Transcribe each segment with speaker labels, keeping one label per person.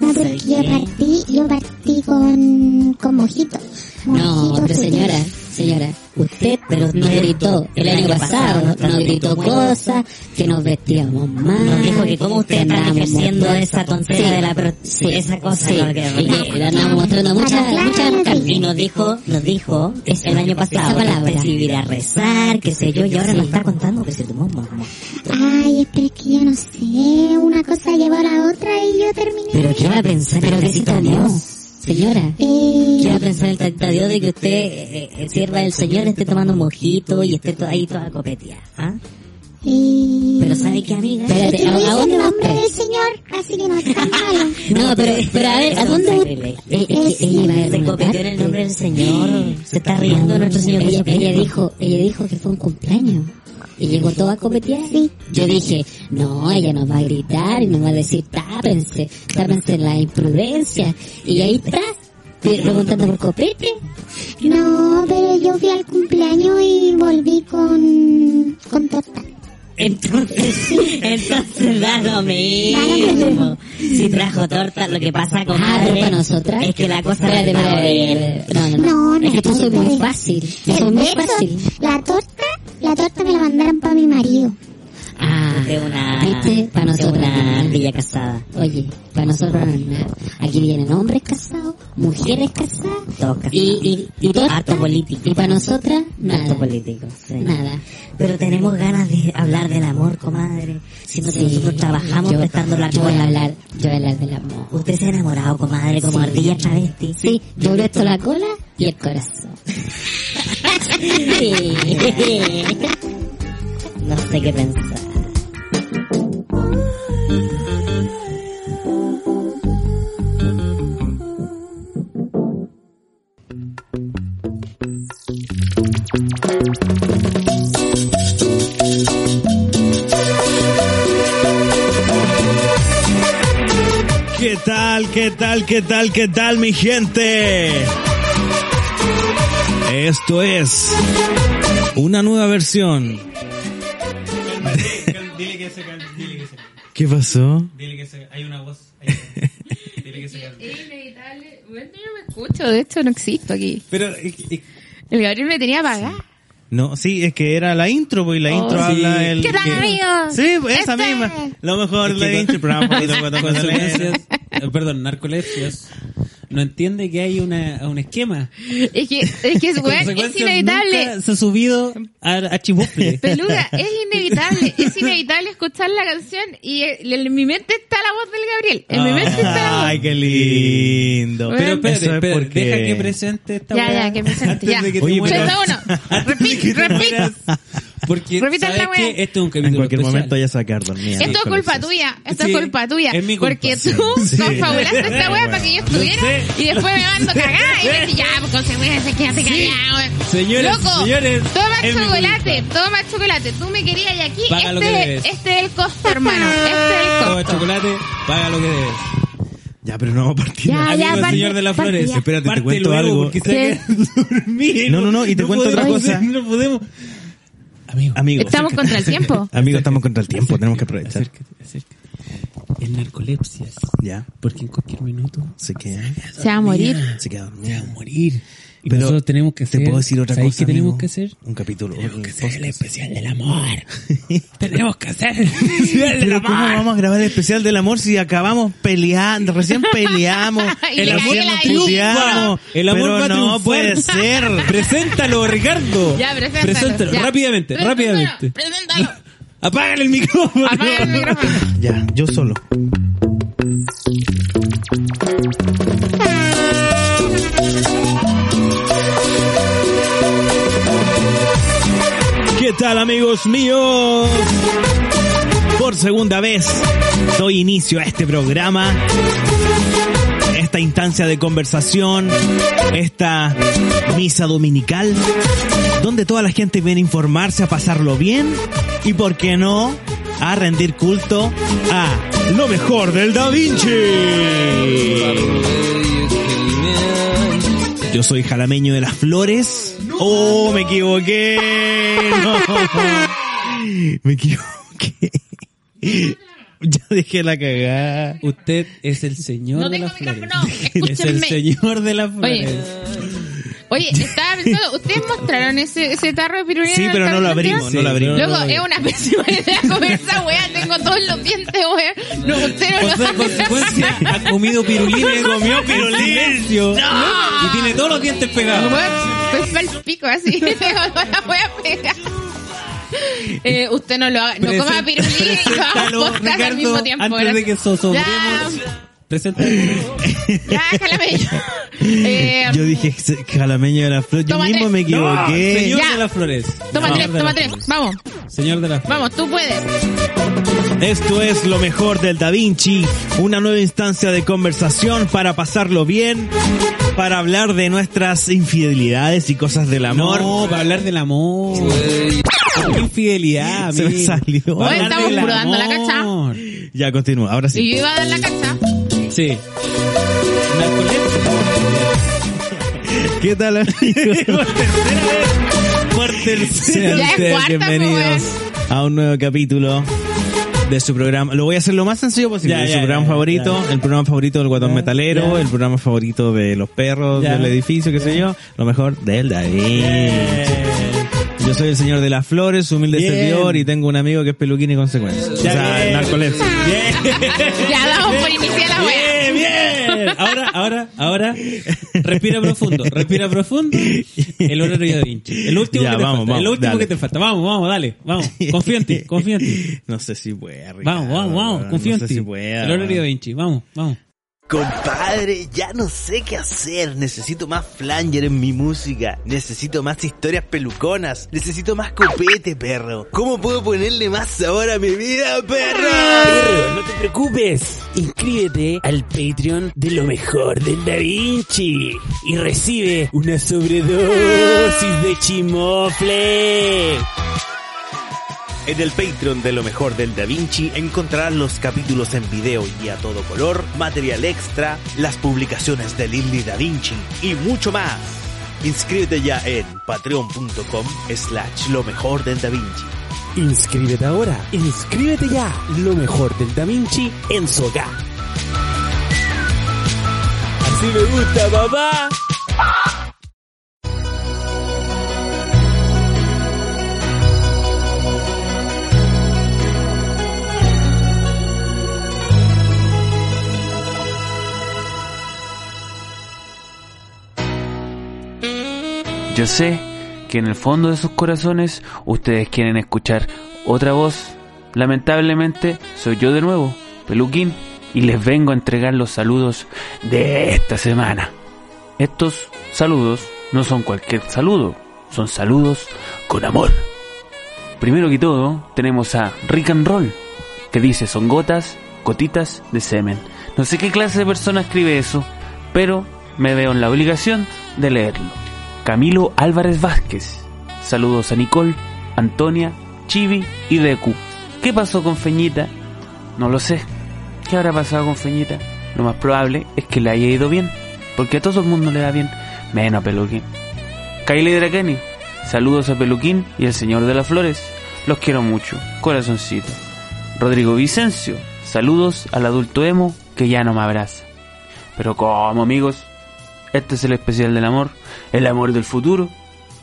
Speaker 1: No, porque yo partí, yo partí con, con mojito.
Speaker 2: No,
Speaker 1: Mojito
Speaker 2: pero
Speaker 1: fue
Speaker 2: señora, señora, usted pero no gritó el año pasado, no gritó cosas, que nos vestíamos mal.
Speaker 3: Nos dijo que cómo usted está
Speaker 2: andábamos
Speaker 3: ejerciendo
Speaker 2: molestos.
Speaker 3: esa tontera
Speaker 2: Sí,
Speaker 3: de la pro- esa cosa,
Speaker 2: sí,
Speaker 3: ¿no? Que-
Speaker 2: y que le andábamos mostrando muchas,
Speaker 1: Para
Speaker 2: muchas
Speaker 1: claro.
Speaker 2: cartas.
Speaker 3: Y nos dijo, nos dijo, es el año pasado,
Speaker 2: Esa palabra.
Speaker 3: que usted se iba a ir a rezar, qué sé yo, y ahora
Speaker 2: Sí.
Speaker 3: nos está contando que se tomó un mamón.
Speaker 1: Ay, pero es que yo no sé, una cosa llevó a la otra y yo terminé.
Speaker 3: Pero qué va a pensar
Speaker 2: Pero
Speaker 3: el
Speaker 2: que se
Speaker 3: tacita
Speaker 2: tomó,
Speaker 3: Dios.
Speaker 2: señora.
Speaker 1: Eh,
Speaker 3: ¿Qué va a pensar el tacita Dios de que usted, eh, eh, sierva del Señor, esté tomando un mojito y esté to- ahí toda copetía? ¿ah?
Speaker 1: eh,
Speaker 3: Pero ¿sabe qué, amiga?
Speaker 1: es que
Speaker 2: Espérate, eh, ¿a,
Speaker 1: no
Speaker 2: a
Speaker 1: es el
Speaker 2: dónde vas? pues?
Speaker 1: nombre del señor, así que no es tan malo.
Speaker 2: No, pero, pero a ver, ¿a dónde vas?
Speaker 3: Él-
Speaker 2: Eh,
Speaker 3: él-
Speaker 2: es que ella iba a
Speaker 3: Se
Speaker 2: alguna
Speaker 3: copetó en el
Speaker 2: parte.
Speaker 3: nombre del Señor. Se está riendo de nuestro Señor
Speaker 2: ella,
Speaker 3: Jesucristo.
Speaker 2: ella dijo, ella dijo que fue un cumpleaños. Y llegó toda copeteada. Yo dije, no, ella nos va a gritar y nos va a decir, tápense, tápense la imprudencia. Y ahí está, preguntando por copete.
Speaker 1: No, pero yo fui al cumpleaños y volví con, con torta.
Speaker 3: Entonces, entonces da lo mismo. Si trajo torta, lo que pasa con
Speaker 2: Ah, pero para nosotras.
Speaker 3: es que la cosa
Speaker 2: Espérate,
Speaker 3: no está
Speaker 2: espérate,
Speaker 3: bien.
Speaker 2: espérate. No, no, no.
Speaker 1: No, no
Speaker 2: Es que tú
Speaker 1: se
Speaker 2: soy
Speaker 1: puede.
Speaker 2: muy fácil. Yo soy
Speaker 1: El
Speaker 2: muy
Speaker 1: beso,
Speaker 2: fácil.
Speaker 1: La torta, la torta me la mandaron para mi marido.
Speaker 2: Ah,
Speaker 3: de una,
Speaker 2: viste, para
Speaker 3: de
Speaker 2: nosotros.
Speaker 3: una ardilla casada.
Speaker 2: Oye, para nosotros no es nada. Aquí vienen hombres casados, mujeres casadas
Speaker 3: Todos casados.
Speaker 2: y, y, y torta.
Speaker 3: Harto político.
Speaker 2: Y para nosotras, nada.
Speaker 3: Acto político, sí.
Speaker 2: Nada.
Speaker 3: Pero tenemos ganas de hablar del amor, comadre. Si no
Speaker 2: Sí.
Speaker 3: nosotros trabajamos
Speaker 2: Yo-
Speaker 3: prestando la
Speaker 2: Yo voy a
Speaker 3: cola.
Speaker 2: hablar, yo voy a hablar del amor.
Speaker 3: Usted se ha enamorado, comadre, como
Speaker 2: Sí.
Speaker 3: ardilla travesti.
Speaker 2: Sí, yo presto la cola y el corazón.
Speaker 3: No sé qué pensar.
Speaker 4: ¿Qué tal, qué tal, qué tal, qué tal, mi gente? Esto es una nueva versión.
Speaker 5: Dile que se calme, dile que se calme,
Speaker 4: ¿Qué pasó?
Speaker 5: dile que se Hay una voz. Hay una voz. Dile que se calme.
Speaker 6: Es inevitable. Bueno, yo no me escucho, de hecho no existo aquí.
Speaker 4: Pero, eh, eh,
Speaker 6: El Gabriel me tenía apagada.
Speaker 4: no, sí, es que era la intro, pues, y la
Speaker 6: Oh,
Speaker 4: intro
Speaker 6: sí.
Speaker 4: habla el...
Speaker 6: ¿Qué tal,
Speaker 4: que-
Speaker 6: amigos?
Speaker 4: Sí, pues, esa
Speaker 6: Este-
Speaker 4: misma. Lo mejor
Speaker 5: Es que
Speaker 4: la
Speaker 5: con-
Speaker 4: intro, pero vamos,
Speaker 5: Con-
Speaker 4: cuando- cuando le-
Speaker 5: Consolencias, eh, perdón, narcolepsias, no entiende que hay una, un esquema.
Speaker 6: Es que es, que es, weón, es
Speaker 5: Consecuencias
Speaker 6: inevitable.
Speaker 5: nunca se ha subido a, a Chimufle.
Speaker 6: Peluda, es inevitable. Es inevitable escuchar la canción y el- en mi mente está la voz del Gabriel. En mi
Speaker 5: Ah.
Speaker 6: mente está la voz.
Speaker 4: Ay, qué lindo.
Speaker 6: Bueno.
Speaker 5: Pero
Speaker 6: Pero
Speaker 5: espera,
Speaker 4: Eso es porque-
Speaker 5: deja que presente esta
Speaker 6: Ya,
Speaker 5: weá
Speaker 6: ya, que presente,
Speaker 5: antes
Speaker 6: ya.
Speaker 5: de que te
Speaker 4: Oye,
Speaker 5: mueras.
Speaker 6: Pero está bueno.
Speaker 5: Antes de
Speaker 6: Repeat,
Speaker 5: que te
Speaker 6: repeat.
Speaker 5: mueras. Porque
Speaker 6: Repitan la
Speaker 5: sabes
Speaker 6: weá.
Speaker 5: que este es un capítulo
Speaker 4: En cualquier
Speaker 5: especial.
Speaker 4: momento ya sacar dormida.
Speaker 6: Esto es culpa tuya, esto
Speaker 5: Sí,
Speaker 6: es culpa tuya.
Speaker 5: es mi culpa.
Speaker 6: Porque
Speaker 5: Sí.
Speaker 6: tú
Speaker 4: Sí.
Speaker 6: confabulaste esta wea
Speaker 4: Bueno.
Speaker 6: para que yo estuviera
Speaker 4: Sí.
Speaker 6: y después me mando cagada y me decís, ya, pues consecuencias, quédate callado.
Speaker 5: Señoras,
Speaker 6: Loco,
Speaker 5: señores,
Speaker 6: toma
Speaker 5: es mi
Speaker 6: chocolate, toma chocolate. Tú me querías y aquí,
Speaker 5: Paga lo que
Speaker 6: este,
Speaker 5: debes.
Speaker 6: este es el costo, hermano. Este es el
Speaker 5: Toma
Speaker 6: costo.
Speaker 5: chocolate, paga lo que debes.
Speaker 4: Ya, pero no vamos a partir.
Speaker 6: Ya,
Speaker 5: Amigo
Speaker 6: Ah, ya,
Speaker 5: el
Speaker 6: parte-
Speaker 5: señor de las
Speaker 6: parte
Speaker 5: flores.
Speaker 6: ya.
Speaker 4: Espérate, te
Speaker 5: Parte
Speaker 4: cuento
Speaker 5: luego,
Speaker 4: algo.
Speaker 5: porque se va a dormir.
Speaker 4: No, no, no, y te cuento otra
Speaker 5: podemos-
Speaker 4: cosa.
Speaker 5: No podemos. Amigo,
Speaker 4: Amigos.
Speaker 6: Estamos contra el tiempo.
Speaker 4: Amigos, estamos contra el tiempo, tenemos que aprovechar.
Speaker 5: acércate, acércate. El narcolepsias.
Speaker 4: Ya,
Speaker 5: Porque en cualquier minuto
Speaker 4: se queda,
Speaker 6: Se va a morir.
Speaker 4: se queda dormido.
Speaker 5: se va a morir. Y
Speaker 4: Pero
Speaker 5: nosotros tenemos que hacer.
Speaker 4: Te puedo decir otra
Speaker 5: ¿sabes
Speaker 4: cosa.
Speaker 5: qué tenemos
Speaker 4: amigo?
Speaker 5: que hacer?
Speaker 4: Un capítulo.
Speaker 5: Tenemos
Speaker 4: un
Speaker 5: que hacer el
Speaker 4: podcast.
Speaker 5: especial del amor. tenemos que hacer el especial del
Speaker 4: Pero ¿cómo
Speaker 5: amor.
Speaker 4: vamos a grabar el especial del amor si acabamos peleando, recién peleamos,
Speaker 6: Y
Speaker 4: el
Speaker 6: le
Speaker 4: amor
Speaker 6: cae la
Speaker 4: nos
Speaker 6: luz.
Speaker 4: puteamos,
Speaker 5: El amor
Speaker 4: pero
Speaker 5: va a
Speaker 4: no
Speaker 5: triunfar.
Speaker 4: puede ser.
Speaker 5: Preséntalo, Ricardo.
Speaker 6: Ya, preséntalo,
Speaker 5: Preséntalo,
Speaker 6: ya.
Speaker 5: rápidamente,
Speaker 6: Preséntalo,
Speaker 5: rápidamente.
Speaker 6: Preséntalo.
Speaker 5: Apágale el micrófono.
Speaker 6: Apaga el micrófono.
Speaker 4: Ya, yo solo. ¿Qué tal amigos míos? Por segunda vez doy inicio a este programa, esta instancia de conversación, esta misa dominical, donde toda la gente viene a informarse, a pasarlo bien y, ¿por qué no?, a rendir culto a lo mejor del Da Vinci. Yo soy jalameño de las flores. Oh, me equivoqué. No. Me equivoqué. ya dejé la cagada.
Speaker 5: Usted es el señor
Speaker 6: No
Speaker 5: de
Speaker 6: tengo
Speaker 5: las flores.
Speaker 6: micrófono,
Speaker 5: es el
Speaker 6: escúchenme.
Speaker 5: señor de las flores.
Speaker 6: Oye, estaba pensando, ¿ustedes mostraron ese, ese tarro de pirulina?
Speaker 4: Sí,
Speaker 6: en el
Speaker 4: pero no lo
Speaker 6: Carlos
Speaker 4: abrimos,
Speaker 6: Santiago?
Speaker 4: no
Speaker 5: Sí,
Speaker 4: lo abrimos.
Speaker 5: pero-
Speaker 6: Luego,
Speaker 5: no lo
Speaker 6: es una pésima idea comer esa weá, tengo todos los dientes, weá. No, usted no
Speaker 5: Por
Speaker 6: lo
Speaker 5: ser consecuencia, ha comido pirulines.
Speaker 4: Comió pirulín.
Speaker 5: Silencio.
Speaker 6: No.
Speaker 5: Y tiene todos los dientes pegados.
Speaker 6: Weá, Pues para el pico así, tengo toda la weá pegada. Eh, usted no lo haga, no coma
Speaker 5: Presen-
Speaker 6: pirulina y lo haga
Speaker 5: Preséntalo,
Speaker 6: podcast al mismo tiempo.
Speaker 5: antes de
Speaker 6: gracias.
Speaker 5: que sobremos. Preséntalo.
Speaker 6: Ya, ya, jálame. Eh,
Speaker 4: Yo dije que jalameño de la flor. Yo
Speaker 6: Toma
Speaker 4: mismo me
Speaker 6: tres.
Speaker 5: No,
Speaker 4: equivoqué.
Speaker 5: señor
Speaker 6: Ya.
Speaker 5: de las flores.
Speaker 6: toma
Speaker 5: Señor
Speaker 6: tres,
Speaker 5: de
Speaker 6: toma
Speaker 5: las
Speaker 6: tres.
Speaker 5: flores.
Speaker 6: Vamos,
Speaker 5: Señor de las flores.
Speaker 6: vamos, tú puedes.
Speaker 4: Esto es lo mejor del Da Vinci. Una nueva instancia de conversación para pasarlo bien. Para hablar de nuestras infidelidades y cosas del amor.
Speaker 5: No, para hablar del amor. Qué Infidelidad,
Speaker 4: Se me
Speaker 5: amigo.
Speaker 4: salió.
Speaker 5: Para
Speaker 6: Hoy
Speaker 5: hablar
Speaker 6: estamos
Speaker 5: del
Speaker 6: probando la
Speaker 5: amor.
Speaker 4: Ya continúa, ahora sí.
Speaker 6: Y yo iba a dar la cacha.
Speaker 5: Sí.
Speaker 4: ¿Qué tal, amigos?
Speaker 5: Por tercera
Speaker 4: Sean
Speaker 6: Ya es
Speaker 4: ustedes
Speaker 6: cuarta, pues,
Speaker 4: bienvenidos a un nuevo capítulo de su programa. Lo voy a hacer lo más sencillo posible.
Speaker 5: Ya,
Speaker 4: de su
Speaker 5: ya,
Speaker 4: programa
Speaker 5: ya,
Speaker 4: favorito,
Speaker 5: ya, ya.
Speaker 4: el programa favorito del guatón
Speaker 5: Ya,
Speaker 4: metalero,
Speaker 5: ya.
Speaker 4: el programa favorito de los perros
Speaker 5: Ya.
Speaker 4: del edificio, qué sé yo. Lo mejor del David.
Speaker 5: Ya,
Speaker 4: Yo soy el señor de las flores, humilde
Speaker 5: Bien.
Speaker 4: servidor, y tengo un amigo que es peluquín y consecuencia. o sea,
Speaker 5: bien.
Speaker 4: narcolepsia.
Speaker 6: Ya damos por iniciar la weá.
Speaker 5: Bien, bien. Ahora, ahora, ahora. Respira profundo, respira profundo. El horario de Da Vinci. El último
Speaker 4: Ya,
Speaker 5: que te
Speaker 4: vamos,
Speaker 5: falta. el
Speaker 4: vamos,
Speaker 5: último
Speaker 4: dale.
Speaker 5: que te falta. Vamos, vamos, dale. Vamos. Confío en ti, confío en ti.
Speaker 4: No sé si puede.
Speaker 5: Vamos, vamos, vamos. Confío en ti.
Speaker 4: Si
Speaker 5: el horario de Da Vinci. Vamos, vamos.
Speaker 7: Compadre, ya no sé qué hacer. Necesito más flanger en mi música. Necesito más historias peluconas. Necesito más copete, perro. ¿Cómo puedo ponerle más sabor a mi vida, perro?
Speaker 8: Pero no te preocupes, Pues, inscríbete al Patreon de lo mejor del Da Vinci y recibe una sobredosis de chimofle.
Speaker 7: En el Patreon de lo mejor del Da Vinci encontrarás los capítulos en video y a todo color, material extra, las publicaciones de Lily Da Vinci y mucho más. Inscríbete ya en patreon.com slash lo mejor del Da Vinci.
Speaker 8: Inscríbete ahora, inscríbete ya, lo mejor del Da Vinci en Soga. Así me gusta, papá.
Speaker 9: Yo sé que en el fondo de sus corazones ustedes quieren escuchar otra voz. Lamentablemente soy yo de nuevo, Peluquín, y les vengo a entregar los saludos de esta semana. Estos saludos no son cualquier saludo, son saludos con amor. Primero que todo, tenemos a Rick and Roll, que dice son gotas, gotitas de semen. No sé qué clase de persona escribe eso, pero me veo en la obligación de leerlo. Camilo Álvarez Vázquez. Saludos a Nicole, Antonia, Chibi y Deku. ¿Qué pasó con Feñita? No lo sé. ¿Qué habrá pasado con Feñita? Lo más probable es que le haya ido bien, porque a todo el mundo le da bien, menos a Peluquín. Kylie Drakeni, saludos a Peluquín y el Señor de las Flores. Los quiero mucho, corazoncito. Rodrigo Vicencio, saludos al adulto emo que ya no me abraza. Pero como amigos, este es el especial del amor, el amor del futuro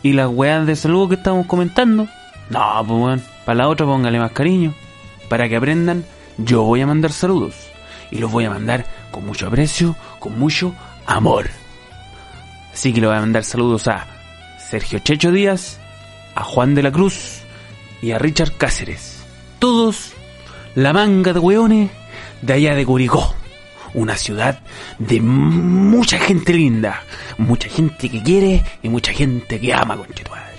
Speaker 9: y las weas de saludo que estamos comentando. No, pues weón, para la otra póngale más cariño. Para que aprendan, yo voy a mandar saludos y los voy a mandar con mucho aprecio, con mucho amor. Así que le voy a mandar saludos a Sergio Checho Díaz, a Juan de la Cruz y a Richard Cáceres. Todos la manga de hueones de allá de Curicó. Una ciudad de mucha gente linda, mucha gente que quiere y mucha gente que ama, conchetumadre.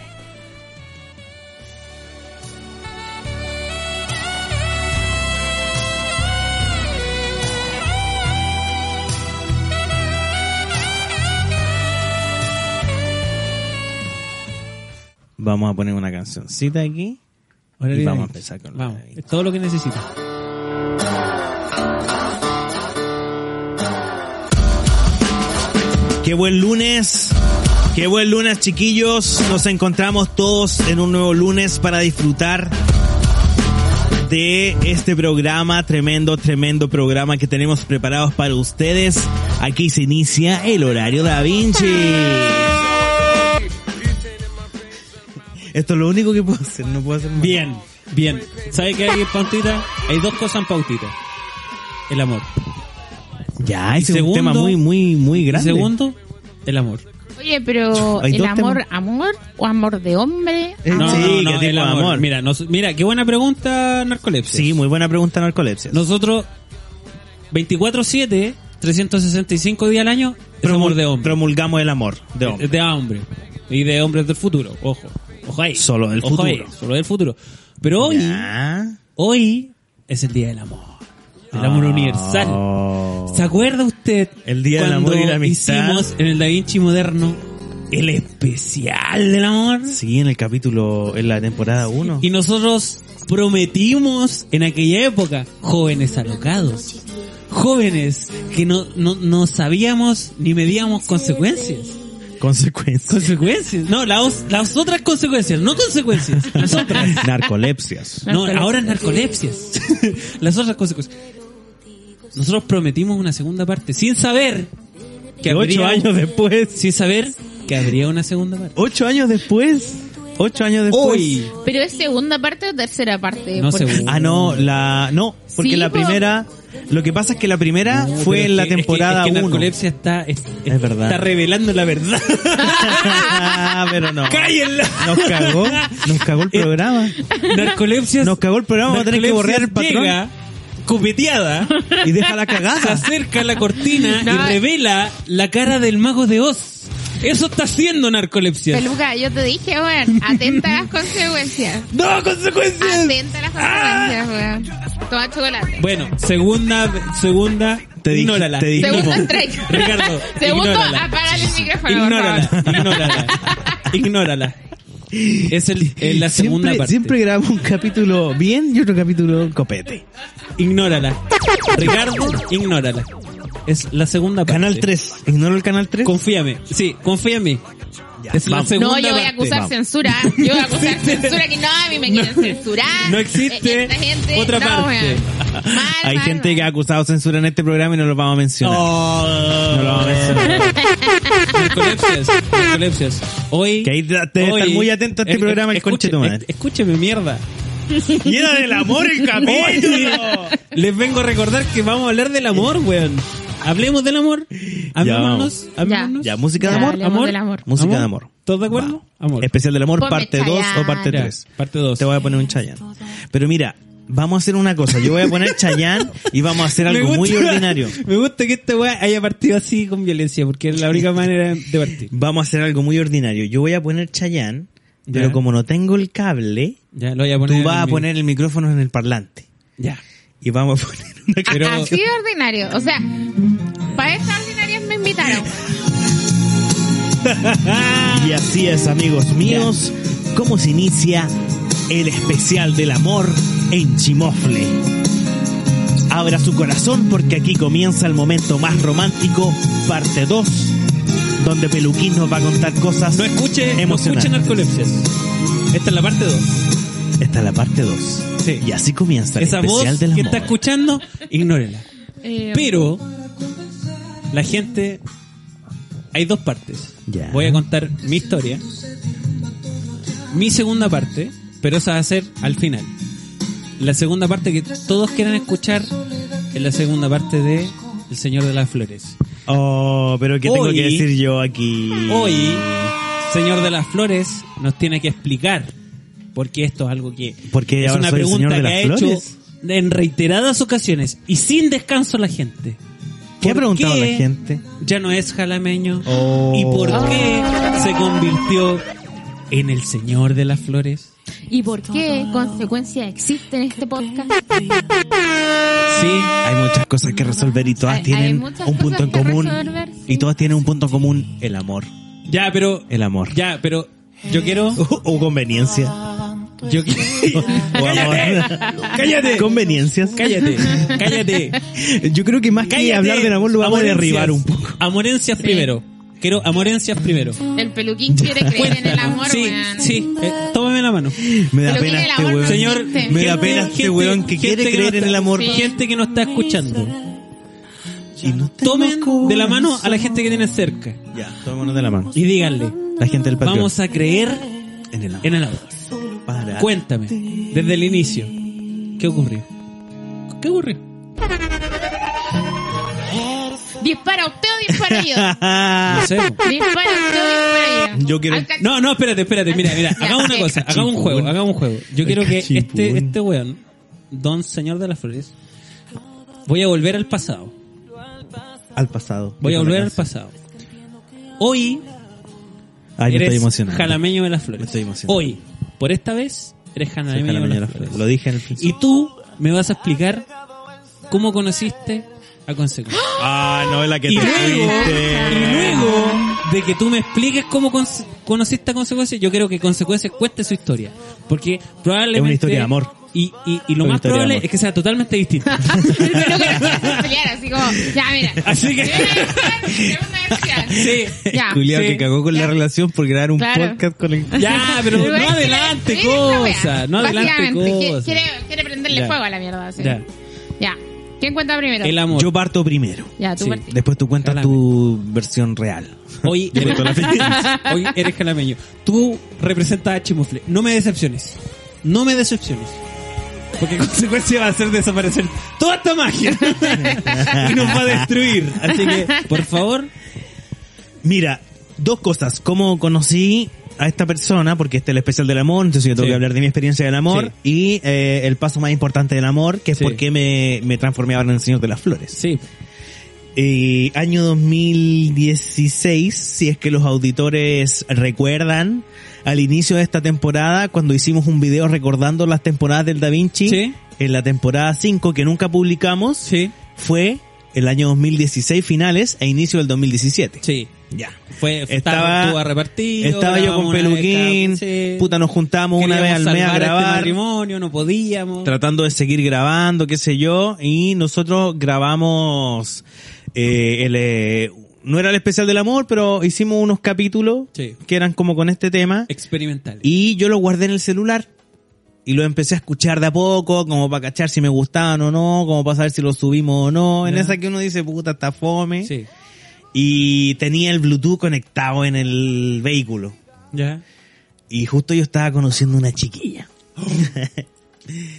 Speaker 4: Vamos a poner una cancioncita aquí.
Speaker 5: Ahora
Speaker 4: Y
Speaker 5: viene.
Speaker 4: vamos a empezar con la
Speaker 5: Vamos.
Speaker 4: Da Vinci.
Speaker 5: Es todo lo que necesita.
Speaker 4: Qué buen lunes. Qué buen lunes, chiquillos. Nos encontramos todos en un nuevo lunes para disfrutar de este programa, tremendo, tremendo programa que tenemos preparados para ustedes. Aquí se inicia el horario Da Vinci. Esto es lo único que puedo hacer, no puedo hacer más.
Speaker 5: Bien, bien. ¿Sabe qué hay en pautita? Hay dos cosas en pautita. El amor.
Speaker 4: Ya, ese es un
Speaker 5: Segundo-
Speaker 4: tema muy, muy, muy
Speaker 5: Y
Speaker 4: grande.
Speaker 5: segundo, el amor.
Speaker 6: Oye, pero
Speaker 4: Hay
Speaker 6: ¿el
Speaker 4: dos
Speaker 6: amor, amor o amor de hombre?
Speaker 4: Eh,
Speaker 5: No,
Speaker 4: Sí,
Speaker 5: no, no,
Speaker 4: ¿qué tipo
Speaker 5: el
Speaker 4: de
Speaker 5: amor.
Speaker 4: amor?
Speaker 5: Mira, nos- mira, qué buena pregunta, Narcolepsia.
Speaker 4: Sí, muy buena pregunta, narcolepsia.
Speaker 5: Nosotros, 24-7, 365 días al año,
Speaker 4: Promul-
Speaker 5: somos de hombre.
Speaker 4: Promulgamos el amor de hombre.
Speaker 5: De hombre. Y de hombres del futuro, ojo. Ojo ahí.
Speaker 4: Solo del
Speaker 5: Ojo ahí,
Speaker 4: futuro.
Speaker 5: solo del futuro. Pero hoy,
Speaker 4: Ya.
Speaker 5: hoy es el Día del Amor. El amor
Speaker 4: Ah.
Speaker 5: universal. ¿Se acuerda usted?
Speaker 4: Oh. El Día del
Speaker 5: cuando
Speaker 4: Amor y la Amistad?
Speaker 5: Hicimos en el Da Vinci moderno el especial del amor.
Speaker 4: Sí, en el capítulo, en la temporada 1.
Speaker 5: Y nosotros prometimos en aquella época, jóvenes alocados, jóvenes que no, no, no sabíamos ni medíamos consecuencias.
Speaker 4: Consecuencias.
Speaker 5: Consecuencias. No, las, las otras consecuencias, no consecuencias. Las otras.
Speaker 4: Narcolepsias.
Speaker 5: No, ahora narcolepsias. las otras consecuencias. Nosotros prometimos una segunda parte sin saber que
Speaker 4: Que ocho
Speaker 5: habría-
Speaker 4: años después.
Speaker 5: Sin saber que habría una segunda parte.
Speaker 4: Ocho años después. Ocho años después.
Speaker 5: Hoy.
Speaker 6: ¿Pero es segunda parte o tercera parte?
Speaker 5: No,
Speaker 6: Porque-
Speaker 5: segunda.
Speaker 4: Ah, no, la, no, porque
Speaker 6: Sí,
Speaker 4: la
Speaker 6: po.
Speaker 4: primera, lo que pasa es que la primera fue en la temporada
Speaker 5: Es que,
Speaker 4: 1.
Speaker 5: narcolepsia está, es-
Speaker 4: Es verdad.
Speaker 5: está revelando la verdad.
Speaker 4: pero no.
Speaker 5: ¡Cállenla!
Speaker 4: Nos cagó, nos cagó el
Speaker 5: Eh,
Speaker 4: programa.
Speaker 5: Narcolepsia.
Speaker 4: Nos cagó el programa, vamos a tener que borrar el patrón.
Speaker 5: Llega, copeteada,
Speaker 4: Y deja la
Speaker 5: se
Speaker 4: cagada.
Speaker 5: acerca a la cortina
Speaker 6: No.
Speaker 5: y revela la cara del mago de Oz. Eso está haciendo narcolepsia.
Speaker 6: Peluca, yo te dije, weón, atenta a las consecuencias.
Speaker 5: ¡No, consecuencias!
Speaker 6: Atenta a las consecuencias, weón. Toma chocolate.
Speaker 5: Bueno, segunda, segunda,
Speaker 4: Te dije-
Speaker 5: ignórala.
Speaker 4: te dije-
Speaker 6: Segundo
Speaker 5: Ignórala.
Speaker 6: strike.
Speaker 5: Ricardo,
Speaker 6: Segundo,
Speaker 5: ignórala.
Speaker 6: apaga el micrófono, por
Speaker 5: Ignórala,
Speaker 6: favor.
Speaker 5: ignórala, ignórala. Es el, es la segunda
Speaker 4: siempre,
Speaker 5: parte.
Speaker 4: Siempre grabamos un capítulo bien y otro capítulo copete.
Speaker 5: Ignórala. Ricardo, ignórala. Es la segunda parte.
Speaker 4: Canal 3. ¿Ignoro el canal 3?
Speaker 5: Confíame, sí, confíame. Es la segunda
Speaker 6: No, yo voy a
Speaker 5: parte.
Speaker 6: acusar censura. Yo voy a acusar censura que no, a mí me quieren censurar.
Speaker 5: no existe
Speaker 6: Esta gente-
Speaker 5: otra
Speaker 6: no,
Speaker 5: parte.
Speaker 6: weón. Mal,
Speaker 4: Hay
Speaker 6: mal,
Speaker 4: gente
Speaker 6: mal.
Speaker 4: que ha acusado censura en este programa y no lo vamos a mencionar.
Speaker 5: Oh,
Speaker 4: No lo vamos a mencionar.
Speaker 5: narcolepsias, narcolepsias. Hoy,
Speaker 4: Que ahí te- te- estar muy atento a este
Speaker 5: eh,
Speaker 4: programa, el
Speaker 5: escuche-
Speaker 4: conche tu madre.
Speaker 5: eh, Escúcheme, mierda.
Speaker 4: Y era del amor el capítulo.
Speaker 5: Les vengo a recordar que vamos a hablar del amor, weón. Hablemos del amor. Amémonos, amémonos.
Speaker 4: ya, música de
Speaker 6: Ya,
Speaker 4: amor.
Speaker 6: hablemos del amor.
Speaker 4: Música de amor.
Speaker 5: ¿Todos de acuerdo?
Speaker 4: Va.
Speaker 5: Amor.
Speaker 4: Especial del amor,
Speaker 6: Ponme
Speaker 4: parte 2
Speaker 6: Chayanne.
Speaker 4: o parte
Speaker 5: Ya,
Speaker 4: 3.
Speaker 5: parte dos.
Speaker 4: Te voy a poner un Chayán. Pero mira, vamos a hacer una cosa. Yo voy a poner Chayán y vamos a hacer
Speaker 5: Me
Speaker 4: algo muy
Speaker 5: gusta-
Speaker 4: ordinario.
Speaker 5: Me gusta que este weón haya partido así con violencia, porque es la única manera de partir.
Speaker 4: Vamos a hacer algo muy ordinario. Yo voy a poner Chayán,
Speaker 5: Ya.
Speaker 4: pero como no tengo el cable,
Speaker 5: Ya, lo voy a poner.
Speaker 4: tú vas a
Speaker 5: en mi-
Speaker 4: poner el micrófono en el parlante.
Speaker 5: Ya.
Speaker 4: Y vamos a poner una
Speaker 6: A-
Speaker 5: Pero-
Speaker 6: Así de ordinario. O sea, para extraordinarias me invitaron.
Speaker 4: Y así es, amigos míos, cómo se inicia el especial del amor en Chimofle. Abra su corazón porque aquí comienza el momento más romántico, parte 2, donde Peluquín nos va a contar cosas
Speaker 5: No escuche, no
Speaker 4: emocionantes.
Speaker 5: escuche narcolepsias. Esta es la parte 2.
Speaker 4: Esta es la parte 2.
Speaker 5: Sí.
Speaker 4: Y así comienza el
Speaker 5: Esa voz
Speaker 4: especial del
Speaker 5: que
Speaker 4: amor.
Speaker 5: está escuchando, ignórela.
Speaker 6: Eh,
Speaker 5: Pero la gente hay dos partes.
Speaker 4: Ya.
Speaker 5: Voy a contar mi historia, mi segunda parte, pero esa va a ser al final. La segunda parte que todos quieran escuchar es la segunda parte de El Señor de las Flores.
Speaker 4: Oh, pero ¿qué tengo
Speaker 5: Hoy-
Speaker 4: que decir yo aquí?
Speaker 5: Hoy, Señor de las Flores nos tiene que explicar porque esto es algo que
Speaker 4: Porque
Speaker 5: es
Speaker 4: ahora
Speaker 5: una
Speaker 4: soy el
Speaker 5: pregunta
Speaker 4: Señor de
Speaker 5: que
Speaker 4: las
Speaker 5: ha hecho
Speaker 4: Flores.
Speaker 5: en reiteradas ocasiones y sin descanso la gente.
Speaker 4: ¿Qué ha
Speaker 5: ¿Por
Speaker 4: preguntado
Speaker 5: qué
Speaker 4: la gente?
Speaker 5: ya no es jalameño?
Speaker 4: Oh.
Speaker 5: ¿Y por qué se convirtió en el señor de las flores?
Speaker 6: ¿Y por qué consecuencias existen en este podcast?
Speaker 5: Sí,
Speaker 4: Hay muchas cosas que resolver y todas
Speaker 6: Hay- hay
Speaker 4: tienen
Speaker 6: muchas
Speaker 4: un punto
Speaker 6: cosas
Speaker 4: en
Speaker 6: que
Speaker 4: común.
Speaker 6: resolver, sí.
Speaker 4: Y todas tienen un punto en común, el amor.
Speaker 5: ya, pero
Speaker 4: El amor.
Speaker 5: ya, pero yo quiero
Speaker 4: O, o conveniencia.
Speaker 5: yo quiero
Speaker 4: O amor.
Speaker 5: Cállate.
Speaker 4: Conveniencias.
Speaker 5: Cállate, cállate.
Speaker 4: Yo creo que más que
Speaker 5: Cállate.
Speaker 4: hablar del amor lo vamos a
Speaker 5: Amorencias.
Speaker 4: derribar un poco.
Speaker 5: Amorencias primero. Quiero amorencias primero.
Speaker 6: El peluquín quiere creer en el amor,
Speaker 5: sí,
Speaker 6: weón.
Speaker 5: sí, eh, toma tómame la mano.
Speaker 4: Me da pena
Speaker 6: Pero quiere el
Speaker 4: este
Speaker 6: amor, no
Speaker 4: weón.
Speaker 5: Señor,
Speaker 6: existe.
Speaker 4: me da
Speaker 5: gente-
Speaker 4: pena este
Speaker 5: gente-
Speaker 4: weón que quiere
Speaker 5: gente no
Speaker 4: creer en
Speaker 5: está-
Speaker 4: el amor.
Speaker 5: Gente que no está escuchando. Tomen de la mano a la gente que tienen cerca
Speaker 4: Ya, tomémonos de la mano.
Speaker 5: y díganle,
Speaker 4: La gente del Patreon.
Speaker 5: vamos a creer
Speaker 4: en el amor.
Speaker 5: en el amor.
Speaker 4: Para.
Speaker 5: Cuéntame, desde el inicio, ¿qué ocurrió? ¿Qué ocurrió?
Speaker 6: Dispara usted o disparo yo.
Speaker 5: No sé.
Speaker 6: Dispara usted o disparo yo.
Speaker 4: Yo quiero-
Speaker 6: Alca-
Speaker 5: No, no, espérate, espérate, mira, mira,
Speaker 6: Ya,
Speaker 5: hagamos una
Speaker 6: ok.
Speaker 5: cosa, hagamos un juego, hagamos un juego. Yo quiero que
Speaker 4: cachimpún.
Speaker 5: este, este weón, Don Señor de las Flores, voy a volver al pasado.
Speaker 4: Al pasado.
Speaker 5: Voy a volver al pasado. Hoy
Speaker 4: Ay, me
Speaker 5: eres
Speaker 4: estoy emocionando.
Speaker 5: jalameño de las flores.
Speaker 4: Me estoy emocionando.
Speaker 5: Hoy, por esta vez, eres
Speaker 4: Soy
Speaker 5: jalameño,
Speaker 4: jalameño
Speaker 5: de las flores.
Speaker 4: Lo dije en el principio.
Speaker 5: Y tú me vas a explicar cómo conociste a Consecuencia.
Speaker 4: Ah, no, es la que
Speaker 5: Y
Speaker 4: te
Speaker 5: luego,
Speaker 4: fuiste.
Speaker 5: y luego de que tú me expliques cómo con- conociste a Consecuencia, yo quiero que Consecuencia cuente su historia. Porque probablemente...
Speaker 4: Es una historia de amor.
Speaker 5: Y, y, y
Speaker 4: Es una
Speaker 5: lo más
Speaker 4: historia de
Speaker 5: probable
Speaker 4: amor.
Speaker 5: es que sea totalmente distinta.
Speaker 6: Pero que no quieras pelear, así como, ya, mira.
Speaker 5: Así que...
Speaker 6: Primera versión,
Speaker 5: sí.
Speaker 6: primera versión. Ya.
Speaker 4: Julián
Speaker 5: sí.
Speaker 4: que cagó con la
Speaker 6: Ah, Ya.
Speaker 4: relación por grabar un
Speaker 6: Claro.
Speaker 4: podcast con el...
Speaker 5: Ya, pero
Speaker 6: Pero es
Speaker 5: no
Speaker 6: que
Speaker 5: adelante
Speaker 6: es la wea,
Speaker 5: cosas, no adelante
Speaker 6: básicamente, que-
Speaker 5: cosas.
Speaker 6: Quiere, quiere prenderle
Speaker 5: Ya.
Speaker 6: fuego a la mierda, así.
Speaker 5: Ya.
Speaker 6: Ya. ¿Quién cuenta primero?
Speaker 5: El amor.
Speaker 4: Yo parto primero.
Speaker 6: Ya, tú
Speaker 5: Sí.
Speaker 6: partí.
Speaker 4: Después tú cuentas
Speaker 5: Jálame.
Speaker 4: tu versión real.
Speaker 5: Hoy eres, hoy eres jalameño. Tú representas a Chimufle. No me decepciones. No me decepciones. Porque en consecuencia va a hacer desaparecer toda esta magia. y nos va a destruir. Así que, por favor,
Speaker 4: Mira, dos cosas. ¿Cómo conocí a esta persona? Porque este es el especial del amor, entonces yo tengo
Speaker 5: Sí.
Speaker 4: que hablar de mi experiencia del amor. Y eh, el paso más importante del amor, que es
Speaker 5: Sí.
Speaker 4: por qué me, me transformé ahora en el Señor de las Flores.
Speaker 5: sí.
Speaker 4: Eh, año 2016, si es que los auditores recuerdan, al inicio de esta temporada, cuando hicimos un video recordando las temporadas del Da Vinci,
Speaker 5: Sí.
Speaker 4: en la temporada 5 que nunca publicamos,
Speaker 5: Sí.
Speaker 4: fue el año 2016 finales e inicio del 2017.
Speaker 5: Sí.
Speaker 4: Ya.
Speaker 5: Fue,
Speaker 4: Estaba-
Speaker 5: a repartir.
Speaker 4: Estaba yo con peluquín, puta, nos juntamos una vez al mes a grabar
Speaker 5: este matrimonio, no podíamos.
Speaker 4: tratando de seguir grabando, qué sé yo, y nosotros grabamos eh, el eh, no era el especial del amor, pero hicimos unos capítulos
Speaker 5: Sí.
Speaker 4: que eran como con este tema
Speaker 5: Experimental.
Speaker 4: y yo lo guardé en el celular y lo empecé a escuchar de a poco, como para cachar si me gustaban o no, como para saber si lo subimos o no, en
Speaker 5: Ya.
Speaker 4: esa que uno dice, puta, está fome.
Speaker 5: Sí.
Speaker 4: Y tenía el Bluetooth conectado en el vehículo.
Speaker 5: Ya.
Speaker 4: Y justo yo estaba conociendo una chiquilla.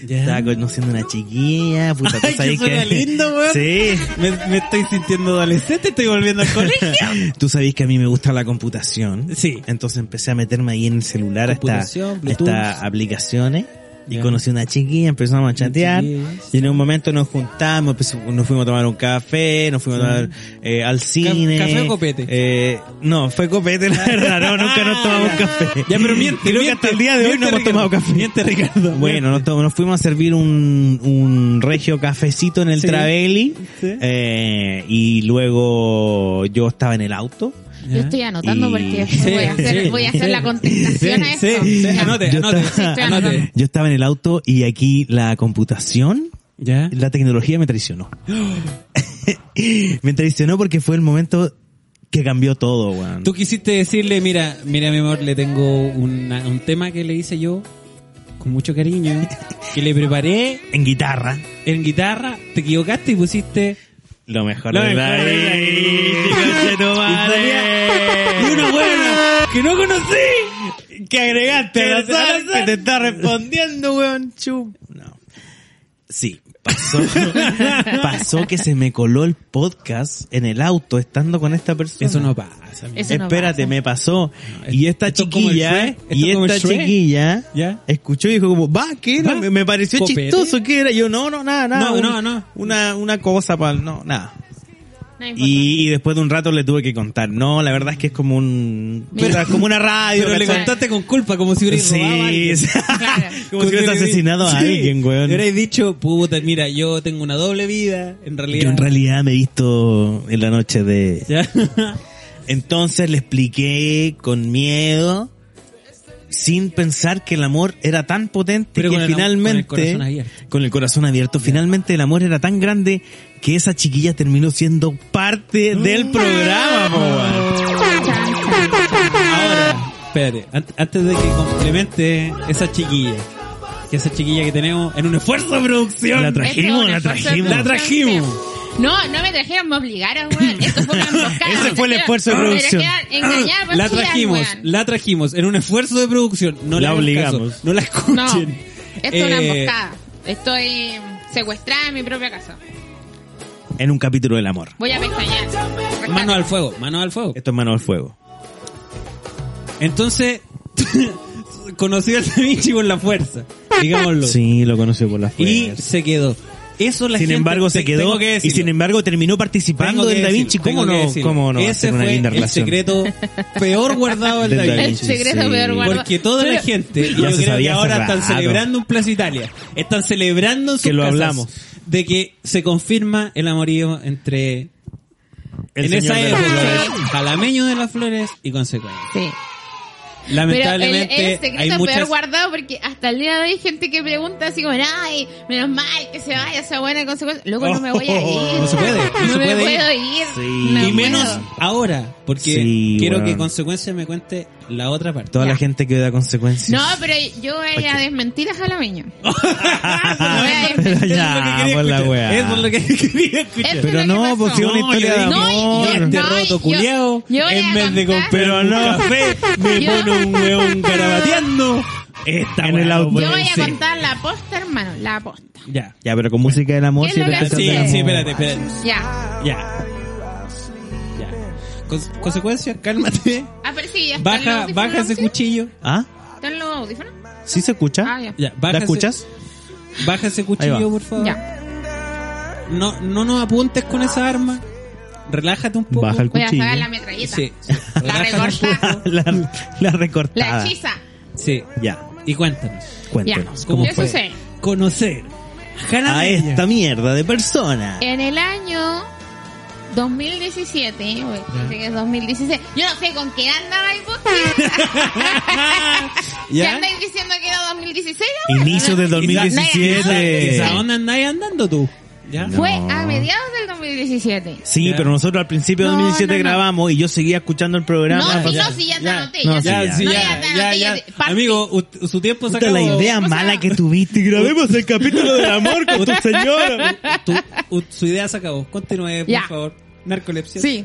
Speaker 4: Estaba
Speaker 5: Ya.
Speaker 4: conociendo una chiquilla, puta, tú
Speaker 5: Ay, que
Speaker 4: sabes que...
Speaker 5: suena lindo, weón.
Speaker 4: Sí.
Speaker 5: Me, me estoy sintiendo adolescente, estoy volviendo al colegio.
Speaker 4: Tú sabés que a mí me gusta la computación.
Speaker 5: Sí.
Speaker 4: Entonces empecé a meterme ahí en el celular a esta-
Speaker 5: Computación,
Speaker 4: a
Speaker 5: Bluetooth.
Speaker 4: estas aplicaciones. Y
Speaker 5: Ya.
Speaker 4: conocí una chiquilla, empezamos a chatear.
Speaker 5: chiquilla,
Speaker 4: Y en un momento nos juntamos, empezó- nos fuimos a tomar un café, nos fuimos a tomar eh, al cine.
Speaker 5: café o copete?
Speaker 4: Eh, no, fue copete, la verdad. No, nunca nos tomamos café.
Speaker 5: Ah. Ya, pero miente,
Speaker 4: Creo que
Speaker 5: miente,
Speaker 4: hasta el día de hoy
Speaker 5: miente,
Speaker 4: no hemos
Speaker 5: Ricardo.
Speaker 4: tomado café.
Speaker 5: Miente, Ricardo,
Speaker 4: Bueno, nos, to- nos fuimos a servir un, un regio cafecito en el
Speaker 5: Sí.
Speaker 4: Travelli.
Speaker 5: Sí.
Speaker 4: Eh, y luego yo estaba en el auto.
Speaker 6: Yo estoy anotando
Speaker 4: Y-
Speaker 6: porque después
Speaker 5: Sí,
Speaker 6: voy a hacer,
Speaker 5: sí,
Speaker 6: voy a hacer
Speaker 5: sí.
Speaker 6: la contestación a
Speaker 5: Sí,
Speaker 6: esto.
Speaker 5: sí,
Speaker 6: Ya.
Speaker 5: anote,
Speaker 4: Yo
Speaker 5: anote,
Speaker 4: estaba-
Speaker 6: Sí,
Speaker 5: anote.
Speaker 4: Yo estaba en el auto y aquí la computación,
Speaker 5: Ya.
Speaker 4: la tecnología me traicionó. me traicionó porque fue el momento que cambió todo, weón.
Speaker 5: Tú quisiste decirle, mira, mira mi amor, le tengo una- un tema que le hice yo con mucho cariño, que le preparé
Speaker 4: En guitarra.
Speaker 5: en guitarra, te equivocaste y pusiste...
Speaker 4: Lo mejor
Speaker 5: Lo
Speaker 4: de la
Speaker 5: mejor de la
Speaker 4: vida, conchetumare.
Speaker 5: Y una buena que no conocí.
Speaker 4: que agregaste
Speaker 5: Que
Speaker 4: al
Speaker 5: al
Speaker 4: azar,
Speaker 5: azar.
Speaker 4: que te está respondiendo, weón. Chup. No. Sí, pasó. pasó que se me coló el podcast en el auto estando con esta persona.
Speaker 5: Eso no pasa. amigo.
Speaker 6: Eso no
Speaker 4: Espérate,
Speaker 6: pasa.
Speaker 4: me pasó.
Speaker 5: No,
Speaker 4: y esta
Speaker 5: esto es como el
Speaker 4: chiquilla,
Speaker 5: Shrek, esto
Speaker 4: y
Speaker 5: es como el
Speaker 4: esta
Speaker 5: Shrek.
Speaker 4: chiquilla,
Speaker 5: Ya.
Speaker 4: escuchó y dijo como, va, ¿qué era?
Speaker 5: Va.
Speaker 4: Me, me pareció
Speaker 5: Copete.
Speaker 4: chistoso, ¿qué era? Yo, no, no, nada, nada.
Speaker 5: No,
Speaker 4: un-
Speaker 5: no, no.
Speaker 4: Una, una cosa para, no, nada.
Speaker 6: No importa.
Speaker 4: Y, y después de un rato le tuve que contar. No, la verdad es que es como un,
Speaker 6: Mira.
Speaker 4: puta, como una radio.
Speaker 5: Pero le
Speaker 4: ¿cachai?
Speaker 5: contaste con culpa, como si hubieras robado a
Speaker 4: Sí,
Speaker 5: alguien.
Speaker 4: sí.
Speaker 6: Claro.
Speaker 4: como si hubieras asesinado a alguien, weón.
Speaker 5: Le hubierais dicho, puta, mira, yo tengo una doble vida, en realidad.
Speaker 4: Yo en realidad me he visto en la noche de...
Speaker 5: Ya.
Speaker 4: Entonces le expliqué con miedo, sin pensar que el amor era tan potente
Speaker 5: Pero
Speaker 4: que
Speaker 5: con el am-
Speaker 4: finalmente...
Speaker 5: con el corazón abierto.
Speaker 4: Con el corazón abierto. Finalmente el amor era tan grande que esa chiquilla terminó siendo
Speaker 5: Mm.
Speaker 4: parte del programa, po, weón.
Speaker 5: Ahora, espérate, an- antes de que complemente esa chiquilla, que esa chiquilla que tenemos en un esfuerzo de producción.
Speaker 4: La trajimos, la
Speaker 6: Este es un
Speaker 4: trajimos.
Speaker 5: La
Speaker 6: esfuerzo de producción.
Speaker 5: trajimos.
Speaker 6: No, no me trajeron, me obligaron, weón. Esto fue una
Speaker 4: Ese
Speaker 6: emboscada. Me
Speaker 4: fue el
Speaker 6: trajeron-
Speaker 4: esfuerzo de
Speaker 6: me
Speaker 4: producción.
Speaker 6: trajeron engañada por
Speaker 5: Ah, La
Speaker 6: Chillán,
Speaker 5: trajimos,
Speaker 6: pues, weón.
Speaker 5: la trajimos en un esfuerzo de producción.
Speaker 4: La
Speaker 5: No le hagan caso,
Speaker 4: obligamos.
Speaker 5: no la
Speaker 6: No,
Speaker 5: escuchen.
Speaker 6: esto es una
Speaker 5: Eh,
Speaker 6: emboscada. Estoy secuestrada en mi propia casa.
Speaker 4: En un capítulo del amor.
Speaker 6: Voy a pestañear. Rescate.
Speaker 5: Mano al fuego, mano al fuego.
Speaker 4: Esto es mano al fuego.
Speaker 5: Entonces, conocí al Da Vinci con la fuerza, digámoslo.
Speaker 4: Sí, lo conoció por las
Speaker 5: Y
Speaker 4: fuerzas.
Speaker 5: se quedó. Eso la
Speaker 4: sin
Speaker 5: gente-
Speaker 4: embargo, se
Speaker 5: te-
Speaker 4: quedó
Speaker 5: tengo que
Speaker 4: y sin
Speaker 5: decirlo.
Speaker 4: embargo terminó
Speaker 5: Tengo
Speaker 4: participando
Speaker 5: que
Speaker 4: del Da
Speaker 5: decirlo,
Speaker 4: Vinci.
Speaker 5: tengo
Speaker 4: ¿Cómo
Speaker 5: que
Speaker 4: no?
Speaker 5: decirlo.
Speaker 4: ¿Cómo no?
Speaker 5: Ese
Speaker 4: Hacer
Speaker 5: fue
Speaker 4: una linda
Speaker 5: el
Speaker 4: relación.
Speaker 5: secreto peor guardado del
Speaker 4: Del
Speaker 5: Da
Speaker 4: Da
Speaker 5: Vinci.
Speaker 6: El
Speaker 4: Vinci,
Speaker 6: secreto
Speaker 4: sí.
Speaker 6: peor guardado.
Speaker 5: Porque toda la
Speaker 6: Pero-
Speaker 5: gente, y
Speaker 4: Ya
Speaker 5: yo
Speaker 4: se
Speaker 5: creo que
Speaker 4: sabía hace
Speaker 5: ahora están
Speaker 4: rato.
Speaker 5: celebrando un Plaza Italia, están celebrando en sus
Speaker 4: Que lo
Speaker 5: casas
Speaker 4: hablamos.
Speaker 5: de que se confirma el amorío entre
Speaker 4: El
Speaker 5: en
Speaker 4: señor
Speaker 5: esa
Speaker 4: de las
Speaker 5: época
Speaker 4: flores.
Speaker 5: jalameño de las flores y consecuencia.
Speaker 6: Sí. Pero el, el
Speaker 5: Lamentablemente
Speaker 6: secreto
Speaker 5: hay
Speaker 6: peor
Speaker 5: muchas
Speaker 6: guardado porque hasta el día de hoy hay gente que pregunta así como, ay, menos mal que se vaya esa buena consecuencia. Luego no me voy a ir.
Speaker 5: No se puede, no
Speaker 6: No
Speaker 5: se
Speaker 6: me
Speaker 5: puede ir.
Speaker 6: puedo ir.
Speaker 4: Sí.
Speaker 6: No
Speaker 5: y menos
Speaker 6: puedo.
Speaker 5: ahora, porque
Speaker 4: Sí,
Speaker 5: quiero
Speaker 4: weón.
Speaker 5: que consecuencia me cuente la otra parte.
Speaker 4: Toda la gente que da consecuencias.
Speaker 6: No, pero yo voy a desmentir a Jalameño.
Speaker 4: Pero
Speaker 5: Eso es lo que
Speaker 4: ya,
Speaker 5: quería
Speaker 4: por la
Speaker 5: escuchar.
Speaker 4: weá.
Speaker 5: Eso es lo que quería escuchar.
Speaker 6: Eso es
Speaker 4: Pero
Speaker 6: lo que
Speaker 4: no,
Speaker 6: pasó.
Speaker 4: pues si es una
Speaker 5: No,
Speaker 4: historia
Speaker 5: yo
Speaker 4: de
Speaker 5: dije-
Speaker 6: No,
Speaker 4: amor.
Speaker 6: y-
Speaker 5: Este
Speaker 6: no,
Speaker 5: roto
Speaker 6: yo-
Speaker 5: culiao,
Speaker 6: yo voy
Speaker 5: en
Speaker 6: a
Speaker 5: vez de
Speaker 6: contar-
Speaker 5: comprar
Speaker 4: Pero
Speaker 5: un
Speaker 4: no.
Speaker 5: café, me
Speaker 6: Yo-
Speaker 5: pone un weón carabateando. Esta
Speaker 4: En el
Speaker 5: weá no
Speaker 4: auto.
Speaker 5: puede
Speaker 6: Yo voy a
Speaker 5: ser.
Speaker 6: contar la posta, hermano, la posta.
Speaker 5: Ya.
Speaker 4: Ya, pero con música del amor
Speaker 6: ¿Qué es lo
Speaker 4: siempre
Speaker 6: que
Speaker 4: se
Speaker 5: Sí,
Speaker 4: trata del
Speaker 5: sí,
Speaker 4: amor.
Speaker 5: espérate, espérate.
Speaker 6: Ya.
Speaker 5: Ya. Ya. Cons- consecuencia, cálmate.
Speaker 6: Ah, pero sí, ya están los
Speaker 5: Baja,
Speaker 6: audífonos,
Speaker 5: baja ese
Speaker 6: ¿sí?
Speaker 5: cuchillo.
Speaker 4: ¿Ah?
Speaker 6: ¿Están los audífonos?
Speaker 4: ¿Sí se escucha?
Speaker 6: Ah, ya.
Speaker 5: Ya, baja
Speaker 4: ¿La
Speaker 5: ese-
Speaker 4: escuchas?
Speaker 5: Baja ese
Speaker 4: Ahí va.
Speaker 5: cuchillo, por favor.
Speaker 6: Ya.
Speaker 5: No, no nos apuntes con esa arma. Relájate un poco.
Speaker 4: Baja el
Speaker 6: Voy a
Speaker 4: cuchillo.
Speaker 6: sacar la metralleta.
Speaker 5: Sí.
Speaker 6: La
Speaker 5: Relájate un poco.
Speaker 6: recorta.
Speaker 4: La, la recortada.
Speaker 6: La hechiza.
Speaker 5: Sí.
Speaker 4: Ya,
Speaker 5: Y cuéntanos.
Speaker 4: cuéntanos.
Speaker 6: Ya.
Speaker 4: ¿Cómo
Speaker 6: ¿Qué
Speaker 4: fue?
Speaker 6: sucede?
Speaker 5: Conocer
Speaker 4: A
Speaker 5: Jalameño.
Speaker 4: esta mierda de persona.
Speaker 6: En el año 2017, eh, oye, parece que es 2016. Yo no sé con qué andaba y vos. ¿Qué
Speaker 5: ¿Ya?
Speaker 6: andáis diciendo que era 2016? ahora?
Speaker 4: Inicio de
Speaker 5: ¿Y
Speaker 4: 2017.
Speaker 5: ¿A dónde andáis andando tú? ¿Ya?
Speaker 4: No.
Speaker 6: Fue a mediados del 2017.
Speaker 4: Sí,
Speaker 5: Ya.
Speaker 4: pero nosotros al principio de
Speaker 6: No,
Speaker 4: 2017
Speaker 6: no, no.
Speaker 4: grabamos y yo seguía escuchando el programa.
Speaker 6: No, si
Speaker 4: Puta,
Speaker 6: no, si ya te anoté.
Speaker 4: No,
Speaker 6: ya
Speaker 4: sí,
Speaker 6: te-
Speaker 5: Ya, sí,
Speaker 6: no,
Speaker 5: ya,
Speaker 6: te
Speaker 5: ya,
Speaker 6: anoté,
Speaker 5: ya.
Speaker 6: te- parte-
Speaker 5: Amigo, u- su tiempo se acabó.
Speaker 4: la idea
Speaker 6: O sea-
Speaker 4: mala que tuviste. Grabemos el capítulo del amor con tu señora.
Speaker 5: Tu- u- su idea se acabó. Continúe, por
Speaker 6: Ya.
Speaker 5: favor. Narcolepsia.
Speaker 6: Sí.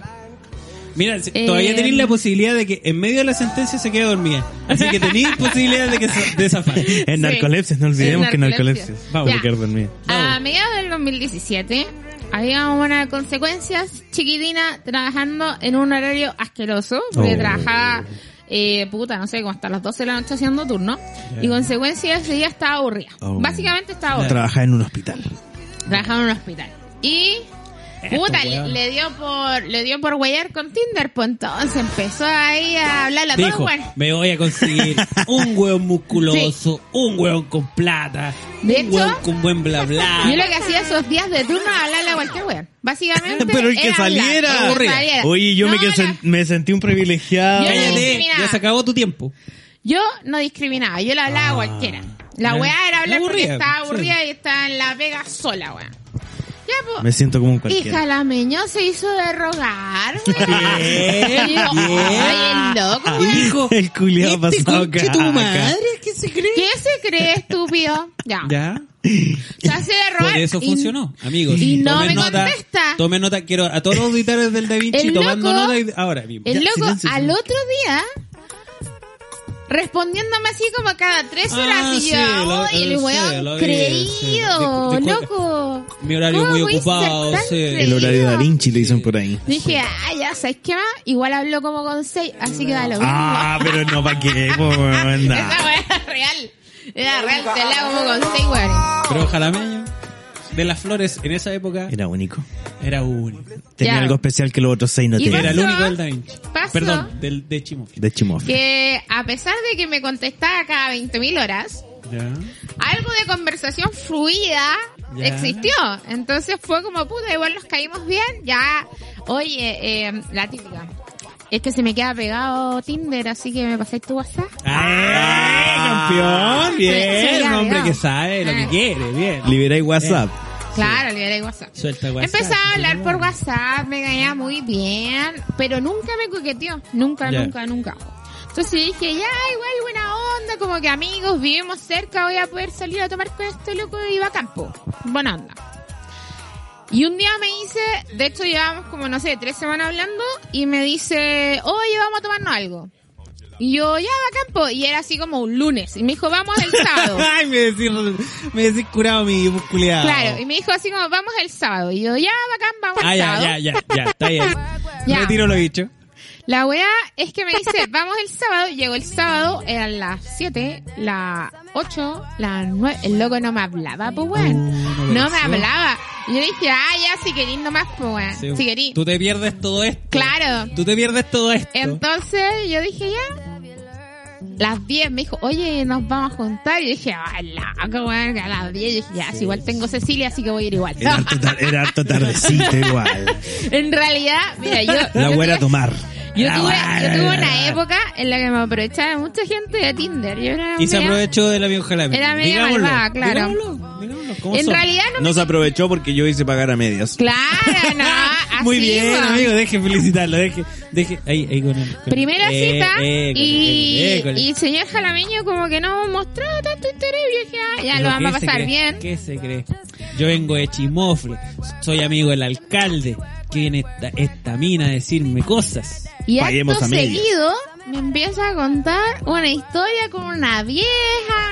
Speaker 5: Mira, si-
Speaker 6: Eh,
Speaker 5: todavía tenéis la posibilidad de que en medio de la sentencia se quede dormida. Así que tenéis posibilidad de que se- de zafar.
Speaker 4: En
Speaker 6: Sí.
Speaker 4: narcolepsis, no olvidemos
Speaker 6: En
Speaker 4: que en
Speaker 6: narcolepsia.
Speaker 4: narcolepsis.
Speaker 5: Vamos,
Speaker 6: Ya.
Speaker 4: Porque dormí.
Speaker 6: A mediados del 2017 había una consecuencias chiquitina trabajando en un horario asqueroso, porque
Speaker 4: Oh.
Speaker 6: trabajaba, eh, puta, no sé, como hasta las 12 de la noche haciendo turno, y consecuencia ese día estaba aburrida.
Speaker 4: Oh.
Speaker 6: Básicamente estaba aburrida.
Speaker 4: Trabajaba en un hospital.
Speaker 6: Trabajaba en un hospital. Y... Puta, le,
Speaker 5: weón.
Speaker 6: le dio por le dio por huellar con Tinder, pues entonces empezó ahí a hablarle a todos
Speaker 5: Dijo,
Speaker 6: bueno.
Speaker 5: me voy a conseguir un hueón musculoso, un hueón con plata,
Speaker 6: De
Speaker 5: un
Speaker 6: hecho,
Speaker 5: hueón con buen bla
Speaker 4: Ah.
Speaker 5: bla.
Speaker 6: Yo lo que hacía esos días de turno era hablarle a cualquier weón. Básicamente.
Speaker 4: Pero el que
Speaker 6: era hablar,
Speaker 4: saliera.
Speaker 6: el que saliera.
Speaker 4: Oye, yo me,
Speaker 6: No,
Speaker 4: que
Speaker 6: la-
Speaker 4: sen- me sentí un privilegiado.
Speaker 6: Yo no-
Speaker 5: Cállate,
Speaker 6: Mira.
Speaker 5: ya se acabó tu tiempo.
Speaker 6: Yo no discriminaba, yo le hablaba
Speaker 4: Ah.
Speaker 6: a cualquiera. La
Speaker 5: ya.
Speaker 6: weá era hablar porque
Speaker 5: Aburrida,
Speaker 6: estaba
Speaker 5: sí.
Speaker 6: aburrida y estaba en la vega sola, weá. Ya, pues.
Speaker 4: Me siento como un
Speaker 6: Y
Speaker 4: cualquiera.
Speaker 6: Jalameño se hizo de rogar, weá. Y yo,
Speaker 5: bien.
Speaker 6: ay, el loco,
Speaker 5: Y
Speaker 6: weá.
Speaker 5: dijo, "Este
Speaker 4: El culiao ha pasado
Speaker 5: conche
Speaker 4: caca.
Speaker 5: tu madre, ¿qué se cree?
Speaker 6: ¿Qué se cree, estúpido? Ya.
Speaker 5: Ya,
Speaker 6: Se hace de rogar.
Speaker 5: por eso
Speaker 6: y-
Speaker 5: funcionó, amigos.
Speaker 6: y no
Speaker 5: Tomen
Speaker 6: me
Speaker 5: nota,
Speaker 6: contesta.
Speaker 5: Tomen nota, quiero a todos los auditores del Da Vinci
Speaker 6: El
Speaker 5: tomando
Speaker 6: loco-
Speaker 5: nota y- ahora mismo.
Speaker 6: El
Speaker 5: Ya,
Speaker 6: loco,
Speaker 5: silencio.
Speaker 6: al otro día, respondiéndome así como cada tres
Speaker 5: Ah,
Speaker 6: horas, y
Speaker 5: sí,
Speaker 6: yo,
Speaker 5: lo-
Speaker 6: ¡ay, el
Speaker 5: sí,
Speaker 6: weón
Speaker 5: lo vi, sí.
Speaker 6: creído!
Speaker 5: Discu- disculpa.
Speaker 6: ¡Loco!
Speaker 5: Mi horario
Speaker 6: ¿Cómo
Speaker 5: muy
Speaker 6: pudiste ser
Speaker 5: ocupado,
Speaker 6: tan
Speaker 5: sí.
Speaker 6: creído?
Speaker 4: El horario de Da Vinci le dicen por ahí.
Speaker 6: Dije, ah, ya, ¿sabes qué más? Igual habló como con seis, así que da lo mismo.
Speaker 4: Ah, pero no, ¿para qué? po, weón? Nah.
Speaker 6: Esa weá era real. Era real, se hablaba como con seis weones.
Speaker 5: Pero jalameño de las flores en esa época
Speaker 4: Era único.
Speaker 5: era único.
Speaker 4: Tenía
Speaker 6: Ya.
Speaker 4: algo especial que los otros seis no
Speaker 6: Y
Speaker 4: tenían.
Speaker 5: Era el
Speaker 6: pasó?
Speaker 5: único del Da Vinci.
Speaker 6: Pasó.
Speaker 5: Perdón, del de Chimo.
Speaker 4: De chimofle.
Speaker 6: Que a pesar de que me contestaba cada 20.000 horas,
Speaker 5: Ya.
Speaker 6: algo de conversación fluida
Speaker 5: Ya.
Speaker 6: existió. Entonces fue como, puta, igual nos caímos bien, ya, oye, eh, la típica. Es que se me queda pegado Tinder, así que me pasáis tu WhatsApp.
Speaker 5: ¡Ah, campeón!
Speaker 6: Sí, sí,
Speaker 5: Bien,
Speaker 6: ya,
Speaker 5: hombre
Speaker 6: ya.
Speaker 5: que sabe lo que
Speaker 6: Ah.
Speaker 5: quiere, bien.
Speaker 4: Liberáis WhatsApp.
Speaker 6: Claro, liberé WhatsApp.
Speaker 5: Suelta WhatsApp.
Speaker 6: Empezaba a hablar por WhatsApp, me caía muy bien, pero nunca me coqueteó. Nunca,
Speaker 5: Ya.
Speaker 6: nunca, nunca. Entonces dije, ya, igual buena onda, como que amigos, vivimos cerca, voy a poder salir a tomar con este loco y va a campo. Buena onda. Y un día me dice, de hecho llevamos como, no sé, tres semanas hablando, y me dice, oye, vamos a tomarnos algo. Y yo, ya, va a campo. Y era así como un lunes. Y me dijo, vamos el sábado.
Speaker 5: Eh. Ay, me decís, me decís curado mi musculeado.
Speaker 6: Claro, y me dijo así como, vamos el sábado. Y yo, ya, bacán, vamos
Speaker 5: Ah,
Speaker 6: el
Speaker 5: ya,
Speaker 6: sábado.
Speaker 5: ya, ya, ya, está bien.
Speaker 6: Ya.
Speaker 5: Retiro lo dicho.
Speaker 6: La weá es que me dice, vamos el sábado. Llegó el sábado, eran las 7, las 8, las 9. El loco no me hablaba, pues
Speaker 5: Oh,
Speaker 6: weón. No me
Speaker 5: apareció.
Speaker 6: hablaba. Y yo le dije, ah, ya, si querís nomás, pues weón. Si querís.
Speaker 5: Tú te pierdes todo esto.
Speaker 6: Claro.
Speaker 5: Tú te pierdes todo esto.
Speaker 6: Entonces yo dije, ya. Las 10 me dijo, oye, nos vamos a juntar. Y yo dije, ah, loco, weón, a las 10. Y dije, ya, si igual tengo Cecilia, así que voy a ir igual.
Speaker 7: Era harto, tar- era harto tardecito igual.
Speaker 6: En realidad, mira, yo.
Speaker 7: La
Speaker 6: yo
Speaker 7: buena a
Speaker 6: tuve-
Speaker 7: tomar.
Speaker 6: Yo
Speaker 7: La
Speaker 6: tuve,
Speaker 7: buena,
Speaker 6: yo tuve
Speaker 7: la
Speaker 6: una
Speaker 7: buena.
Speaker 6: época en la que me aprovechaba de mucha gente de Tinder. Yo era
Speaker 5: y se
Speaker 6: media-
Speaker 5: aprovechó de la vieja Jalamia.
Speaker 6: Era media
Speaker 5: digámoslo,
Speaker 6: malvada, claro.
Speaker 5: Digámoslo, digámoslo, ¿cómo
Speaker 6: En
Speaker 5: son?
Speaker 6: realidad no.
Speaker 7: No se aprovechó porque yo hice pagar a medias.
Speaker 6: Claro, no. Así,
Speaker 5: Muy bien,
Speaker 6: weón.
Speaker 5: amigo, deje felicitarlo, deje, deje, ahí, ahí con él. con-
Speaker 6: Primera
Speaker 5: Eh,
Speaker 6: cita
Speaker 5: eh, con-
Speaker 6: y,
Speaker 5: eh, con-
Speaker 6: y señor Jalameño como que no mostraba tanto interés. Yo dije, ah, ya lo
Speaker 5: Pero
Speaker 6: vamos a
Speaker 5: ¿qué se
Speaker 6: pasar
Speaker 5: cree?
Speaker 6: bien.
Speaker 5: ¿Qué se cree? Yo vengo de Chimofle, soy amigo del alcalde, que viene esta, esta mina a decirme cosas.
Speaker 6: Y
Speaker 7: Paguemos
Speaker 6: acto
Speaker 7: a medias.
Speaker 6: seguido me empieza a contar una historia con una vieja,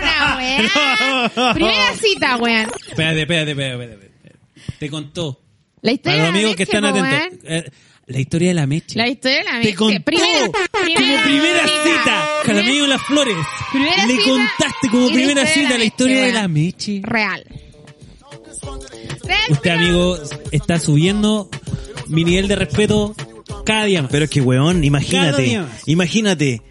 Speaker 6: una weá. Primera cita, weón.
Speaker 5: Espérate, espérate, espérate, espérate, espérate. Te contó.
Speaker 6: La
Speaker 5: Para
Speaker 6: historia
Speaker 5: los
Speaker 6: de la
Speaker 5: amigos que
Speaker 6: Meche,
Speaker 5: están
Speaker 6: po,
Speaker 5: atentos.
Speaker 6: weón.
Speaker 5: eh, la historia de la mecha.
Speaker 6: La historia de la
Speaker 5: Te
Speaker 6: Meche.
Speaker 5: contó
Speaker 6: Primera, primera,
Speaker 5: como primera cita.
Speaker 6: Primera-
Speaker 5: Jaramillo de las Flores.
Speaker 6: Primera
Speaker 5: Le
Speaker 6: cita
Speaker 5: contaste
Speaker 6: y
Speaker 5: como
Speaker 6: la historia
Speaker 5: primera
Speaker 6: de
Speaker 5: cita
Speaker 6: la
Speaker 5: la historia
Speaker 6: meche,
Speaker 5: de la
Speaker 6: weón.
Speaker 5: meche.
Speaker 6: Real. Real,
Speaker 5: Este
Speaker 6: pero-
Speaker 5: amigo está subiendo mi nivel de respeto cada día más.
Speaker 7: Pero es que, weón,
Speaker 5: Cada
Speaker 7: imagínate,
Speaker 5: día más.
Speaker 7: imagínate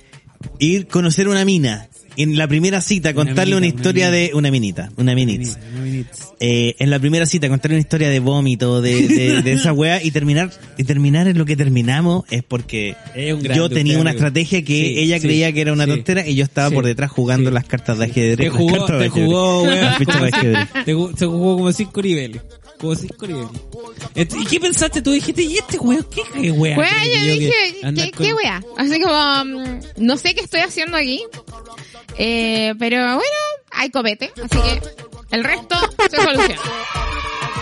Speaker 7: ir conocer una mina. En la primera cita, contarle
Speaker 5: minita,
Speaker 7: una
Speaker 5: una
Speaker 7: historia
Speaker 5: minita.
Speaker 7: de una minita, una minits.
Speaker 5: Muy bien, muy
Speaker 7: Eh, en la primera cita, contarle una historia de vómito, de, de, de esa weá, y terminar, y terminar en lo que terminamos es porque
Speaker 5: Es un grande
Speaker 7: yo tenía
Speaker 5: usted,
Speaker 7: una
Speaker 5: amigo.
Speaker 7: estrategia que
Speaker 5: Sí,
Speaker 7: ella
Speaker 5: sí,
Speaker 7: creía que era una
Speaker 5: sí.
Speaker 7: tontera y yo estaba
Speaker 5: Sí,
Speaker 7: por detrás jugando
Speaker 5: sí.
Speaker 7: las cartas de ajedrez.
Speaker 5: Te
Speaker 7: las
Speaker 5: jugó,
Speaker 7: cartas
Speaker 5: te
Speaker 7: de ajedrez.
Speaker 5: jugó, weón.
Speaker 7: Las fichas de ajedrez.
Speaker 5: Ah. Te ju- se jugó como cinco niveles. Como cinco niveles. Et- ¿Y qué pensaste tú? Dijiste, ¿y este weón qué, qué weón?
Speaker 6: Weón,
Speaker 5: cree
Speaker 6: yo
Speaker 5: que yo
Speaker 6: dije,
Speaker 5: que andar
Speaker 6: ¿qué,
Speaker 5: con-
Speaker 6: qué wea? Así como, mm, no sé qué estoy haciendo aquí. Eh, pero bueno, hay copete. Así que el resto se soluciona.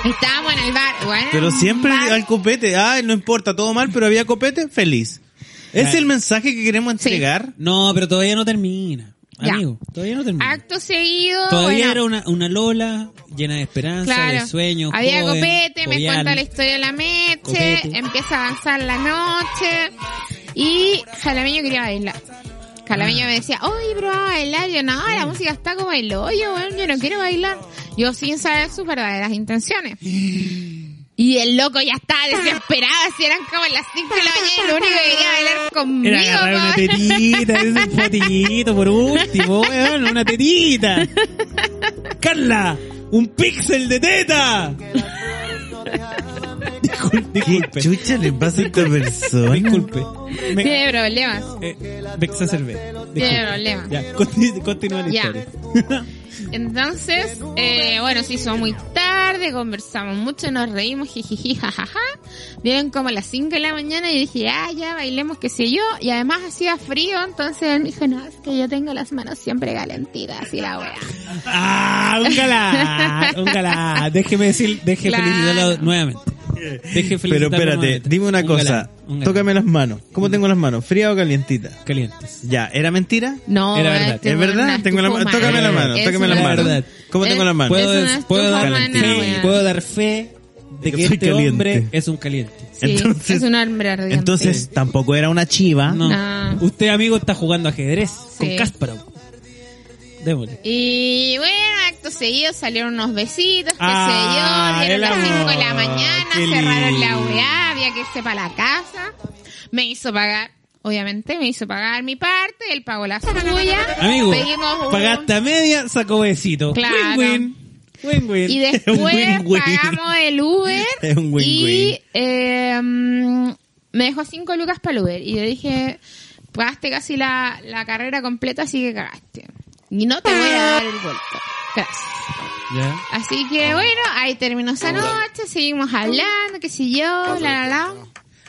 Speaker 6: Estábamos en el bar. weón,
Speaker 7: Pero
Speaker 6: un
Speaker 7: siempre
Speaker 6: bar-
Speaker 7: al copete, ay, no importa, todo mal, pero había copete, feliz. Ese es
Speaker 5: Claro.
Speaker 7: el mensaje que queremos
Speaker 6: Sí.
Speaker 7: entregar.
Speaker 5: No, pero todavía no termina.
Speaker 6: Ya.
Speaker 5: Amigo, todavía no termina.
Speaker 6: Acto seguido.
Speaker 5: todavía
Speaker 6: bueno,
Speaker 5: era una, una Lola llena de esperanza, de sueños.
Speaker 6: Había
Speaker 5: joven,
Speaker 6: copete, me
Speaker 5: jovial.
Speaker 6: cuenta la historia de la meche,
Speaker 5: Copete.
Speaker 6: empieza a avanzar la noche y Jalameño quería bailar.
Speaker 5: Ah.
Speaker 6: Jalameño me decía, oye, pero vamos a bailar. Yo, no, la música está como el hoyo, weón, yo no quiero bailar. Yo sin saber sus verdaderas intenciones. Y el loco ya estaba desesperado, si eran como las 5 de la mañana y lo único que quería bailar
Speaker 5: Era agarrar una
Speaker 6: conmigo, weón.
Speaker 5: tetita, ese un potillito por último, weón, una tetita. Carla, un píxel de teta. Disculpe,
Speaker 7: ¿Qué
Speaker 5: disculpe,
Speaker 7: chucha le pasa a esta persona?
Speaker 5: disculpe. Me,
Speaker 6: Tiene problemas.
Speaker 5: eh, me exacerbé. Disculpe.
Speaker 6: Tiene problemas.
Speaker 5: Ya, conti- continúa la
Speaker 6: Ya.
Speaker 5: historia.
Speaker 6: Entonces, eh, bueno, se hizo muy tarde, conversamos mucho, nos reímos, jijiji, jajaja. Vieron como a las 5 de la mañana y dije, ah, ya, bailemos, qué sé yo. Y además hacía frío, entonces él me dijo, no, es que yo tengo las manos siempre calentitas y la wea.
Speaker 5: Ah, un galán, un galán. Déjeme decir, deje
Speaker 6: Claro.
Speaker 5: felicitarlo nuevamente. Deje
Speaker 7: Pero
Speaker 5: felicitarlo
Speaker 7: espérate,
Speaker 5: nuevamente.
Speaker 7: dime una
Speaker 5: Un
Speaker 7: cosa.
Speaker 5: galán, un galán.
Speaker 7: Tócame las manos. ¿Cómo tengo las manos? ¿Fría o calientita?
Speaker 5: calientes.
Speaker 7: Ya, ¿era mentira?
Speaker 6: No, este
Speaker 5: Era
Speaker 6: weón,
Speaker 5: verdad.
Speaker 6: tengo
Speaker 7: ¿Es verdad?
Speaker 6: una
Speaker 7: Tengo la
Speaker 6: estufa
Speaker 7: ma- tócame
Speaker 5: la
Speaker 4: Eh,
Speaker 6: humana.
Speaker 5: mano,
Speaker 6: Es
Speaker 7: tócame
Speaker 5: la
Speaker 6: una
Speaker 5: mano.
Speaker 6: estufa-
Speaker 5: Verdad.
Speaker 7: ¿Cómo tengo
Speaker 6: es-
Speaker 7: las manos?
Speaker 6: es
Speaker 4: Pues,
Speaker 5: puedo,
Speaker 6: una
Speaker 5: puedo
Speaker 6: estufa
Speaker 5: dar
Speaker 6: humana,
Speaker 5: fe,
Speaker 6: weón.
Speaker 5: puedo dar fe de que
Speaker 7: Soy
Speaker 5: este
Speaker 7: caliente.
Speaker 5: hombre es un caliente.
Speaker 6: Sí,
Speaker 7: Entonces-
Speaker 6: es un hombre ardiente.
Speaker 7: Entonces, tampoco era una chiva.
Speaker 5: No.
Speaker 6: No.
Speaker 5: Usted, amigo, está jugando ajedrez
Speaker 6: Sí.
Speaker 5: con Kasparov. Démosle.
Speaker 6: Y bueno, acto seguido salieron unos besitos, qué
Speaker 5: Ah,
Speaker 6: sé yo, dieron
Speaker 5: el
Speaker 6: las
Speaker 5: amor,
Speaker 6: 5 de la mañana,
Speaker 5: qué
Speaker 6: cerraron la
Speaker 5: lindo.
Speaker 6: weá, había que irse para la casa. Me hizo pagar, obviamente, me hizo pagar mi parte, él pagó la suya.
Speaker 5: Amigo,
Speaker 6: Pedimos un-
Speaker 5: pagaste a media, sacó besito.
Speaker 6: Claro.
Speaker 5: Win-win. Win-win.
Speaker 6: Y después
Speaker 7: win-win.
Speaker 6: pagamos el Uber
Speaker 7: Es un win-win.
Speaker 6: y eh, mm, me dejó 5 lucas para el Uber. Y yo dije, pagaste casi la, la carrera completa, así que cagaste. Y no te voy a dar el golpe. Gracias.
Speaker 5: Ya.
Speaker 6: Así que bueno, ahí terminó esa noche, seguimos hablando, qué sé yo, la la la.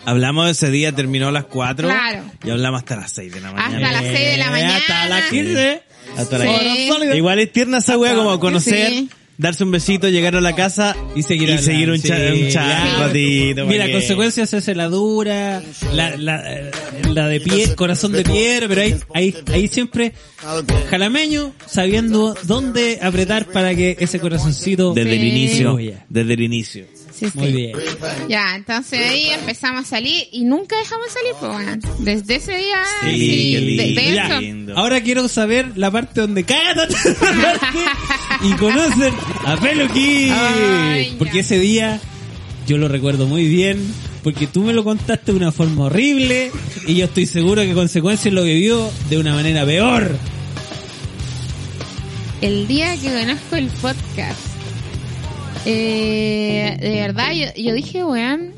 Speaker 4: Hablamos de ese día, terminó a las 4
Speaker 6: Claro.
Speaker 4: y hablamos hasta las 6 de la mañana.
Speaker 6: Hasta las 6 de la mañana.
Speaker 4: Eh, Hasta las 15. Hasta las
Speaker 6: Sí.
Speaker 4: 15. Igual es tierna esa wea como conocer,
Speaker 6: Sí.
Speaker 4: darse un besito, llegar a la casa
Speaker 5: Y seguir hablando,
Speaker 4: un
Speaker 5: sí,
Speaker 4: chat, un chat,
Speaker 5: claro.
Speaker 4: ratito.
Speaker 5: Mira,
Speaker 4: pa' que-
Speaker 5: consecuencias es la dura, la, la, la de pie, corazón de piedra, pero ahí, ahí, ahí siempre jalameño sabiendo dónde apretar para que ese corazoncito...
Speaker 4: Desde el
Speaker 6: Sí.
Speaker 4: inicio,
Speaker 5: Muy bien.
Speaker 4: desde el inicio.
Speaker 6: Sí, sí.
Speaker 5: Muy bien.
Speaker 6: Ya, entonces ahí empezamos a salir y nunca dejamos de salir, pues, weón. Desde ese día,
Speaker 4: Sí,
Speaker 6: sí,
Speaker 4: qué lindo.
Speaker 6: de, de
Speaker 4: Ya.
Speaker 6: eso.
Speaker 5: Ahora quiero saber la parte donde cagan y conocen a Peluquín.
Speaker 6: Ay, ya.
Speaker 5: Porque ese día yo lo recuerdo muy bien. Porque tú me lo contaste de una forma horrible y yo estoy seguro que consecuencias lo vivió de una manera peor.
Speaker 6: El día que conozco el podcast, eh, de verdad, yo, yo dije, weón.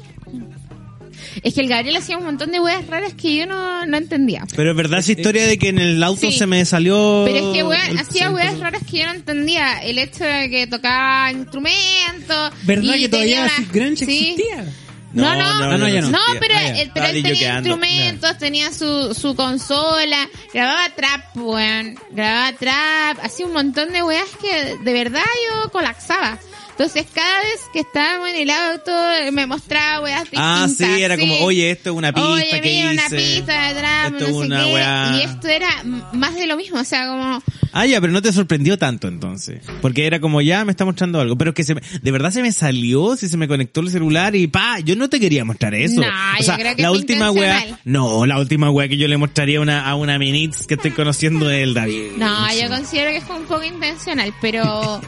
Speaker 6: Es que el Gabriel hacía un montón de weas raras que yo no, no entendía.
Speaker 4: Pero es verdad esa historia de que en el auto
Speaker 6: Sí.
Speaker 4: se me salió...
Speaker 6: Pero es que weón,
Speaker 4: el
Speaker 6: hacía
Speaker 4: centro.
Speaker 6: weas raras que yo no entendía. El hecho de que tocaba instrumentos.
Speaker 5: ¿Verdad
Speaker 6: y
Speaker 5: que todavía
Speaker 6: tenía
Speaker 5: Acid
Speaker 6: una-
Speaker 5: Grunge
Speaker 6: Sí.
Speaker 5: existía?
Speaker 6: No, no,
Speaker 5: Ah, no, ya no.
Speaker 6: No,
Speaker 4: existía.
Speaker 6: pero,
Speaker 5: Ah, ya.
Speaker 6: él- pero
Speaker 4: Estaba
Speaker 6: él tenía
Speaker 4: yoqueando.
Speaker 6: instrumentos, tenía su, su consola, grababa trap, weón, grababa trap, hacía un montón de weas que de verdad yo colapsaba. Entonces cada vez que estábamos en el auto eh, me mostraba weas
Speaker 4: Ah,
Speaker 6: distintas.
Speaker 4: sí, era como, oye, esto es una pista que
Speaker 6: Oye,
Speaker 4: hice.
Speaker 6: mira, una pista de trap,
Speaker 4: esto es
Speaker 6: no sé
Speaker 4: una
Speaker 6: qué.
Speaker 4: weá.
Speaker 6: Y esto era m- más de lo mismo, o sea, como...
Speaker 4: Ah, ya, pero no te sorprendió tanto entonces. Porque era como, ya, me está mostrando algo. Pero es que se me- de verdad se me salió, si se me conectó el celular y pa, yo no te quería mostrar eso.
Speaker 6: No,
Speaker 4: o
Speaker 6: yo
Speaker 4: sea,
Speaker 6: creo que
Speaker 4: la
Speaker 6: fue
Speaker 4: última
Speaker 6: intencional.
Speaker 4: weá, no, la última weá que yo le mostraría a una, a una minitz que estoy conociendo es el David.
Speaker 6: No, yo considero que fue un poco intencional, pero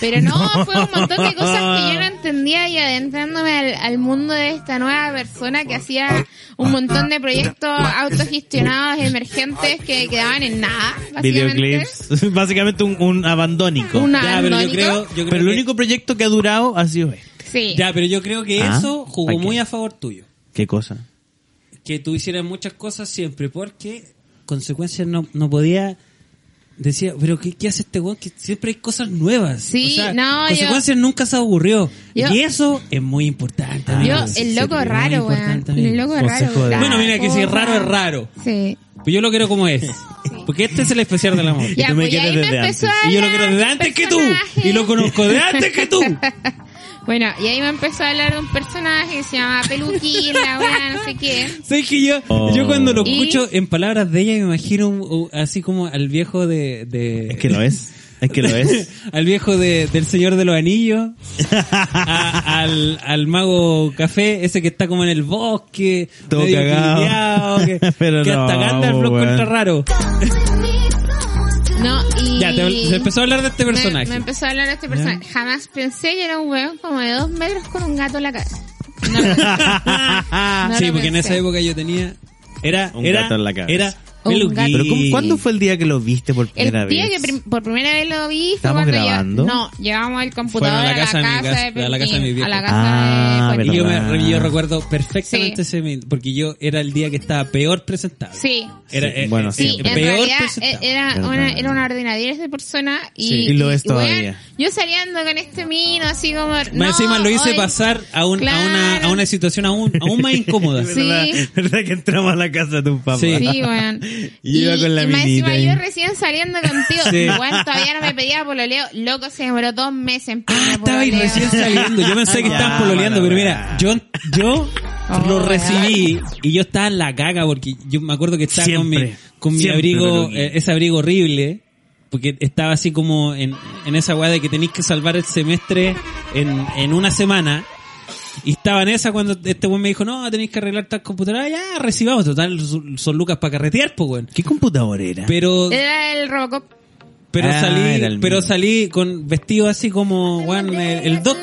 Speaker 6: pero no, fue un montón de cosas que yo no entendía y adentrándome al, al mundo de esta nueva persona que hacía un montón de proyectos autogestionados, emergentes, que quedaban en nada, básicamente.
Speaker 4: Videoclips. básicamente un, un abandónico.
Speaker 6: Una
Speaker 5: Ya, pero yo
Speaker 6: abandónico.
Speaker 5: creo, yo creo
Speaker 4: pero el
Speaker 5: que-
Speaker 4: único proyecto que ha durado ha sido este.
Speaker 6: Sí,
Speaker 5: Ya, pero yo creo que
Speaker 4: Ah,
Speaker 5: eso
Speaker 4: ¿para qué?
Speaker 5: jugó muy a favor tuyo.
Speaker 4: ¿Qué cosa?
Speaker 5: que tú hicieras muchas cosas siempre, porque consecuencias no, no podía. Decía, pero ¿qué, qué hace este weón? Que siempre hay cosas nuevas.
Speaker 6: Sí,
Speaker 5: O sea,
Speaker 6: no, yo-
Speaker 5: Consecuencias nunca se aburrió.
Speaker 6: Yo-
Speaker 5: y eso es muy importante.
Speaker 6: yo,
Speaker 5: amigos.
Speaker 6: el
Speaker 5: Ah, Sí,
Speaker 6: loco
Speaker 5: muy
Speaker 6: raro, weón.
Speaker 5: importante, amigos.
Speaker 6: El loco raro.
Speaker 4: Consejo de-
Speaker 6: weón.
Speaker 5: Bueno, mira que si es raro, es raro.
Speaker 6: Sí.
Speaker 5: Pero yo lo quiero como es. Porque este es el especial del amor.
Speaker 6: Ya,
Speaker 4: tú me
Speaker 6: pues, y ahí
Speaker 4: quieres
Speaker 6: me
Speaker 4: desde
Speaker 6: empezó
Speaker 4: antes.
Speaker 6: a
Speaker 5: Y yo lo
Speaker 6: hablar
Speaker 5: quiero desde antes que tú.
Speaker 6: personajes.
Speaker 5: Y lo conozco de antes que tú.
Speaker 6: Bueno, y ahí me empezó a hablar de un personaje que se llamaba Peluquín, la weá, no sé qué.
Speaker 5: ¿Sabes que yo,
Speaker 4: Oh.
Speaker 5: yo cuando lo
Speaker 6: ¿Y?
Speaker 5: escucho en palabras de ella me imagino uh, así como al viejo de... de-
Speaker 4: Es que lo es. Es que lo es.
Speaker 5: al viejo de, del Señor de los Anillos, a- al, al mago café, ese que está como en el bosque,
Speaker 4: Todo
Speaker 5: medio
Speaker 4: cagado.
Speaker 5: piliado, que,
Speaker 4: Pero
Speaker 5: que hasta
Speaker 4: no,
Speaker 5: Gandalf lo
Speaker 4: weón.
Speaker 5: encuentra raro.
Speaker 6: No, y...
Speaker 5: Ya, te- se empezó a hablar de este
Speaker 6: Me-
Speaker 5: personaje.
Speaker 6: Me, empezó a hablar de este personaje. Jamás pensé que era un weón como de dos metros con un gato en la cabeza. No lo pensé. No
Speaker 5: sí,
Speaker 6: lo
Speaker 5: porque en
Speaker 6: pensé.
Speaker 5: esa época yo tenía... Era,
Speaker 4: Un
Speaker 5: era,
Speaker 4: gato en la cabeza.
Speaker 5: era
Speaker 6: Un
Speaker 5: peluquín.
Speaker 6: gato.
Speaker 4: Pero ¿cómo- ¿cuándo fue el día que lo viste por
Speaker 6: El
Speaker 4: primera
Speaker 6: día
Speaker 4: vez?
Speaker 6: que prim- por primera vez lo vi fue
Speaker 4: ¿Estamos
Speaker 6: cuando lle-
Speaker 4: grabando?
Speaker 6: No, llevamos el computador
Speaker 5: Fueron
Speaker 6: a la casa,
Speaker 5: de mi casa-
Speaker 6: de
Speaker 5: a la casa de mi
Speaker 6: Peluquín,
Speaker 5: viejo.
Speaker 6: a la casa
Speaker 4: Ah,
Speaker 6: de Juanito.
Speaker 5: Y yo, me,
Speaker 4: ¿Verdad?
Speaker 5: yo recuerdo perfectamente
Speaker 6: Sí.
Speaker 5: ese momento, porque yo era el día que estaba peor presentado.
Speaker 6: Sí.
Speaker 5: Era,
Speaker 4: Sí,
Speaker 5: eh,
Speaker 4: bueno,
Speaker 5: eh,
Speaker 4: sí,
Speaker 6: Sí,
Speaker 5: eh,
Speaker 6: en
Speaker 5: peor
Speaker 6: realidad
Speaker 5: presentado.
Speaker 6: eh, era
Speaker 4: Verdad.
Speaker 6: una, era una ordinaria de persona y,
Speaker 4: Sí, y lo es
Speaker 6: weón,
Speaker 4: todavía.
Speaker 6: yo saliendo con este mino así como no,
Speaker 5: Más encima lo hice
Speaker 6: hoy-
Speaker 5: pasar a, un, a, una,
Speaker 6: Claro.
Speaker 5: a una situación aún, aún más incómoda.
Speaker 6: Sí.
Speaker 4: ¿Verdad, verdad que entramos a la casa de tu papá?
Speaker 5: Sí.
Speaker 6: Sí, weón.
Speaker 4: Y iba con la
Speaker 6: más
Speaker 4: minita
Speaker 6: encima yo
Speaker 4: ahí.
Speaker 6: recién saliendo contigo.
Speaker 5: Sí.
Speaker 6: Weón, todavía no me pedía pololeo. Loco, se demoró dos meses en pedirme
Speaker 5: Ah, estaba ahí
Speaker 6: pololeo.
Speaker 5: recién saliendo. Yo pensé
Speaker 6: Ah,
Speaker 5: que
Speaker 4: Ya,
Speaker 5: estaban pololeando,
Speaker 4: mala
Speaker 5: pero mira, yo, yo
Speaker 6: Oh,
Speaker 5: lo recibí y yo estaba en la caga porque yo me acuerdo que estaba
Speaker 4: Siempre.
Speaker 5: con mi, con mi
Speaker 4: Siempre,
Speaker 5: abrigo,
Speaker 4: Peluquín.
Speaker 5: eh, ese abrigo horrible, porque estaba así como en, en esa weá de que tenéis que salvar el semestre en, en una semana. Y estaba en esa cuando este weón me dijo, no, tenéis que arreglar tal computadora, ya, recibamos, total, son son lucas para carretear, pues weón.
Speaker 4: ¿Qué computador era?
Speaker 5: Pero
Speaker 6: Era el Robocop.
Speaker 5: Pero
Speaker 4: Ah, era
Speaker 5: salí,
Speaker 4: el
Speaker 5: pero
Speaker 4: mío.
Speaker 5: salí con vestido así como weón, el, el doc,